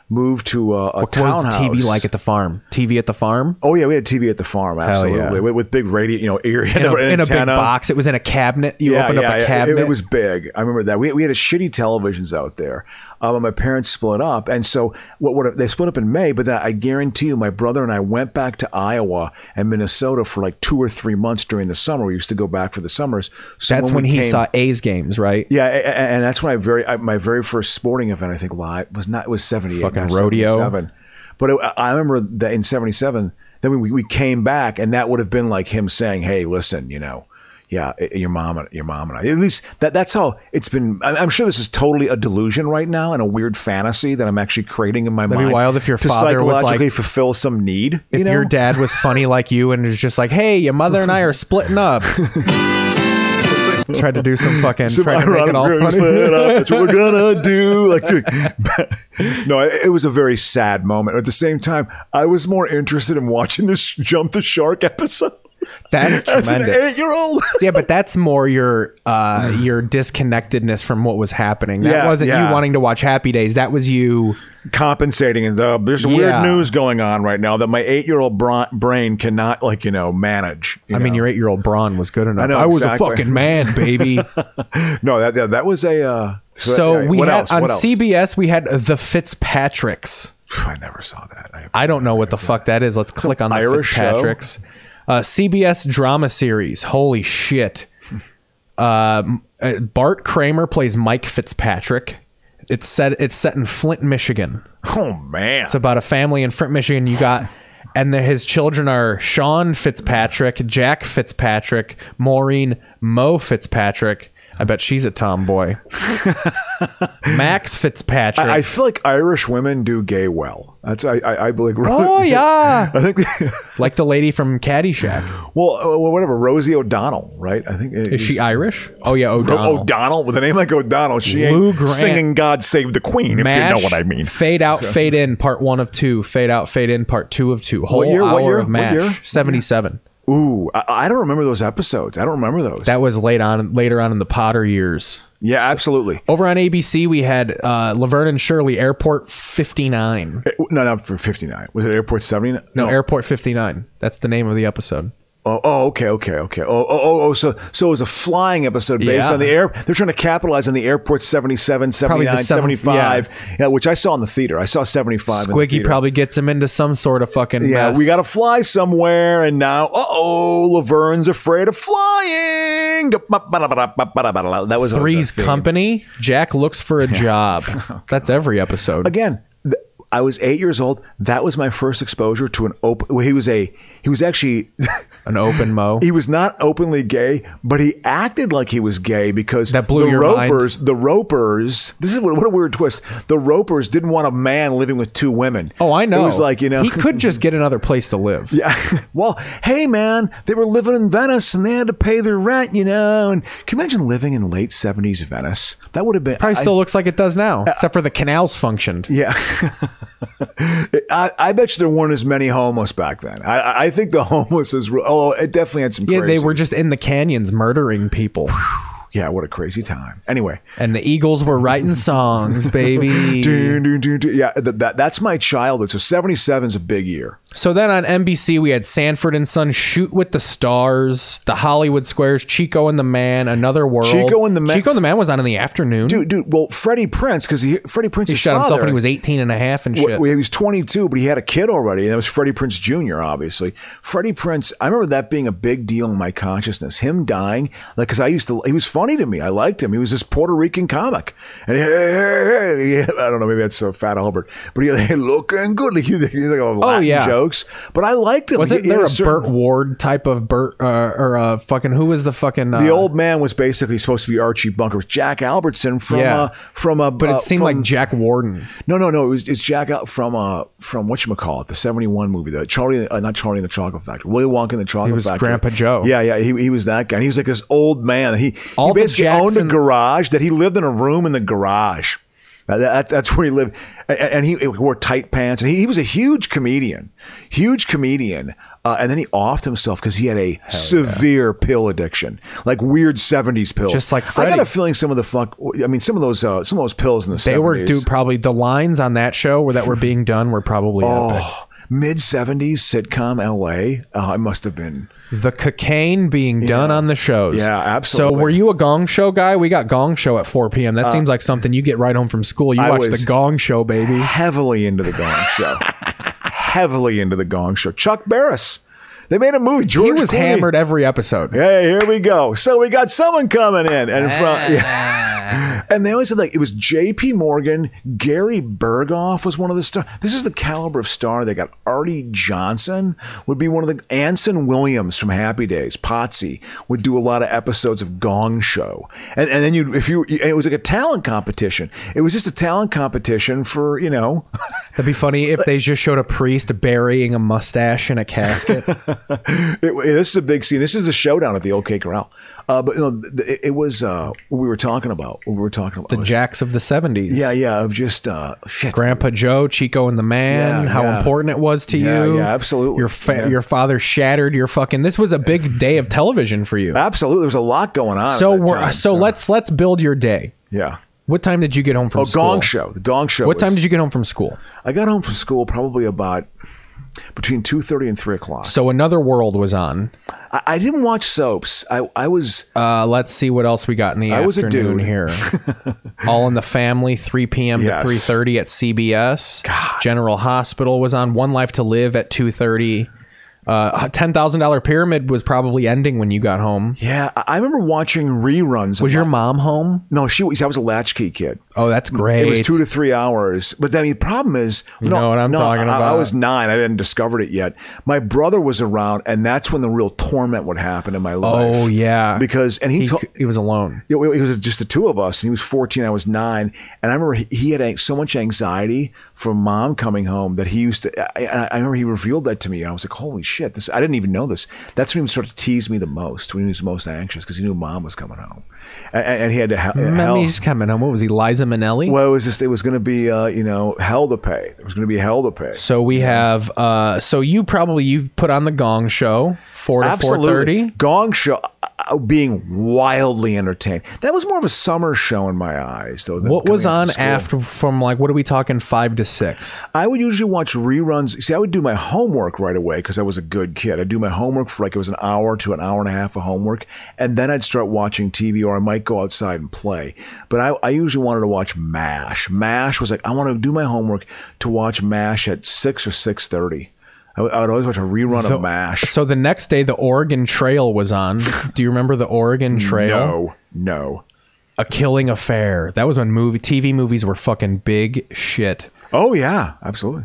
Speaker 8: moved to a,
Speaker 7: what
Speaker 8: a
Speaker 7: was the TV
Speaker 8: townhouse.
Speaker 7: like at the farm? TV at the farm?
Speaker 8: Oh yeah, we had TV at the farm.
Speaker 7: Hell
Speaker 8: Absolutely,
Speaker 7: yeah.
Speaker 8: with, with big radio, you know, ear
Speaker 7: In a, in a big
Speaker 8: Oh, antenna.
Speaker 7: box. It was in a cabinet. You
Speaker 8: yeah,
Speaker 7: opened
Speaker 8: yeah,
Speaker 7: up
Speaker 8: yeah.
Speaker 7: a
Speaker 8: It-
Speaker 7: cabinet.
Speaker 8: It, was big. I remember that. We, we had a shitty televisions out there. Um, and my parents split up, and so what? What they split up in May, but that I guarantee you, my brother and I went back to Iowa and Minnesota for like two or three months during the summer. We used to go back for the summers. So
Speaker 7: That's when,
Speaker 8: we
Speaker 7: he
Speaker 8: came-
Speaker 7: saw A's games, right?
Speaker 8: yeah, a- a- and that's when I very I, my very first sporting event I think live was not it was seventy eight
Speaker 7: Fucking rodeo.
Speaker 8: But it, I remember that in seventy seven, then we we came back, and that would have been like him saying, "Hey, listen, you know." Yeah, i- your mom and your mom and I. At least that that's how it's been. I- I'm sure this is totally a delusion right now and a weird fantasy that I'm actually creating in my
Speaker 7: That'd be
Speaker 8: mind.
Speaker 7: wild if your
Speaker 8: to
Speaker 7: father was like-
Speaker 8: psychologically fulfill some need.
Speaker 7: If
Speaker 8: you know?
Speaker 7: your dad was funny like you and was just like, "Hey, your mother and I are splitting up," tried to do some fucking,
Speaker 8: Some
Speaker 7: tried to make it all
Speaker 8: ironic
Speaker 7: funny.
Speaker 8: grin, uh, That's what we're gonna do. Like, dude. no, it it was a very sad moment. At the same time, I was more interested in watching this jump the shark episode.
Speaker 7: That's
Speaker 8: As an
Speaker 7: tremendous.
Speaker 8: eight-year-old.
Speaker 7: yeah, but that's more your uh, your disconnectedness from what was happening. That
Speaker 8: Yeah,
Speaker 7: wasn't
Speaker 8: yeah.
Speaker 7: you wanting to watch Happy Days. That was you
Speaker 8: compensating. And uh, there's
Speaker 7: Yeah.
Speaker 8: weird news going on right now that my eight-year-old bra- brain cannot, like, you know, manage.
Speaker 7: I mean, your eight-year-old Braun was good enough.
Speaker 8: I, know,
Speaker 7: was
Speaker 8: exactly.
Speaker 7: a fucking man, baby.
Speaker 8: no, that, that that was a. Uh,
Speaker 7: so
Speaker 8: yeah,
Speaker 7: we
Speaker 8: what
Speaker 7: had
Speaker 8: else?
Speaker 7: on
Speaker 8: What else?
Speaker 7: CBS we had the Fitzpatricks.
Speaker 8: I never saw that. I,
Speaker 7: don't know what the fuck that is. Let's click on the
Speaker 8: Irish show?
Speaker 7: Fitzpatricks. Uh, CBS drama series. Holy shit. Uh, m- uh, Bart Kramer plays Mike Fitzpatrick. It's set. It's set in Flint, Michigan.
Speaker 8: Oh man,
Speaker 7: it's about a family in Flint, Michigan. You got, and the, his children are Sean Fitzpatrick, Jack Fitzpatrick, Maureen Mo Fitzpatrick. I bet she's a tomboy. Max Fitzpatrick.
Speaker 8: I, I feel like Irish women do gay well. That's I I, I believe.
Speaker 7: Oh, yeah.
Speaker 8: I think
Speaker 7: like the lady from Caddyshack.
Speaker 8: Well, uh, well, whatever. Rosie O'Donnell, right? I think uh,
Speaker 7: Is she Irish? Oh yeah, O'Donnell.
Speaker 8: O'Donnell with a name like O'Donnell, she
Speaker 7: Lou
Speaker 8: ain't
Speaker 7: Grant.
Speaker 8: singing "God Save the Queen" if
Speaker 7: Mash,
Speaker 8: you know what I mean.
Speaker 7: Fade out,
Speaker 8: So-
Speaker 7: fade in. Part one of two. Fade out, fade in. Part two of two. Whole
Speaker 8: What year,
Speaker 7: hour
Speaker 8: what year,
Speaker 7: of
Speaker 8: what
Speaker 7: mash.
Speaker 8: year?
Speaker 7: Seventy-seven.
Speaker 8: Ooh, I, I don't remember those episodes. I don't remember those.
Speaker 7: That was late on, later on in the Potter years.
Speaker 8: Yeah, absolutely.
Speaker 7: Over on ABC, we had uh, Laverne and Shirley Airport '59.
Speaker 8: No, no, for fifty nine. Was it Airport seventy nine?
Speaker 7: No, Airport '59. That's the name of the episode.
Speaker 8: Oh, oh, okay, okay, okay. Oh, oh, oh, oh, so so it was a flying episode based
Speaker 7: Yeah.
Speaker 8: on the air. They're trying to capitalize on the airport 77,
Speaker 7: Probably
Speaker 8: 79,
Speaker 7: the seven-
Speaker 8: 75, yeah, which I saw in the theater. I saw 75 in the
Speaker 7: Squiggy
Speaker 8: theater.
Speaker 7: probably gets him into some sort of fucking
Speaker 8: Yeah,
Speaker 7: mess.
Speaker 8: we got to fly somewhere, and now, uh oh, Laverne's afraid of flying. That
Speaker 7: Three's
Speaker 8: was that was our theme.
Speaker 7: Company. Jack looks for a job. That's every episode.
Speaker 8: Oh, Again, th- I was eight years old. That was my first exposure to an open. Well, he was a he was actually
Speaker 7: an open mo.
Speaker 8: He was not openly gay, but he acted like he was gay because that
Speaker 7: blew
Speaker 8: the
Speaker 7: your mind.
Speaker 8: ropers. The ropers. This is what, what a weird twist. The ropers didn't want a man living with two women.
Speaker 7: Oh, I know.
Speaker 8: It was like you know
Speaker 7: he could just get another place to live.
Speaker 8: Yeah. Well, hey man, they were living in Venice and they had to pay their rent, you know. And can you imagine living in late seventies Venice? That would have been
Speaker 7: Probably
Speaker 8: I- Uh,
Speaker 7: still looks like it does now, except for the canals functioned.
Speaker 8: Yeah, I, I bet you there weren't as many homeless back then. I- I, I think the homeless is. re- Oh, it definitely had some.
Speaker 7: yeah, they
Speaker 8: crazy-
Speaker 7: were just in the canyons murdering people,
Speaker 8: Yeah, what a crazy time. Anyway,
Speaker 7: and the Eagles were writing songs, baby.
Speaker 8: Dun, dun, dun, dun. Yeah, th- that, that's my childhood. So seventy seven is a big year.
Speaker 7: So then on NBC we had Sanford and Son, Shoot with the Stars, The Hollywood Squares, Chico and the Man, Another World.
Speaker 8: Chico and the Man-
Speaker 7: Chico and the Man was on in the afternoon.
Speaker 8: Dude, dude. Well, Freddie Prince, because he Freddie Prince.
Speaker 7: he shot himself when he was 18 and a half and shit.
Speaker 8: he was 22, but he had a kid already, and that was Freddie Prince Jr. Obviously, Freddie Prince. I remember that being a big deal in my consciousness. Him dying, like, because I used to. He was funny to me. I liked him. He was this Puerto Rican comic, and hey, hey, hey, hey, I don't know. Maybe that's uh, Fat Albert, but he hey, looking good. Like, he, he like, Latin
Speaker 7: Oh, yeah.
Speaker 8: jokes. But I liked him.
Speaker 7: Wasn't
Speaker 8: He- he had
Speaker 7: there a
Speaker 8: certain-
Speaker 7: Burt Ward type of Burt uh, or uh, fucking who was the fucking uh,
Speaker 8: the old man was basically supposed to be Archie Bunker, Jack Albertson from
Speaker 7: Yeah.
Speaker 8: uh, from a.
Speaker 7: But it seemed like Jack Warden.
Speaker 8: No, no, no. It was, it's Jack Al- from uh from what you call it, the '71 movie, the Charlie, uh, not Charlie in the Chocolate Factory, Willy Wonka in the Chocolate
Speaker 7: was
Speaker 8: Factory.
Speaker 7: Grandpa Joe.
Speaker 8: Yeah, yeah. He, he was that guy. He was like this old man. He
Speaker 7: All the
Speaker 8: he basically
Speaker 7: Jackson-
Speaker 8: owned a garage that he lived in a room in the garage. Uh, that- that's where he lived, and, and he, he wore tight pants. And he, he was a huge comedian, huge comedian. Uh, and then he offed himself because he had a severe pill addiction, like weird '70s pills.
Speaker 7: Just like
Speaker 8: I got
Speaker 7: Freddie.
Speaker 8: a feeling some of the fuck. I mean, some of those uh, some of those pills in the
Speaker 7: They
Speaker 8: 70s.
Speaker 7: were do probably the lines on that show were that were being done were probably epic.
Speaker 8: Oh, mid 70s sitcom LA. Oh, I must have been.
Speaker 7: The cocaine being done on the shows.
Speaker 8: Yeah, absolutely.
Speaker 7: So were you a Gong Show guy? We got Gong Show at 4 p.m. That
Speaker 8: Uh,
Speaker 7: seems like something you get right home from school. You
Speaker 8: I
Speaker 7: watch
Speaker 8: was-
Speaker 7: the Gong Show, baby.
Speaker 8: Heavily into the Gong Show. heavily into the Gong Show. Chuck Barris. They made a movie. George
Speaker 7: he was
Speaker 8: Clooney.
Speaker 7: hammered every episode.
Speaker 8: Hey, here we go. So we got someone coming in, and from yeah. and they always said like it was J.P. Morgan, Gary Berghoff was one of the star. This is the caliber of star they got. Artie Johnson would be one of the Anson Williams from Happy Days. Potsy would do a lot of episodes of Gong Show, and and then you if you and it was like a talent competition. It was just a talent competition for you know.
Speaker 7: That'd be funny if they just showed a priest burying a mustache in a casket.
Speaker 8: It- it- this is a big scene. This is the showdown at the OK Corral. Uh, but you know, th- it, it was uh, what we were talking about. What we were talking about.
Speaker 7: the jacks of the 70s.
Speaker 8: yeah, yeah. Of just uh, shit.
Speaker 7: Grandpa Joe, Chico and the Man,
Speaker 8: Yeah,
Speaker 7: how
Speaker 8: yeah.
Speaker 7: important it was to
Speaker 8: Yeah,
Speaker 7: you.
Speaker 8: yeah, absolutely.
Speaker 7: Your fa-
Speaker 8: Yeah.
Speaker 7: your father shattered your fucking. This was a big day of television for you.
Speaker 8: Absolutely, there was a lot going on.
Speaker 7: So
Speaker 8: at that
Speaker 7: we're
Speaker 8: time,
Speaker 7: so let's let's build your day.
Speaker 8: yeah.
Speaker 7: What time did you get home from
Speaker 8: Oh,
Speaker 7: school?
Speaker 8: Gong Show. The Gong Show.
Speaker 7: What
Speaker 8: was-
Speaker 7: time did you get home from school?
Speaker 8: I got home from school probably about between two thirty and three o'clock.
Speaker 7: So another world was on.
Speaker 8: I, I didn't watch soaps. I I was
Speaker 7: Uh, let's see what else we got in the
Speaker 8: I was a
Speaker 7: afternoon
Speaker 8: dude.
Speaker 7: here. All in the Family, 3 p.m.
Speaker 8: Yes.
Speaker 7: to 3:30 at CBS. General Hospital was on. One Life to Live at 2:30. Uh, a ten thousand dollar pyramid was probably ending when you got home.
Speaker 8: Yeah, I I remember watching reruns.
Speaker 7: Was your mom home?
Speaker 8: No, she was. I was a latchkey kid.
Speaker 7: Oh, that's great.
Speaker 8: It was two to three hours. But then the problem is,
Speaker 7: You
Speaker 8: no,
Speaker 7: know what I'm
Speaker 8: no,
Speaker 7: talking
Speaker 8: I- I
Speaker 7: about.
Speaker 8: was nine. I hadn't discovered it yet. My brother was around, and that's when the real torment would happen in my life.
Speaker 7: Oh, yeah.
Speaker 8: because and he he,
Speaker 7: he was alone.
Speaker 8: It, it was just the two of us, and he was 14. I was nine, and I remember he- he had an- so much anxiety from mom coming home that he used to. I, I- I remember he revealed that to me, and I was like, "Holy shit! This I didn't even know this." That's when he sort of teased me the most when he was most anxious because he knew mom was coming home, and, and and he had to. ha- uh, hell-
Speaker 7: Mommy's coming home. What was he, Liza Minnelli?
Speaker 8: well, it was just it was going to be uh, you know hell to pay. It was going to be hell to pay.
Speaker 7: So we have. Uh, so you probably you put on the Gong Show four to four
Speaker 8: Absolutely.
Speaker 7: thirty.
Speaker 8: Gong Show uh, being wildly entertained. That was more of a summer show in my eyes, though. than
Speaker 7: What was
Speaker 8: coming
Speaker 7: on
Speaker 8: from school.
Speaker 7: after from like what are we talking five to six?
Speaker 8: I would usually watch reruns. See, I would do my homework right away because I was a good kid. I'd do my homework for like it was an hour to an hour and a half of homework, and then I'd start watching TV or I might go outside and play. But I, I usually wanted to watch MASH. MASH was like I want to do my homework to watch MASH at six or six thirty. I would I would always watch a rerun
Speaker 7: So-
Speaker 8: of MASH.
Speaker 7: So the next day, the Oregon Trail was on. Do you remember the Oregon Trail?
Speaker 8: No, no.
Speaker 7: A Killing Affair. That was when movie TV movies were fucking big shit.
Speaker 8: Oh yeah, absolutely.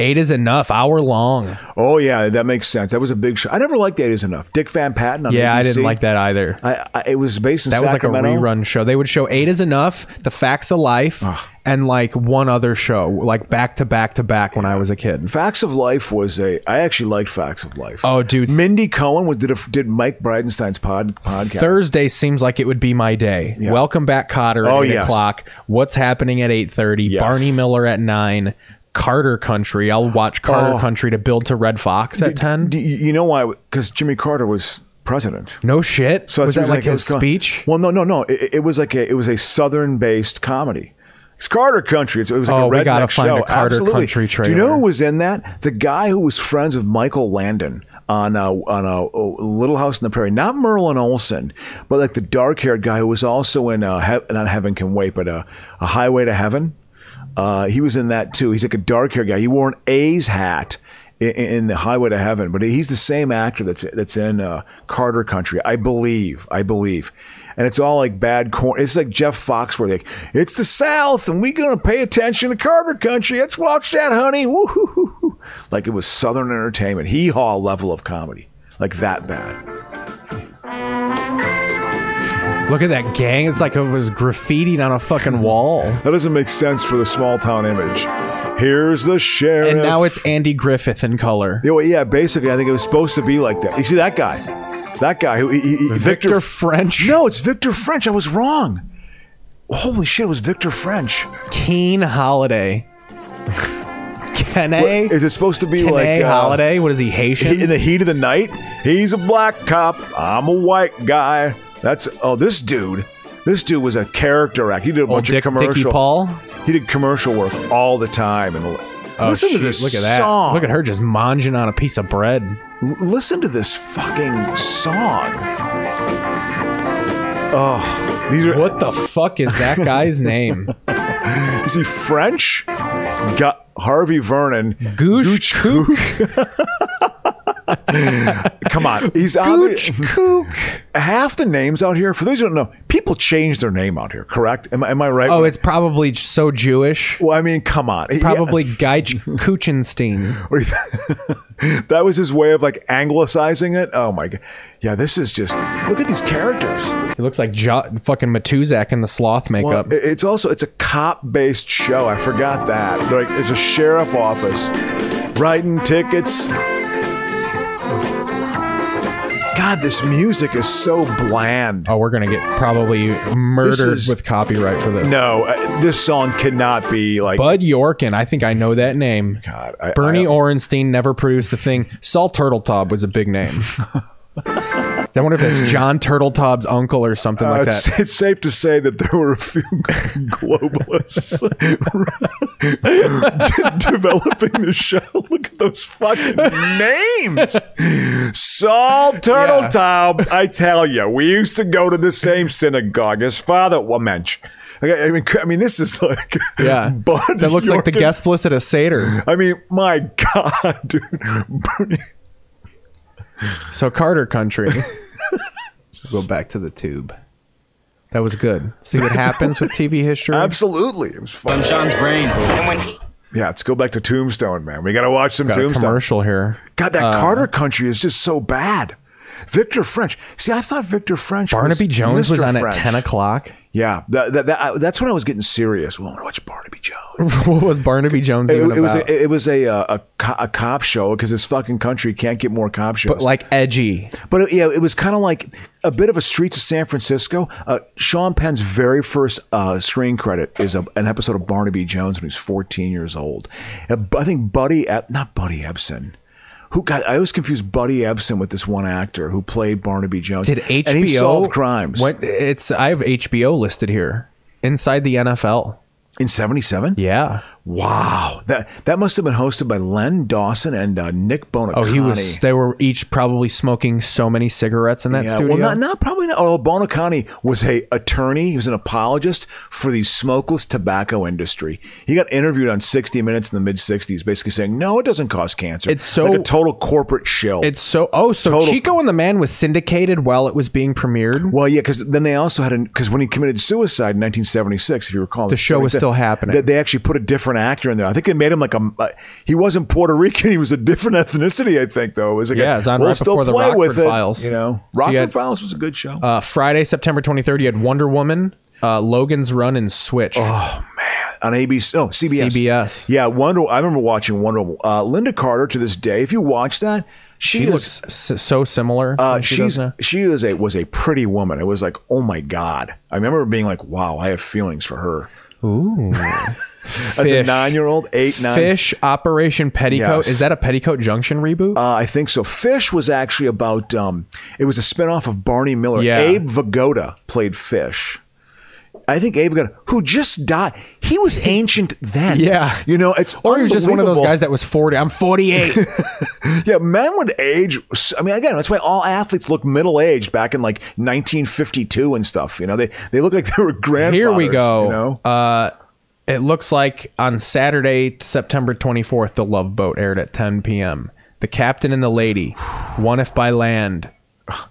Speaker 7: Eight is enough, hour long.
Speaker 8: Oh yeah, that makes sense. That was a big show. I never liked Eight Is Enough. Dick Van Patten. On
Speaker 7: yeah, I didn't
Speaker 8: ABC.
Speaker 7: like that either.
Speaker 8: I, I, it was based in
Speaker 7: that was like a
Speaker 8: Sacramento.
Speaker 7: rerun show. They would show Eight is Enough, The Facts of Life, and like one other show, like back to back to back when I was a kid.
Speaker 8: Facts of Life was a. I actually liked Facts of Life.
Speaker 7: Oh, dude.
Speaker 8: Mindy Cohen was- did a, did Mike Bridenstine's pod, podcast.
Speaker 7: Thursday seems like it would be my day. Welcome back, Cotter. At
Speaker 8: Oh,
Speaker 7: eight
Speaker 8: yes.
Speaker 7: o'clock. What's happening at eight thirty? Barney Miller at nine. Carter Country. I'll watch Carter
Speaker 8: Oh.
Speaker 7: Country to build to Red Fox at ten.
Speaker 8: Do you you know why? Because Jimmy Carter was president.
Speaker 7: No shit.
Speaker 8: So
Speaker 7: was
Speaker 8: it
Speaker 7: that like
Speaker 8: it
Speaker 7: his
Speaker 8: was co-
Speaker 7: speech?
Speaker 8: Well, no, no, no. It, it was like a it was a southern based comedy. It's Carter Country. It's- It was like
Speaker 7: Oh,
Speaker 8: a
Speaker 7: we gotta
Speaker 8: redneck
Speaker 7: find a
Speaker 8: show.
Speaker 7: Carter
Speaker 8: Absolutely.
Speaker 7: Country
Speaker 8: Do you
Speaker 7: trailer.
Speaker 8: know who was in that? The guy who was friends with Michael Landon on a, on a, a Little House in the Prairie. Not Merlin Olson, but like the dark haired guy who was also in uh, he- not Heaven Can Wait, but uh, a Highway to Heaven. Uh, he was in that too. He's like a dark haired guy. He wore an A's hat in, in the Highway to Heaven, but he's the same actor that's that's in uh, Carter Country, I believe. I believe, and it's all like bad corn. It's like Jeff Foxworthy. Like, it's the South, and we're gonna pay attention to Carter Country. Let's watch that, honey. Woo-hoo-hoo-hoo. Like it was Southern entertainment, hee haw level of comedy, like that bad.
Speaker 7: Look at that gang. It's like it was graffitied on a fucking wall.
Speaker 8: That doesn't make sense for the small town image. Here's the sheriff.
Speaker 7: And now it's Andy Griffith in color.
Speaker 8: Yeah, well, yeah, basically, I think it was supposed to be like that. You see that guy, that guy who he, he, he-
Speaker 7: Victor French.
Speaker 8: No, it's Victor French. I was wrong. Holy shit, it was Victor French.
Speaker 7: Keen Holiday.
Speaker 8: What-
Speaker 7: Kene.
Speaker 8: Is it supposed to be
Speaker 7: Kene
Speaker 8: like uh,
Speaker 7: Holiday? What is he Haitian?
Speaker 8: he- in the heat of the night? He's a black cop. I'm a white guy. That's oh, this dude. This dude was a character act. He did a bunch
Speaker 7: Dick-
Speaker 8: of
Speaker 7: Dickie
Speaker 8: commercial.
Speaker 7: Paul?
Speaker 8: He did commercial work all the time. And
Speaker 7: Oh,
Speaker 8: listen
Speaker 7: shoot,
Speaker 8: to this.
Speaker 7: Look at that.
Speaker 8: Song.
Speaker 7: Look at her just munging on a piece of bread.
Speaker 8: L- listen to this fucking song. Oh, these are
Speaker 7: What the fuck is that guy's name?
Speaker 8: is he French? Got Harvey Vernon.
Speaker 7: Goosh Kook.
Speaker 8: Come on, he's
Speaker 7: Gooch
Speaker 8: obvi-
Speaker 7: Kook.
Speaker 8: half the names out here. For those who don't know, people change their name out here. Correct? Am, I- am I right?
Speaker 7: Oh, it's probably j- so Jewish.
Speaker 8: well, I mean, come on,
Speaker 7: It's probably Geich Kuchenstein.
Speaker 8: Or he- that was his way of like anglicizing it. Oh my god, yeah, this is just look at these characters.
Speaker 7: He looks like jo- fucking Matuzak in the sloth
Speaker 8: Well,
Speaker 7: makeup.
Speaker 8: it- it's also it's a cop-based show. I forgot that. They're Like it's a sheriff office, writing tickets. God, this music is so bland.
Speaker 7: oh, we're gonna get probably murdered
Speaker 8: is-
Speaker 7: with copyright for this.
Speaker 8: No, uh, this song cannot be like.
Speaker 7: Bud Yorkin, I think I know that name.
Speaker 8: God, I-
Speaker 7: Bernie
Speaker 8: I-
Speaker 7: Orenstein never produced the thing. Saul Turtletop was a big name. I wonder if that's John Turtletop's uncle or something
Speaker 8: Uh,
Speaker 7: like
Speaker 8: it's,
Speaker 7: that.
Speaker 8: it's safe to say that there were a few globalists developing the show. Look at those fucking names. Saul Turtletop. I tell you, we used to go to the same synagogue. His father, well, mensch. Okay, I mean, c- I mean, this is like,
Speaker 7: Yeah.
Speaker 8: Bud
Speaker 7: that looks like the
Speaker 8: Yorkin.
Speaker 7: guest list at a Seder.
Speaker 8: I mean, my God, dude.
Speaker 7: So Carter Country. Go back to the tube. That was good. See what happens with TV history.
Speaker 8: Absolutely, it was fun.
Speaker 7: Sean's brain.
Speaker 8: Yeah, let's go back to Tombstone, man. We got to watch some
Speaker 7: Got a
Speaker 8: Tombstone.
Speaker 7: commercial here.
Speaker 8: God, that
Speaker 7: Uh,
Speaker 8: Carter country is just so bad. Victor French. See, I thought Victor French.
Speaker 7: Barnaby
Speaker 8: was
Speaker 7: Jones
Speaker 8: Mr.
Speaker 7: was on
Speaker 8: French.
Speaker 7: at ten o'clock.
Speaker 8: Yeah, that, that, that, I, that's when I was getting serious. Well, I want to watch Barnaby Jones.
Speaker 7: what was Barnaby Jones
Speaker 8: It,
Speaker 7: even
Speaker 8: it
Speaker 7: about?
Speaker 8: was a, it was a uh, a, co- a cop show because this fucking country can't get more cop shows. But
Speaker 7: like edgy.
Speaker 8: But it, yeah, it was kind of like a bit of a Streets of San Francisco. Uh, Sean Penn's very first uh, screen credit is a, an episode of Barnaby Jones when he's 14 years old. And I think Buddy, Eb- not Buddy Ebsen. Who got? I always confuse Buddy Ebsen with this one actor who played Barnaby Jones.
Speaker 7: Did HBO
Speaker 8: and he solved crimes?
Speaker 7: What it's I have HBO listed here inside the NFL
Speaker 8: in '77.
Speaker 7: Yeah,
Speaker 8: wow that that must have been hosted by Len Dawson and uh, Nick Bonacani.
Speaker 7: Oh, he was. They were each probably smoking so many cigarettes in that
Speaker 8: Yeah,
Speaker 7: studio.
Speaker 8: Well, not, not probably not. Although Bonacani was a attorney, he was an apologist for the smokeless tobacco industry. He got interviewed on 60 Minutes in the mid 60s, basically saying, "No, it doesn't cause cancer.
Speaker 7: It's so-
Speaker 8: like a total corporate shill."
Speaker 7: It's so. Oh, so
Speaker 8: Total-
Speaker 7: Chico and the Man was syndicated while it was being premiered.
Speaker 8: Well, yeah, because then they also had because when he committed suicide in 1976, if you recall,
Speaker 7: The show was
Speaker 8: 77,
Speaker 7: still happening.
Speaker 8: They, they actually put a different actor in there. I think they made him like a. Uh, he wasn't Puerto Rican. He was a different ethnicity. I think though. It was like
Speaker 7: Yeah,
Speaker 8: a,
Speaker 7: it's on
Speaker 8: we'll
Speaker 7: right
Speaker 8: still
Speaker 7: before the
Speaker 8: play
Speaker 7: Rockford
Speaker 8: with it,
Speaker 7: Files.
Speaker 8: You know,
Speaker 7: So
Speaker 8: Rockford
Speaker 7: you had-
Speaker 8: Files was a good show.
Speaker 7: Uh, Friday, September 23rd, you had Wonder Woman, uh, Logan's Run, and Switch. Oh
Speaker 8: on ABC, no CBS.
Speaker 7: CBS.
Speaker 8: Yeah, Wonder. I remember watching Wonder. Woman. Uh, Linda Carter to this day. If you watch that, she,
Speaker 7: She,
Speaker 8: is-
Speaker 7: looks s- so similar.
Speaker 8: Uh,
Speaker 7: when she does
Speaker 8: she's
Speaker 7: now.
Speaker 8: she is a was a pretty woman. It was like, oh my god. I remember being like, wow, I have feelings for her.
Speaker 7: Ooh.
Speaker 8: As a
Speaker 7: Fish.
Speaker 8: nine-year-old, eight, nine.
Speaker 7: Fish Operation Petticoat.
Speaker 8: Yes.
Speaker 7: Is that a Petticoat Junction reboot?
Speaker 8: Uh, I think so. Fish was actually about. Um, it was a spinoff of Barney Miller.
Speaker 7: Yeah.
Speaker 8: Abe Vigoda played Fish. I think Abe Vigoda, who just died, he was ancient then.
Speaker 7: Yeah.
Speaker 8: you know, it's
Speaker 7: or he was just one of those
Speaker 8: unbelievable.
Speaker 7: guys that was 40. I'm 48.
Speaker 8: Yeah, men would age. I mean, again, that's why all athletes look middle aged back in like 1952 and stuff. You know, they they look like they were grandfathers.
Speaker 7: Here we go.
Speaker 8: You know?
Speaker 7: uh, it looks like on Saturday, September 24th, The Love Boat aired at 10 p.m. The Captain and the Lady, One If by Land.
Speaker 8: Oh,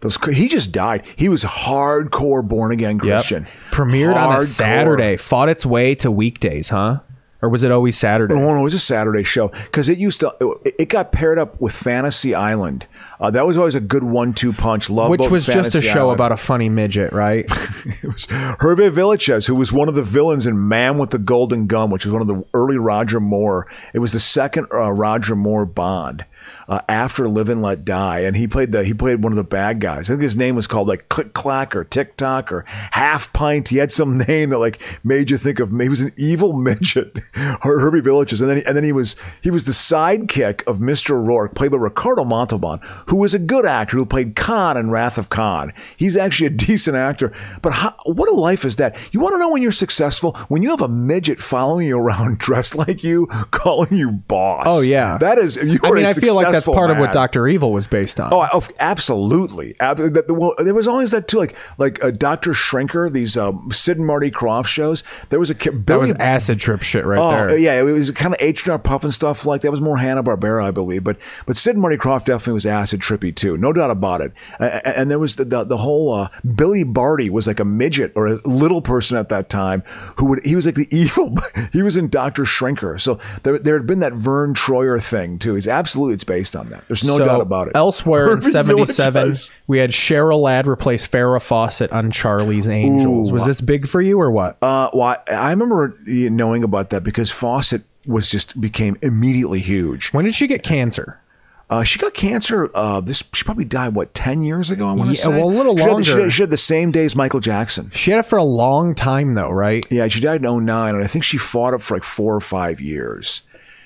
Speaker 8: Those he just died. He was a hardcore born again
Speaker 7: Yep.
Speaker 8: Christian.
Speaker 7: Premiered on a
Speaker 8: Hardcore.
Speaker 7: Saturday. Fought its way to weekdays, huh? Or was it always Saturday?
Speaker 8: No, no, it was a Saturday show because it used to. It, it got paired up with Fantasy Island. Uh, that was always a good one-two punch. Love,
Speaker 7: Which
Speaker 8: Boat,
Speaker 7: was just a
Speaker 8: Fantasy
Speaker 7: show
Speaker 8: Island.
Speaker 7: about a funny midget, right?
Speaker 8: Hervé Villachez, who was one of the villains in Man with the Golden Gun, which was one of the early Roger Moore. It was the second uh, Roger Moore Bond uh, after Live and Let Die, and he played the he played one of the bad guys. I think his name was called like Click Clack or Tick Tock or Half Pint. He had some name that like made you think of. He was an evil midget, Her- Hervé Villachez, and then and then he was he was the sidekick of Mr. Rourke, played by Ricardo Montalban, who was a good actor who played Khan in Wrath of Khan. He's actually a decent actor, but how, what a life is that? You want to know when you're successful? When you have a midget following you around, dressed like you, calling you boss.
Speaker 7: Oh, yeah.
Speaker 8: that is. You
Speaker 7: I
Speaker 8: are
Speaker 7: mean,
Speaker 8: a
Speaker 7: I feel like that's
Speaker 8: successful
Speaker 7: part of what
Speaker 8: man.
Speaker 7: Dr. Evil was based on.
Speaker 8: Oh, I- oh, absolutely. Ab- that- the- Well, there was always that too, like like uh, Doctor Shrinker, these um, Sid and Marty Croft shows. There was a ki-
Speaker 7: that
Speaker 8: Billy
Speaker 7: was acid trip shit right
Speaker 8: oh,
Speaker 7: there.
Speaker 8: Yeah, it was kind of H and R Puff and stuff like that. It was more Hanna Barbera, I believe. But but Sid and Marty Croft definitely was acid trippy too, no doubt about it. A- a- And there was the the, the whole uh, Billy Barty was like a midget or a little person at that time who would he was like the evil. he was in Doctor Shrinker, so there there had been that Vern Troyer thing too. It's absolutely it's based on that. There's no
Speaker 7: So,
Speaker 8: doubt about it.
Speaker 7: Elsewhere in
Speaker 8: Urban
Speaker 7: '77,
Speaker 8: Village
Speaker 7: we had Cheryl Ladd replace Farrah Fawcett on Charlie's Angels.
Speaker 8: Ooh.
Speaker 7: was this big for you or what?
Speaker 8: Uh, well, I, I remember you know, knowing about that because Fawcett was just became immediately huge.
Speaker 7: When did she get cancer?
Speaker 8: Uh, she got cancer. Uh, this she probably died what ten years ago. I want to
Speaker 7: Yeah,
Speaker 8: say.
Speaker 7: well, a little
Speaker 8: She had the- she
Speaker 7: longer.
Speaker 8: had- she had the same day as Michael Jackson.
Speaker 7: She had it for a long time though, right?
Speaker 8: Yeah, she died in 09, and I think she fought it for like four or five years.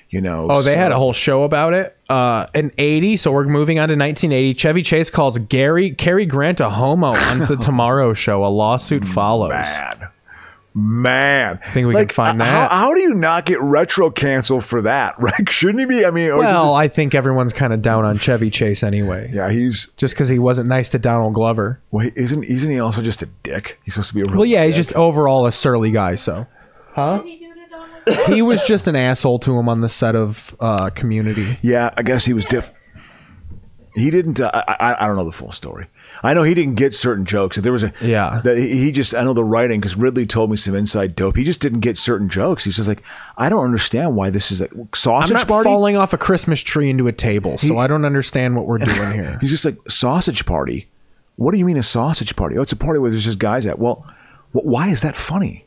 Speaker 8: You know.
Speaker 7: Oh, they
Speaker 8: so-
Speaker 7: had a whole show about it. Uh, in '80, so we're moving on to 1980. Chevy Chase calls Gary Cary Grant a homo on the Tomorrow Show. A
Speaker 8: Mm,
Speaker 7: lawsuit follows.
Speaker 8: Mad, man. I
Speaker 7: think we
Speaker 8: Like,
Speaker 7: can find
Speaker 8: uh,
Speaker 7: that.
Speaker 8: How, how do you not get retro canceled for that? Right? Shouldn't he be? I mean, or is it
Speaker 7: well,
Speaker 8: just-
Speaker 7: I think everyone's kind of down on Chevy Chase anyway.
Speaker 8: Yeah, he's
Speaker 7: just because he wasn't nice to Donald Glover.
Speaker 8: wait, isn't isn't he also just a dick? He's supposed to be a real
Speaker 7: Well, yeah, he's
Speaker 8: dick.
Speaker 7: just overall a surly guy. So, huh? He was just an asshole to him on the set of uh, Community.
Speaker 8: Yeah, I guess he was diff. He didn't. Uh, I, I I don't know the full story. I know he didn't get certain jokes. If there was a yeah, that he he just I know the writing because Ridley told me some inside dope. He just didn't get certain jokes. He's just like I don't understand why this is a sausage
Speaker 7: I'm not
Speaker 8: party.
Speaker 7: falling off a Christmas tree into a table, so
Speaker 8: He-
Speaker 7: I don't understand what we're doing here.
Speaker 8: He's just like sausage party. What do you mean a sausage party? Oh, it's a party where there's just guys at. Well, wh- why is that funny?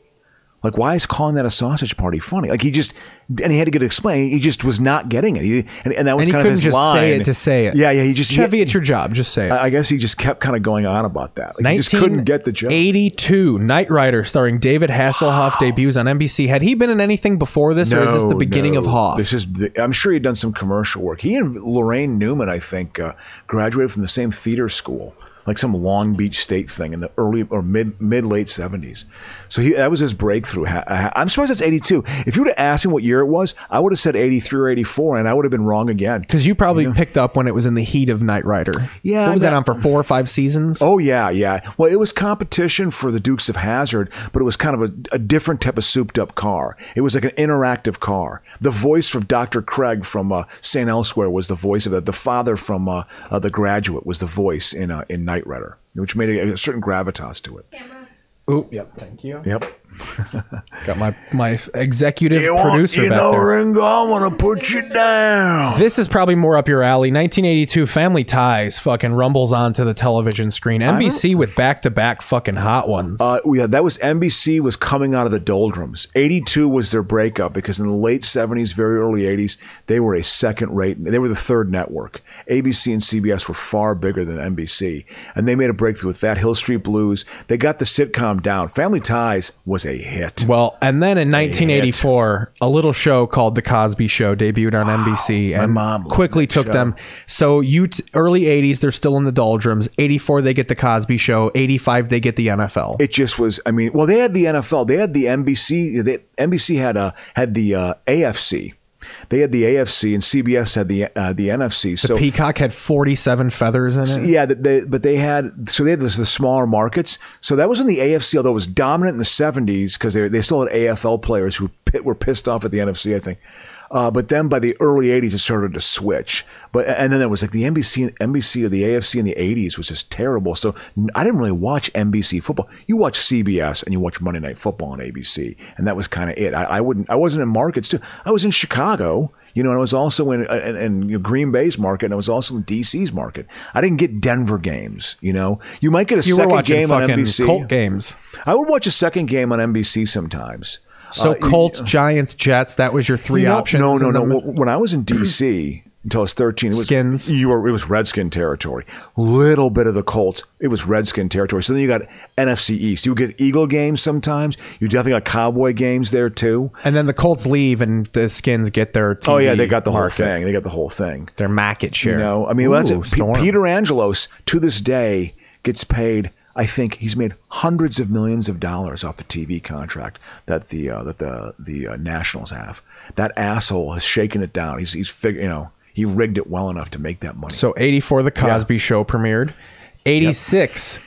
Speaker 8: Like, why is calling that a sausage party funny? Like, he just and he had to get explained. He just was not getting it. He, and, and that was
Speaker 7: And he
Speaker 8: kind of
Speaker 7: couldn't
Speaker 8: his
Speaker 7: just
Speaker 8: line.
Speaker 7: say it to say it.
Speaker 8: Yeah, yeah. He just
Speaker 7: Chevy,
Speaker 8: He,
Speaker 7: it's your job. Just say it.
Speaker 8: I I guess he just kept kind of going on about that. Like, he just couldn't get the joke.
Speaker 7: 82, Knight Rider, starring David Hasselhoff, debuts on NBC. Had he been in anything before this, or is this the
Speaker 8: No,
Speaker 7: beginning
Speaker 8: no.
Speaker 7: of Hoff?
Speaker 8: This is. I'm sure he'd done some commercial work. He and Lorraine Newman, I think, uh, graduated from the same theater school, like some Long Beach State thing in the early or mid mid late seventies. So he, that was his breakthrough. Ha- ha- I'm surprised that's 82. If you would have asked me what year it was, I would have said 83 or 84, and I would have been wrong again.
Speaker 7: Because you probably picked up when it was in the heat of Knight Rider.
Speaker 8: Yeah,
Speaker 7: What
Speaker 8: I
Speaker 7: was
Speaker 8: mean-
Speaker 7: that on for four or five seasons?
Speaker 8: Oh yeah, yeah. Well, it was competition for the Dukes of Hazard, but it was kind of a, a different type of souped-up car. It was like an interactive car. The voice of Dr. Craig from uh, St. Elsewhere was the voice of that. The father from uh, uh, The Graduate was the voice in uh, in Knight Rider, which made a, a certain gravitas to it.
Speaker 7: Oop. Yep. Thank you.
Speaker 8: Yep.
Speaker 7: Got my my executive
Speaker 8: You want-
Speaker 7: producer
Speaker 8: you
Speaker 7: back
Speaker 8: know,
Speaker 7: there.
Speaker 8: Ringo, I want to put you down.
Speaker 7: This is probably more up your alley. 1982 Family Ties fucking rumbles onto the television screen.
Speaker 8: don't-
Speaker 7: NBC with back to back fucking hot ones.
Speaker 8: Uh, yeah, that was NBC was coming out of the doldrums. Eighty two was their breakup because in the late seventies, very early eighties, they were a second rate. They were the third network. ABC and CBS were far bigger than NBC, and they made a breakthrough with that Hill Street Blues. They got the sitcom down. Family Ties was a hit.
Speaker 7: well, and then in 1984, a little show called The Cosby Show debuted on NBC and
Speaker 8: mom loved
Speaker 7: quickly
Speaker 8: that
Speaker 7: took
Speaker 8: show.
Speaker 7: them. So you t- early 80s, they're still in the doldrums. 84, they get The Cosby Show. 85, they get the NFL.
Speaker 8: It just was. I mean, well, they had the NFL, they had the NBC, they, NBC had uh, had the uh, AFC, they had the AFC, and CBS had the uh, the NFC.
Speaker 7: The
Speaker 8: so
Speaker 7: peacock had 47 feathers in it.
Speaker 8: So, yeah, th- they, but they had so they had this, the smaller markets. So that was in the AFC, although it was dominant in the seventies because they they still had AFL players who pit, were pissed off at the NFC, I think. Uh, but then by the early '80s, it started to switch. But and then it was like the NBC, and NBC or the AFC in the '80s was just terrible. So n- I didn't really watch NBC football. You watch CBS and you watch Monday Night Football on ABC, and that was kind of it. I, I wouldn't. I wasn't in markets too. I was in Chicago. You know, and I was also in, uh, in, in you know, Green Bay's market, and I was also in DC's market. I didn't get Denver games. You know, you might get a
Speaker 7: You were
Speaker 8: second
Speaker 7: watching
Speaker 8: game on
Speaker 7: fucking
Speaker 8: NBC.
Speaker 7: Colt games.
Speaker 8: I would watch a second game on NBC sometimes.
Speaker 7: So
Speaker 8: Uh,
Speaker 7: Colts, Giants, Jets, that was your three
Speaker 8: no,
Speaker 7: options.
Speaker 8: No, no,
Speaker 7: in
Speaker 8: no.
Speaker 7: the mi-
Speaker 8: Wh- When I was in DC until I was thirteen, it was skins. You were it was Redskin territory. Little bit of the Colts, it was Redskin territory. So then you got NFC East. You get Eagle games sometimes. You definitely got Cowboy games there too.
Speaker 7: And then the Colts leave and the Skins get their TV
Speaker 8: oh yeah, they got the whole
Speaker 7: market,
Speaker 8: thing. They got the whole thing.
Speaker 7: Their market share.
Speaker 8: You know, I mean, well, that's
Speaker 7: Ooh,
Speaker 8: it. P-
Speaker 7: Storm.
Speaker 8: Peter Angelos to this day gets paid. I think he's made hundreds of millions of dollars off the TV contract that the uh, that the the uh, Nationals have. That asshole has shaken it down. He's he's fig- you know he rigged it well enough to make that money.
Speaker 7: So 84, The Cosby Show premiered. 86,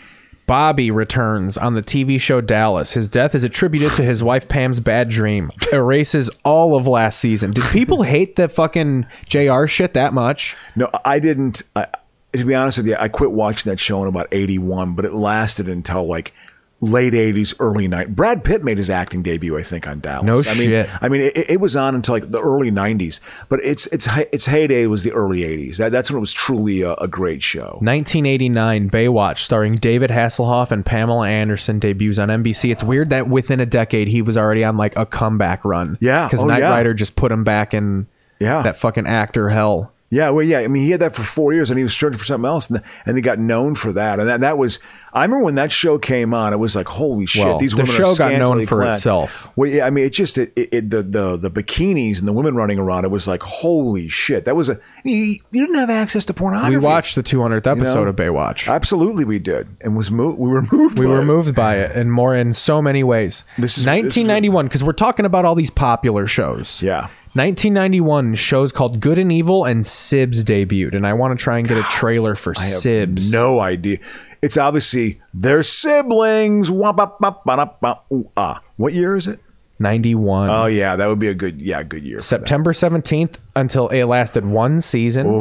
Speaker 7: Bobby returns on the TV show Dallas. His death is attributed to his wife Pam's bad dream. Erases all of last season. Did people hate the fucking JR shit that much?
Speaker 8: No, I didn't. I, to be honest with you, I quit watching that show in about '81, but it lasted until like late '80s, early '90s. Brad Pitt made his acting debut, I think, on Dallas.
Speaker 7: No
Speaker 8: I Mean,
Speaker 7: shit.
Speaker 8: I mean, it, it was on until like the early '90s, but its its hi- its heyday was the early '80s. That, that's when it was truly a, a great show.
Speaker 7: 1989 Baywatch starring David Hasselhoff and Pamela Anderson debuts on NBC. It's weird that within a decade he was already on like a comeback run.
Speaker 8: Yeah.
Speaker 7: Because
Speaker 8: Oh,
Speaker 7: Knight
Speaker 8: yeah.
Speaker 7: Rider just put him back in
Speaker 8: yeah.
Speaker 7: that fucking actor hell.
Speaker 8: Yeah, well, yeah. I mean, he had that for four years, and he was searching for something else, and, and he got known for that. And that, that was, I remember when that show came on, it was like, holy shit,
Speaker 7: Well,
Speaker 8: these
Speaker 7: the
Speaker 8: women
Speaker 7: show
Speaker 8: are
Speaker 7: got known
Speaker 8: scantily
Speaker 7: for
Speaker 8: clad.
Speaker 7: itself.
Speaker 8: Well, yeah, I mean, it just it, it, it the the the bikinis and the women running around. It was like, holy shit, that was a you, you didn't have access to pornography.
Speaker 7: We watched the 200th
Speaker 8: you know?
Speaker 7: episode of Baywatch.
Speaker 8: Absolutely, we did, and was mo- we were moved.
Speaker 7: We
Speaker 8: by
Speaker 7: were
Speaker 8: it.
Speaker 7: moved by it and more in so many ways. This is 1991 because we're talking about all these popular shows.
Speaker 8: Yeah.
Speaker 7: 1991 shows called Good and Evil and Sibs debuted and I want to try and get a trailer for
Speaker 8: I have
Speaker 7: Sibs.
Speaker 8: No idea. It's obviously their siblings. Wah, bah, bah, bah, da, bah, ooh, ah. What year is it?
Speaker 7: 91.
Speaker 8: Oh yeah, that would be a good yeah good year. for that.
Speaker 7: September 17th until it lasted one season.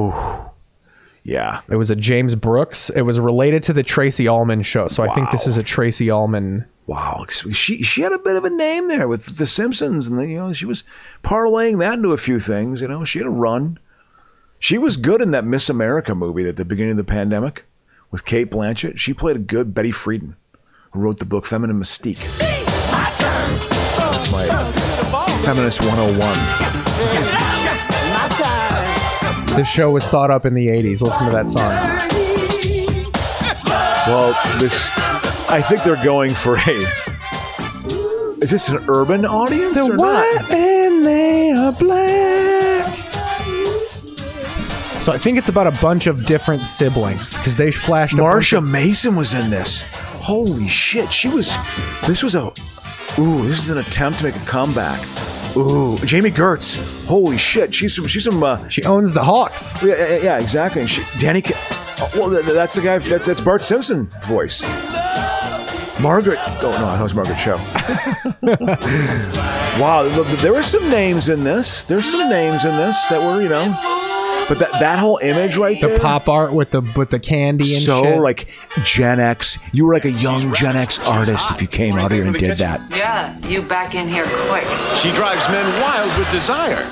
Speaker 8: Yeah.
Speaker 7: It was a James Brooks. It was related to the Tracy Allman show. So I think this is a Tracy Allman.
Speaker 8: Wow. She she had a bit of a name there with The Simpsons, and then, you know she was parlaying that into a few things. You know she had a run. She was good in that Miss America movie at the beginning of the pandemic with Kate Blanchett. She played a good Betty Friedan, who wrote the book Feminine Mystique. That's my feminist 101.
Speaker 7: This show was thought up in the 80s. Listen to that song.
Speaker 8: Well, this I think they're going for a. Is this an urban audience
Speaker 6: They're
Speaker 8: or
Speaker 6: white
Speaker 8: not? And they are black.
Speaker 7: So I think it's about a bunch of different siblings because they flashed.
Speaker 8: Marsha Mason was in this. Holy shit, she was. This was a. Ooh, this is an attempt to make a comeback. Ooh, Jamie Gertz. Holy shit, she's from. She's from. Uh,
Speaker 7: she owns the Hawks.
Speaker 8: Yeah, yeah, yeah, exactly. And she, Danny. Ca- oh, well, th- that's the guy. That's that's Bart Simpson voice. Margaret. Oh no, that was Margaret Show. wow, look, there were some names in this. There's some names in this that were you know. But that, that whole image right
Speaker 7: The
Speaker 8: there.
Speaker 7: pop art with the with the candy and
Speaker 8: so
Speaker 7: shit.
Speaker 8: like Gen X. You were like a young Gen X artist if you came out here and did that.
Speaker 21: Yeah, you back in here quick.
Speaker 22: She drives men wild with desire.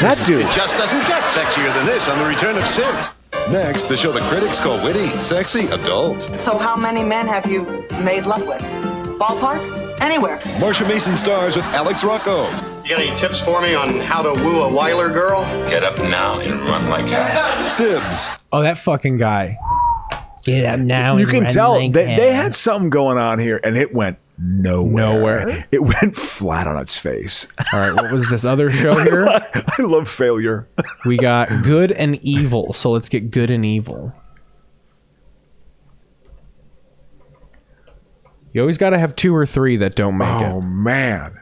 Speaker 8: That dude.
Speaker 22: It just doesn't get sexier than this on The Return of Sims. Next, the show the critics call witty, sexy, adult.
Speaker 21: So how many men have you made love with? Ballpark? Anywhere.
Speaker 22: Marsha Mason stars with Alex Rocco.
Speaker 23: You got any tips for me on how to woo a Weiler girl? Get up now and run like hell.
Speaker 22: Sibs.
Speaker 7: Oh, that fucking guy. Get up now.
Speaker 8: You
Speaker 7: and
Speaker 8: can
Speaker 7: run
Speaker 8: tell
Speaker 7: like
Speaker 8: they, they
Speaker 7: hell.
Speaker 8: had something going on here, and it went nowhere.
Speaker 7: Nowhere.
Speaker 8: It went flat on its face.
Speaker 7: All right, what was this other show here?
Speaker 8: I love failure.
Speaker 7: we got good and evil. So let's get good and evil. You always got to have two or three that don't make it. Oh
Speaker 8: man,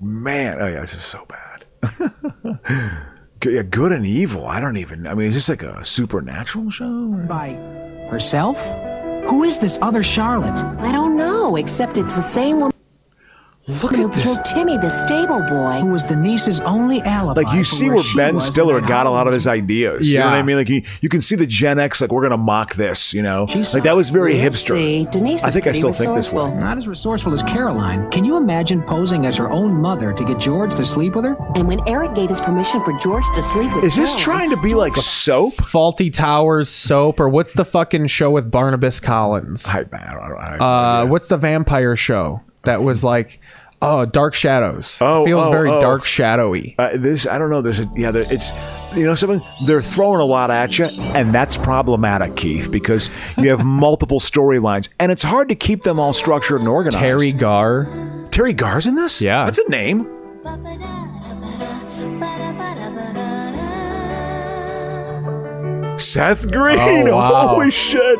Speaker 8: man. Oh yeah, this is so bad. Good, yeah, good and evil. I don't even. I mean, is this like a supernatural show?
Speaker 24: By herself? Who is this other Charlotte?
Speaker 25: I don't know, except it's the same woman.
Speaker 8: Look
Speaker 25: who killed Timmy, the stable boy.
Speaker 24: Who was Denise's only alibi?
Speaker 8: Like you
Speaker 24: for
Speaker 8: see where
Speaker 24: she
Speaker 8: Ben
Speaker 24: was
Speaker 8: Stiller
Speaker 24: and
Speaker 8: got a lot of his ideas. You know what
Speaker 24: Yeah.
Speaker 8: I mean? Like you, you can see the Gen X. Like we're gonna mock this. You know, like that was very hipster. I think I still think this way.
Speaker 24: Not as resourceful as Caroline. Can you imagine posing as her own mother to get George to sleep with her?
Speaker 25: And when Eric gave his permission for George to sleep with Carol,
Speaker 8: to be like soap?
Speaker 7: Faulty Towers soap, or what's the fucking show with Barnabas Collins?
Speaker 8: I, I don't, I
Speaker 7: uh, what's the vampire show that was like, oh, Dark Shadows?
Speaker 8: Oh,
Speaker 7: feels
Speaker 8: oh,
Speaker 7: very
Speaker 8: oh.
Speaker 7: dark, shadowy.
Speaker 8: Uh, this I don't know. There's a yeah. There, it's you know something. They're throwing a lot at you, and that's problematic, Keith, because you have multiple storylines, and it's hard to keep them all structured and organized. Terry Oh,
Speaker 7: Gar.
Speaker 8: Terry Gar's in this. Yeah, that's a name. Seth Green.
Speaker 7: Oh, wow.
Speaker 8: Holy shit!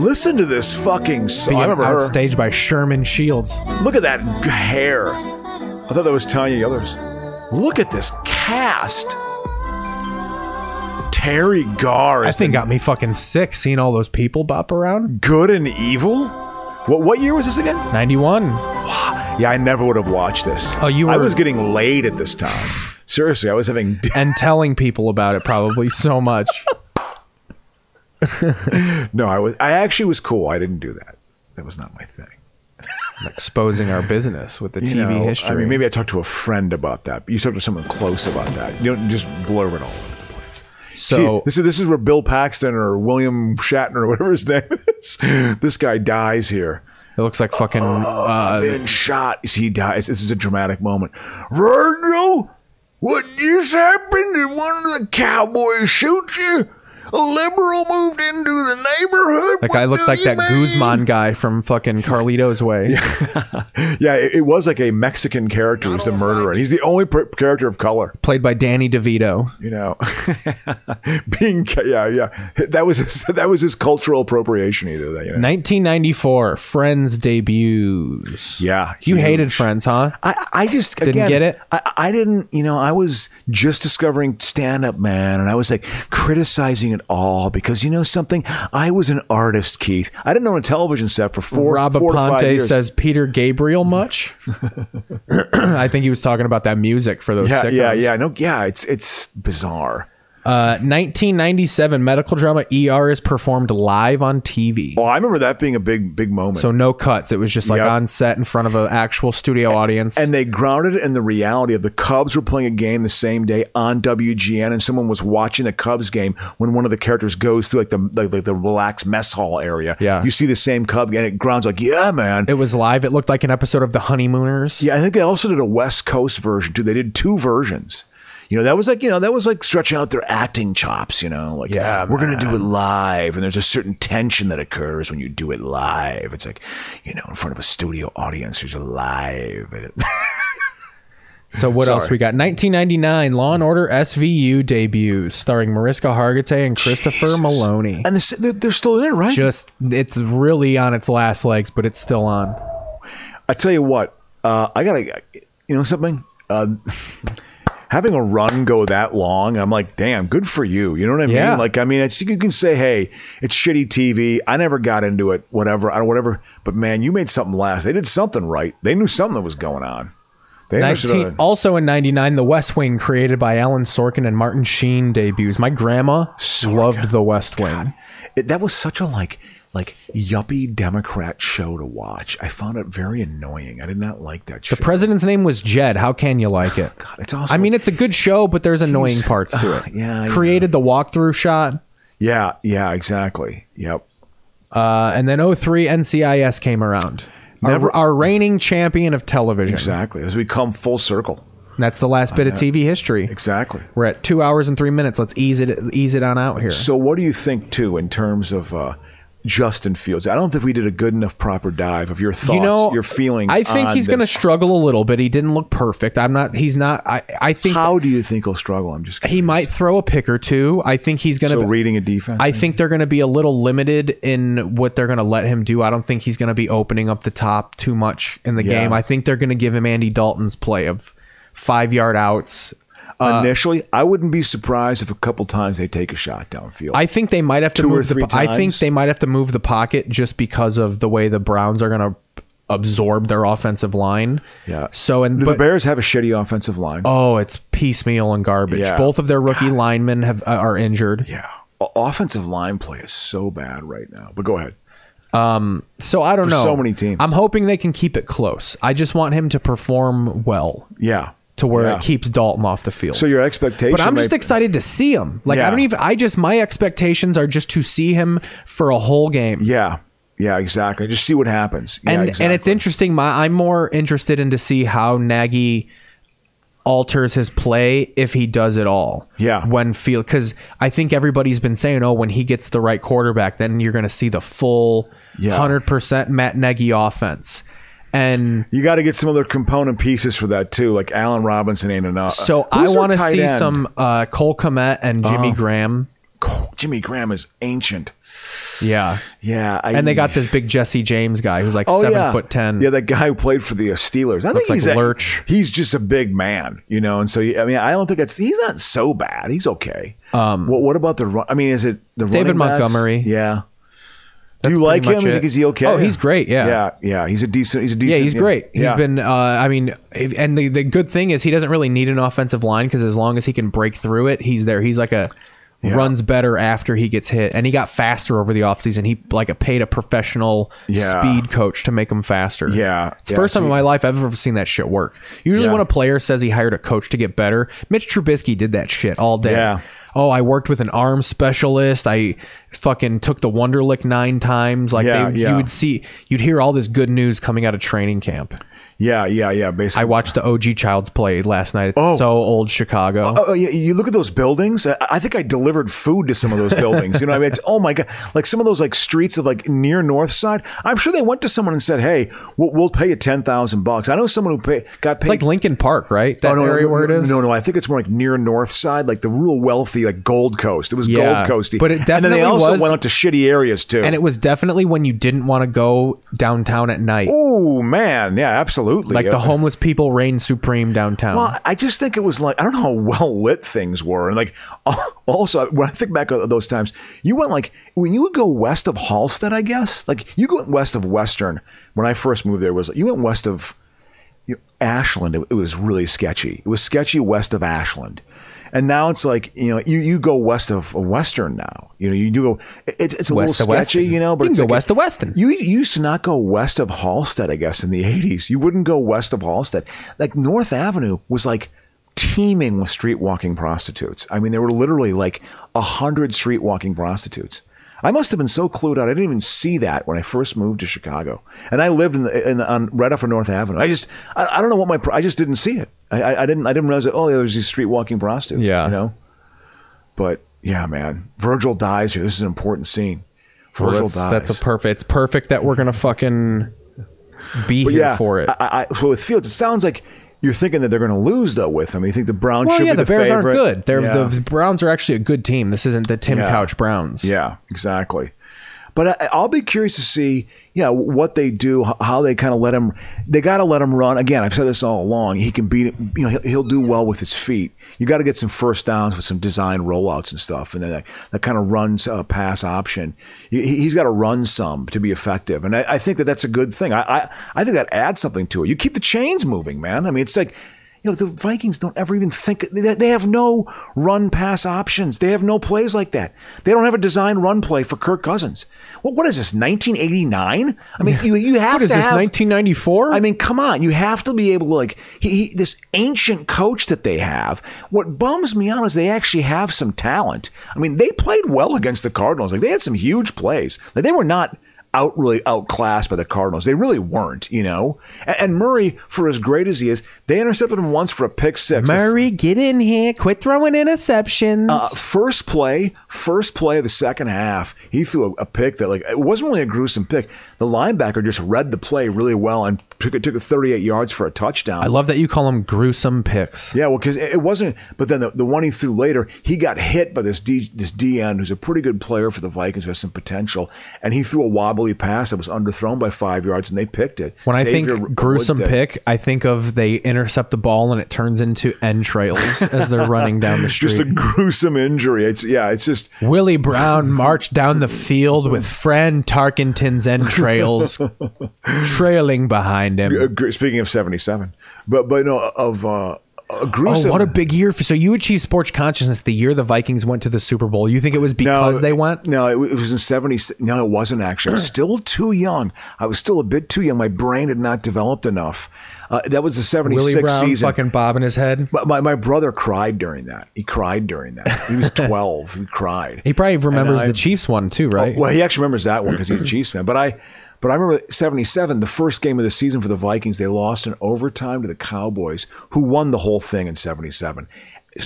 Speaker 8: Listen to this fucking song.
Speaker 7: being
Speaker 8: I remember her.
Speaker 7: outstaged by Sherman Shields.
Speaker 8: Look at that hair. I thought that was Tanya Yellers. Look at this cast. Terry Gar.
Speaker 7: That thing got me fucking sick seeing all those people bop around.
Speaker 8: Good and evil. What what year was this again?
Speaker 7: Ninety one.
Speaker 8: Yeah, I never would have watched this.
Speaker 7: Oh, you
Speaker 8: I
Speaker 7: were-
Speaker 8: was getting laid at this time. Seriously, I was having.
Speaker 7: and telling people about it probably so much.
Speaker 8: no, I was. I actually was cool. I didn't do that. That was not my thing.
Speaker 7: Exposing our business with the
Speaker 8: You
Speaker 7: TV
Speaker 8: know,
Speaker 7: history.
Speaker 8: I mean, maybe I talked to a friend about that. But you talked to someone close about that. You don't just blur it all.
Speaker 7: So-
Speaker 8: See, this is this is where Bill Paxton or William Shatner or whatever his name is. This guy dies here.
Speaker 7: It looks like fucking.
Speaker 8: Oh,
Speaker 7: uh,
Speaker 8: been shot. He dies. This is a dramatic moment. Virgil, what just happened? Did one of the cowboys shoot you? A liberal moved into the neighborhood.
Speaker 7: That guy looked like that Guzman guy from fucking Carlito's Way.
Speaker 8: Yeah, it, it was like a Mexican character who's the murderer, and he's the only per- character of color.
Speaker 7: Played by Danny DeVito.
Speaker 8: You know, being ca- yeah, yeah. That was his, that was his cultural appropriation. He did that. You know?
Speaker 7: 1994, Friends debuts.
Speaker 8: Yeah.
Speaker 7: You hated Friends, huh?
Speaker 8: I, I just
Speaker 7: Didn't
Speaker 8: again,
Speaker 7: get it?
Speaker 8: I, I didn't. You know, I was just discovering stand up, man, and I was like criticizing it all because you know something. I was an artist, Keith. I didn't own a television set for four. four to five
Speaker 7: Rabaponte
Speaker 8: years.
Speaker 7: says Peter Gabriel much. I think he was talking about that music for those
Speaker 8: yeah,
Speaker 7: sitcoms.
Speaker 8: yeah, yeah. No, yeah. It's it's bizarre.
Speaker 7: Uh, 1997 medical drama ER is performed live on TV.
Speaker 8: Oh, I remember that being a big, big moment.
Speaker 7: So no cuts. It was just like
Speaker 8: Yep.
Speaker 7: on set in front of an actual studio audience.
Speaker 8: And they grounded it in the reality of the Cubs were playing a game the same day on WGN, and someone was watching the Cubs game when one of the characters goes through like the like, like the relaxed mess hall area.
Speaker 7: Yeah.
Speaker 8: you see the same Cub, and it grounds like yeah, man.
Speaker 7: It was live. It looked like an episode of The Honeymooners.
Speaker 8: Yeah, I think they also did a West Coast version too. They did two versions. You know, that was like, you know, that was like stretching out their acting chops, you know, like, yeah, we're going to do it live. And there's a certain tension that occurs when you do it live. It's like, you know, in front of a studio audience who's live. And it-
Speaker 7: So what else
Speaker 8: Sorry.
Speaker 7: we got? 1999 Law and Order SVU debuts, starring Mariska Hargitay and Christopher Maloney.
Speaker 8: And this, they're, they're still in it, right?
Speaker 7: Just it's really on its last legs, but it's still on.
Speaker 8: I tell you what, uh, I gotta, you know something. Uh, having a run go that long, I'm like, damn, good for you. You know what I mean?
Speaker 7: Yeah.
Speaker 8: Like, I mean, it's you can say, hey, it's shitty TV. I never got into it. Whatever, I don't whatever. But man, you made something last. They did something right. They knew something that was going on. They
Speaker 7: 19,
Speaker 8: understood.
Speaker 7: also in 99 The West Wing created by Alan Sorkin and Martin Sheen debuts. My grandma loved The West Wing.
Speaker 8: It, that was such a like. Like yuppie Democrat show to watch. I found it very annoying. I did not like that show.
Speaker 7: The president's name was Jed. How can you like it?
Speaker 8: it's also-
Speaker 7: I mean, it's a good show, but there's annoying
Speaker 8: He's-
Speaker 7: parts to it.
Speaker 8: Yeah, I
Speaker 7: created the walkthrough shot,
Speaker 8: Yeah, yeah, exactly. Yep.
Speaker 7: uh, and then 03 NCIS came around.
Speaker 8: Never-
Speaker 7: our, our reigning champion of television.
Speaker 8: Exactly. As we come full circle.
Speaker 7: That's the last bit of
Speaker 8: know.
Speaker 7: TV history.
Speaker 8: Exactly.
Speaker 7: We're at two hours and three minutes. Let's ease it ease it on out here.
Speaker 8: So, what do you think too in terms of uh, Justin Fields? I don't think we did a good enough proper dive of your thoughts,
Speaker 7: you know
Speaker 8: your feelings.
Speaker 7: I think
Speaker 8: on
Speaker 7: he's going to
Speaker 8: this.
Speaker 7: struggle a little bit. He didn't look perfect. I'm not. He's not. I. I think
Speaker 8: How do you think he'll struggle? I'm just.
Speaker 7: he might throw a pick or two. I think he's going
Speaker 8: So
Speaker 7: to.
Speaker 8: reading a defense.
Speaker 7: I think they're going to be a little limited in what they're going to let him do. I don't think he's going to be opening up the top too much in the
Speaker 8: Yeah.
Speaker 7: game. I think they're going to give him Andy Dalton's play of five yard outs. uh,
Speaker 8: initially, I wouldn't be surprised if a couple times they take a shot downfield.
Speaker 7: I think they might have to
Speaker 8: Two or
Speaker 7: move the.
Speaker 8: three
Speaker 7: po- I think
Speaker 8: times.
Speaker 7: they might have to move the pocket just because of the way the Browns are going to absorb their offensive line.
Speaker 8: yeah.
Speaker 7: So and
Speaker 8: Do
Speaker 7: but
Speaker 8: the Bears have a shitty offensive line?
Speaker 7: oh, it's piecemeal and garbage.
Speaker 8: Yeah.
Speaker 7: Both of their rookie linemen have uh, are injured.
Speaker 8: Yeah. O- offensive line play is so bad right now. But go ahead.
Speaker 7: Um, so I don't
Speaker 8: For
Speaker 7: know.
Speaker 8: so many teams.
Speaker 7: I'm hoping they can keep it close. I just want him to perform well
Speaker 8: Yeah.
Speaker 7: to where
Speaker 8: Yeah.
Speaker 7: it keeps Dalton off the field.
Speaker 8: So your expectation.
Speaker 7: but I'm just
Speaker 8: may-
Speaker 7: excited to see him. Like
Speaker 8: Yeah.
Speaker 7: I don't even. I just my expectations are just to see him for a whole game.
Speaker 8: yeah. Yeah. Exactly. Just see what happens. Yeah,
Speaker 7: and
Speaker 8: exactly.
Speaker 7: and it's interesting. My I'm more interested in to see how Nagy alters his play if he does it all.
Speaker 8: Yeah.
Speaker 7: When field because I think everybody's been saying, oh, when he gets the right quarterback, then you're going to see the full
Speaker 8: Yeah.
Speaker 7: hundred percent Matt Nagy offense. And
Speaker 8: You got to get some other component pieces for that too. Like Allen Robinson ain't enough.
Speaker 7: so
Speaker 8: Uh, Who's
Speaker 7: I
Speaker 8: their
Speaker 7: want to
Speaker 8: tight
Speaker 7: see
Speaker 8: end?
Speaker 7: some uh, Cole Komet and Jimmy
Speaker 8: Uh-huh.
Speaker 7: Graham.
Speaker 8: Oh, Jimmy Graham is ancient.
Speaker 7: Yeah.
Speaker 8: Yeah, I,
Speaker 7: and they got this big Jesse James guy who's like
Speaker 8: Oh,
Speaker 7: seven
Speaker 8: yeah.
Speaker 7: foot ten.
Speaker 8: Yeah, that guy who played for the uh, Steelers. I
Speaker 7: Looks
Speaker 8: think
Speaker 7: like
Speaker 8: he's a-
Speaker 7: Lurch.
Speaker 8: he's just a big man, you know. And so I mean, I don't think it's he's not so bad. He's okay. Um, what, what about the run? I mean, is it the
Speaker 7: David
Speaker 8: running backs?
Speaker 7: Montgomery.
Speaker 8: Yeah. Do
Speaker 7: That's
Speaker 8: you like
Speaker 7: pretty much
Speaker 8: him? You
Speaker 7: it.
Speaker 8: think is he okay?
Speaker 7: Oh, he's great, yeah.
Speaker 8: yeah, yeah. He's a decent. He's a decent.
Speaker 7: yeah, he's great. He's
Speaker 8: yeah.
Speaker 7: been. Uh, I mean, if- and the, the good thing is he doesn't really need an offensive line because as long as he can break through it, he's there. He's like a runs better after he gets hit, and he got faster over the offseason. He like a paid a professional
Speaker 8: Yeah.
Speaker 7: speed coach to make him faster.
Speaker 8: Yeah,
Speaker 7: it's the
Speaker 8: yeah,
Speaker 7: first time
Speaker 8: so
Speaker 7: in my life I've ever seen that shit work. Usually,
Speaker 8: Yeah.
Speaker 7: when a player says he hired a coach to get better, Mitch Trubisky did that shit all day.
Speaker 8: Yeah.
Speaker 7: Oh, I worked with an arm specialist. I fucking took the Wonderlick nine times. Like
Speaker 8: Yeah,
Speaker 7: they,
Speaker 8: yeah.
Speaker 7: you would see, you'd hear all this good news coming out of training camp.
Speaker 8: Yeah, yeah, yeah. Basically,
Speaker 7: I watched the OG Child's Play last night. It's
Speaker 8: Oh.
Speaker 7: so old Chicago.
Speaker 8: Oh, oh, yeah, you look at those buildings. I, I think I delivered food to some of those buildings. You know, what I mean, it's oh my god, like some of those like streets of like near North Side. I'm sure they went to someone and said, "Hey, we'll, we'll pay you ten thousand bucks." I know someone who pay, got paid.
Speaker 7: it's like Lincoln Park, right? That
Speaker 8: Oh, no,
Speaker 7: area
Speaker 8: no,
Speaker 7: where it
Speaker 8: no,
Speaker 7: is.
Speaker 8: No, no, I think it's more like near North Side, like the real wealthy, like Gold Coast. It was
Speaker 7: Yeah,
Speaker 8: Gold Coasty,
Speaker 7: but it
Speaker 8: and then they
Speaker 7: definitely
Speaker 8: also
Speaker 7: was-
Speaker 8: went out to shitty areas too.
Speaker 7: And it was definitely when you didn't want to go downtown at night.
Speaker 8: oh man, yeah, absolutely.
Speaker 7: like
Speaker 8: Yeah.
Speaker 7: the homeless people reign supreme downtown.
Speaker 8: Well, I just think it was like I don't know how well lit things were, and like al- also when I think back of those times, you went like when you would go west of Halstead, I guess. Like you went west of Western when I first moved there was you went west of you know, Ashland. It, it was really sketchy. It was sketchy west of Ashland, And now it's like you know you, you go west of of Western now. You know you do go. It, it's a
Speaker 7: West of
Speaker 8: little sketchy,
Speaker 7: Western.
Speaker 8: you know. But
Speaker 7: You can
Speaker 8: it's
Speaker 7: go
Speaker 8: like
Speaker 7: west of Weston.
Speaker 8: You, you used to not go west of Halstead, I guess, in the eighties. You wouldn't go west of Halstead. Like North Avenue was like teeming with streetwalking prostitutes. I mean, there were literally like a hundred streetwalking prostitutes. I must have been so clued out. I didn't even see that when I first moved to Chicago, and I lived in the, in the on right off of North Avenue. I just I, I don't know what my pro- I just didn't see it. I, I, I didn't I didn't realize that, oh yeah, there's these street walking prostitutes. Yeah, you know. But yeah, man, Virgil dies here. This is an important scene. Virgil
Speaker 7: Well, that's,
Speaker 8: dies.
Speaker 7: that's a perfect. It's perfect that we're gonna fucking be
Speaker 8: But
Speaker 7: here
Speaker 8: yeah,
Speaker 7: for it.
Speaker 8: I, I, so with Fields, it sounds like you're thinking that they're going to lose though with him. You think the Browns
Speaker 7: well,
Speaker 8: should
Speaker 7: yeah,
Speaker 8: be
Speaker 7: the,
Speaker 8: the,
Speaker 7: Bears
Speaker 8: favorite.
Speaker 7: aren't good. They're,
Speaker 8: yeah.
Speaker 7: The Browns are actually a good team. This isn't the Tim
Speaker 8: Yeah.
Speaker 7: Couch Browns.
Speaker 8: Yeah, exactly. But I, I'll be curious to see, yeah, what they do, h- how they kind of let him. They got to let him run again. I've said this all along. He can beat, you know, he'll, he'll do well with his feet. You got to get some first downs with some design rollouts and stuff, and then that, that kind of runs uh, pass option. He, he- he's got to run some to be effective, and I, I think that that's a good thing. I, I I think that adds something to it. You keep the chains moving, man. I mean, it's like you know, the Vikings don't ever even think they they have no run pass options. They have no plays like that. They don't have a design run play for Kirk Cousins. Well, what is this? 1989? I mean, you you have
Speaker 7: What is
Speaker 8: to
Speaker 7: this,
Speaker 8: have
Speaker 7: 1994?
Speaker 8: I mean, come on, you have to be able to like he, he, this ancient coach that they have. What bums me out is they actually have some talent. I mean, they played well against the Cardinals. Like they had some huge plays. Like they were not out really outclassed by the Cardinals. They really weren't, you know. And, and Murray, for as great as he is, they intercepted him once for a pick six. The
Speaker 7: Murray, get in here. Quit throwing interceptions.
Speaker 8: uh, first play, first play of the second half, he threw a, a pick that like it wasn't really a gruesome pick. The linebacker just read the play really well and took it took it 38 yards for a touchdown.
Speaker 7: I love that you call them gruesome picks.
Speaker 8: Yeah, well, because it it wasn't. But then the, the one he threw later, he got hit by this D, this DN, who's a pretty good player for the Vikings, who has some potential, and he threw a wobbly pass that was underthrown by five yards, and they picked it.
Speaker 7: When I
Speaker 8: Xavier
Speaker 7: think
Speaker 8: Woods
Speaker 7: gruesome
Speaker 8: did.
Speaker 7: pick, I think of they intercept the ball and it turns into entrails as they're running down the street.
Speaker 8: just a gruesome injury. It's yeah, it's just
Speaker 7: Willie Brown marched down the field with Fran Tarkenton's entrails trailing behind
Speaker 8: uh,
Speaker 7: him.
Speaker 8: gr- speaking of seventy seven, but but no of uh, a gruesome.
Speaker 7: Oh, what a big year! For, so you achieved sports consciousness the year the Vikings went to the Super Bowl. You think it was because they went?
Speaker 8: No, it, it was in 70. No, it wasn't actually. I was still too young. I was still a bit too young. My brain had not developed enough. Uh, that was the 76
Speaker 7: Willie Brown
Speaker 8: season.
Speaker 7: fucking bobbing his head.
Speaker 8: My, my, my brother cried during that. He cried during that. He was 12. he cried.
Speaker 7: He probably remembers
Speaker 8: I-
Speaker 7: the Chiefs one too, right?
Speaker 8: Oh, Well, he actually remembers that one because he's a Chiefs fan. But I, but I remember '77, the first game of the season for the Vikings. They lost in overtime to the Cowboys, who won the whole thing in '77,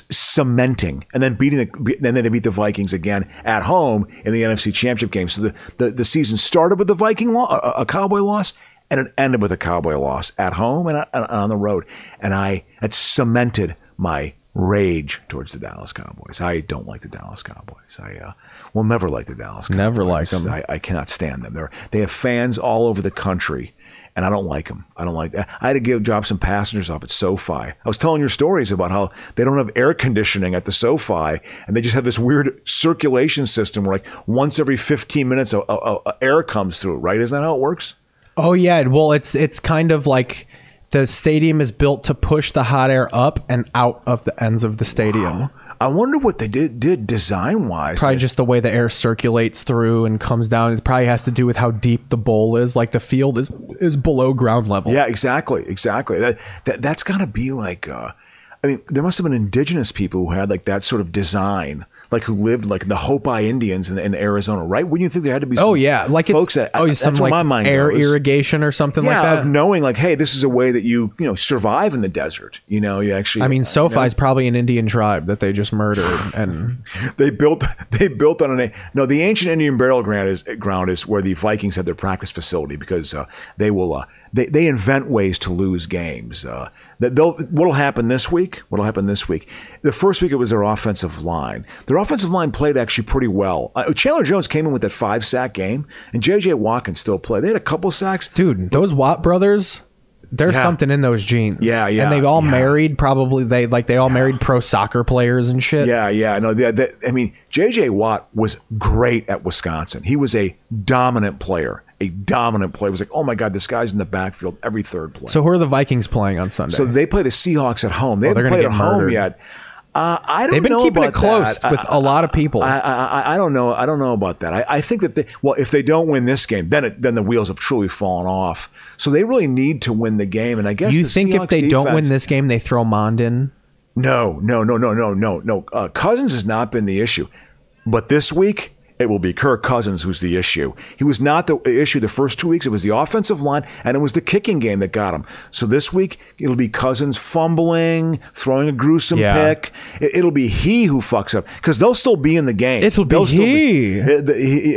Speaker 8: cementing and then beating the, be- and then they beat the Vikings again at home in the NFC Championship game. So the the, the season started with the Viking lo- a, a Cowboy loss. And it ended with a Cowboy loss at home and on- and on the road. And I, it cemented my rage towards the Dallas Cowboys. I don't like the Dallas Cowboys. I uh, will never like the Dallas Cowboys.
Speaker 7: Never liked them.
Speaker 8: I, I cannot stand them. They're, they have fans all over the country, and I don't like them. I don't like that. I had to give drop some passengers off at SoFi. I was telling your stories about how they don't have air conditioning at the SoFi, and they just have this weird circulation system where, like, once every 15 minutes, a, a, a air comes through, right? Isn't that how it works?
Speaker 7: Oh yeah, well it's it's kind of like the stadium is built to push the hot air up and out of the ends of the stadium.
Speaker 8: I wonder what they did, did design wise.
Speaker 7: Probably just the way the air circulates through and comes down. It probably has to do with how deep the bowl is. Like the field is is below ground level.
Speaker 8: Yeah, exactly, exactly. That, that that's got to be like, uh, I mean, there must have been indigenous people who had like that sort of design, like who lived like the Hopi Indians in, in Arizona, right? Wouldn't you think there had to be? Some
Speaker 7: Oh yeah, like
Speaker 8: folks
Speaker 7: it's,
Speaker 8: that uh,
Speaker 7: oh,
Speaker 8: that's
Speaker 7: some
Speaker 8: where
Speaker 7: like
Speaker 8: my mind
Speaker 7: air
Speaker 8: goes.
Speaker 7: irrigation or something
Speaker 8: yeah,
Speaker 7: like
Speaker 8: of
Speaker 7: that.
Speaker 8: knowing like, hey, this is a way that you you know survive in the desert. You know, you actually.
Speaker 7: I mean,
Speaker 8: you
Speaker 7: SoFi
Speaker 8: know?
Speaker 7: is probably an Indian tribe that they just murdered, and
Speaker 8: they built they built on an no the ancient Indian burial ground is ground is where the Vikings had their practice facility because uh, they will uh, they they invent ways to lose games. Uh, that they'll what'll happen this week? What'll happen this week? The first week it was their offensive line. Their offensive line played actually pretty well. Uh, Chandler Jones came in with that five sack game, and J.J. Watkins still played. They had a couple sacks.
Speaker 7: dude, those Watt brothers, there's
Speaker 8: Yeah.
Speaker 7: something in those genes.
Speaker 8: Yeah, yeah,
Speaker 7: And they've all married probably they like they all married pro soccer players and shit.
Speaker 8: Yeah, yeah. No, that, that, I mean, J.J. Watt was great at Wisconsin. He was a dominant player, a dominant player. It was like, oh my God, this guy's in the backfield every third play.
Speaker 7: So who are the Vikings playing on Sunday?
Speaker 8: So they play the Seahawks at home. They
Speaker 7: Oh, they're
Speaker 8: haven't
Speaker 7: gonna
Speaker 8: played
Speaker 7: get
Speaker 8: at home
Speaker 7: murdered.
Speaker 8: yet. Uh, I don't
Speaker 7: They've been
Speaker 8: know
Speaker 7: keeping it
Speaker 8: about
Speaker 7: close
Speaker 8: that.
Speaker 7: with
Speaker 8: I-
Speaker 7: a lot of people.
Speaker 8: I, I, I- I don't know. I don't know about that. I, I think that they, well, if they don't win this game, then it, then the wheels have truly fallen off. So they really need to win the game. And I guess
Speaker 7: you
Speaker 8: the
Speaker 7: think
Speaker 8: Seahawks
Speaker 7: if they don't win
Speaker 8: defense-
Speaker 7: this game, they throw Mondin?
Speaker 8: no, no, no, no, no, no, no. Uh, Cousins has not been the issue, but this week it will be Kirk Cousins who's the issue. He was not the issue the first two weeks. It was the offensive line and it was the kicking game that got him. So this week it'll be Cousins fumbling, throwing a gruesome
Speaker 7: Yeah.
Speaker 8: pick. It, will be he who fucks up because they'll still be in the game. It'll be he.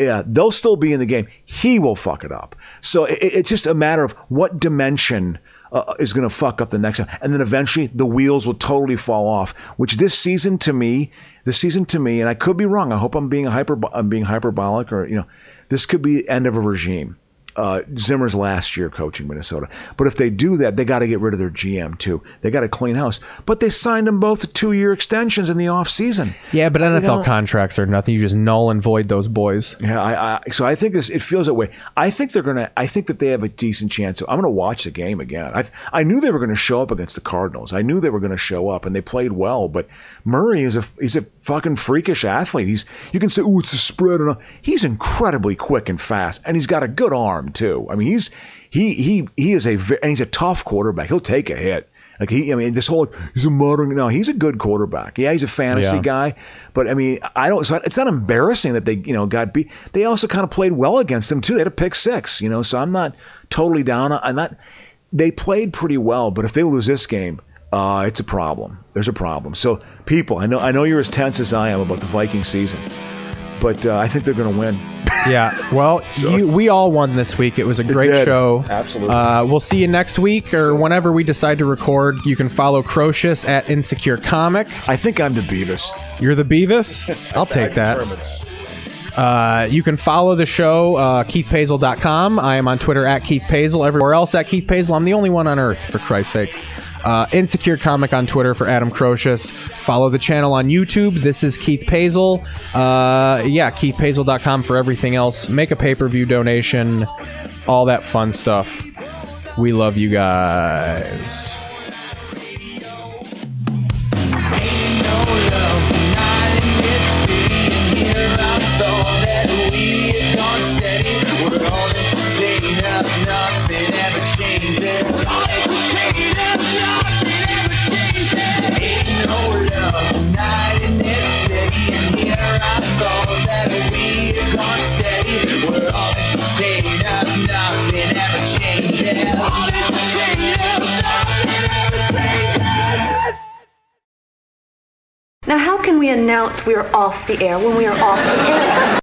Speaker 8: yeah, they'll still be in the game. He will fuck it up. So it, it- it's just a matter of what dimension uh, is going to fuck up the next time, and then eventually the wheels will totally fall off. Which this season to me, this season to me, and I could be wrong. I hope I'm being hyper, I'm being hyperbolic, or you know, this could be end of a regime. Uh, Zimmer's last year coaching Minnesota, but if they do that, they got to get rid of their GM too. They got to clean house. But they signed them both to two-year extensions in the offseason.
Speaker 7: Yeah, but NFL
Speaker 8: know-
Speaker 7: contracts are nothing. You just null and void those boys.
Speaker 8: Yeah, I, I so I think this it feels that way. I think they're gonna. I think that they have a decent chance. So I'm gonna watch the game again. I I knew they were gonna show up against the Cardinals. I knew they were gonna show up, and they played well. But Murray is a he's a fucking freakish athlete. He's you can say, oh, it's a spread, and all." he's incredibly quick and fast, and he's got a good arm too. I mean, he's he he he is a ve- and he's a tough quarterback. He'll take a hit. Like he, I mean, this whole he's a modern. No, he's a good quarterback. Yeah, he's a fantasy
Speaker 7: Yeah.
Speaker 8: guy guy. But I mean, I don't. So it's not embarrassing that they you know got beat. They also kind of played well against them too. They had a pick six, you know. So I'm not totally down. on- I'm not. They played pretty well, but if they lose this game, uh, it's a problem. There's a problem. So people, I know I know you're as tense as I am about the Viking season, but uh, I think they're going to win.
Speaker 7: Yeah. Well, you, we all won this week. It was a great
Speaker 8: did.
Speaker 7: show.
Speaker 8: Absolutely.
Speaker 7: Uh, we'll see you next week or whenever we decide to record. You can follow Crocious at Insecure Comic.
Speaker 8: I think I'm the Beavis.
Speaker 7: You're the Beavis? I'll take that. Uh, you can follow the show, uh, keithpazel.com. I am on Twitter at Keith Pazel. Everywhere else at Keith Pazel. I'm the only one on earth, for Christ's sakes. Uh, Insecure Comic on Twitter for Adam Crocious. Follow the channel on YouTube. This is Keith Pazel. Uh, yeah, keithpazel.com for everything else. Make a pay per view donation, all that fun stuff. We love you guys.
Speaker 1: Now, how can we announce we're off the air when we are off the air?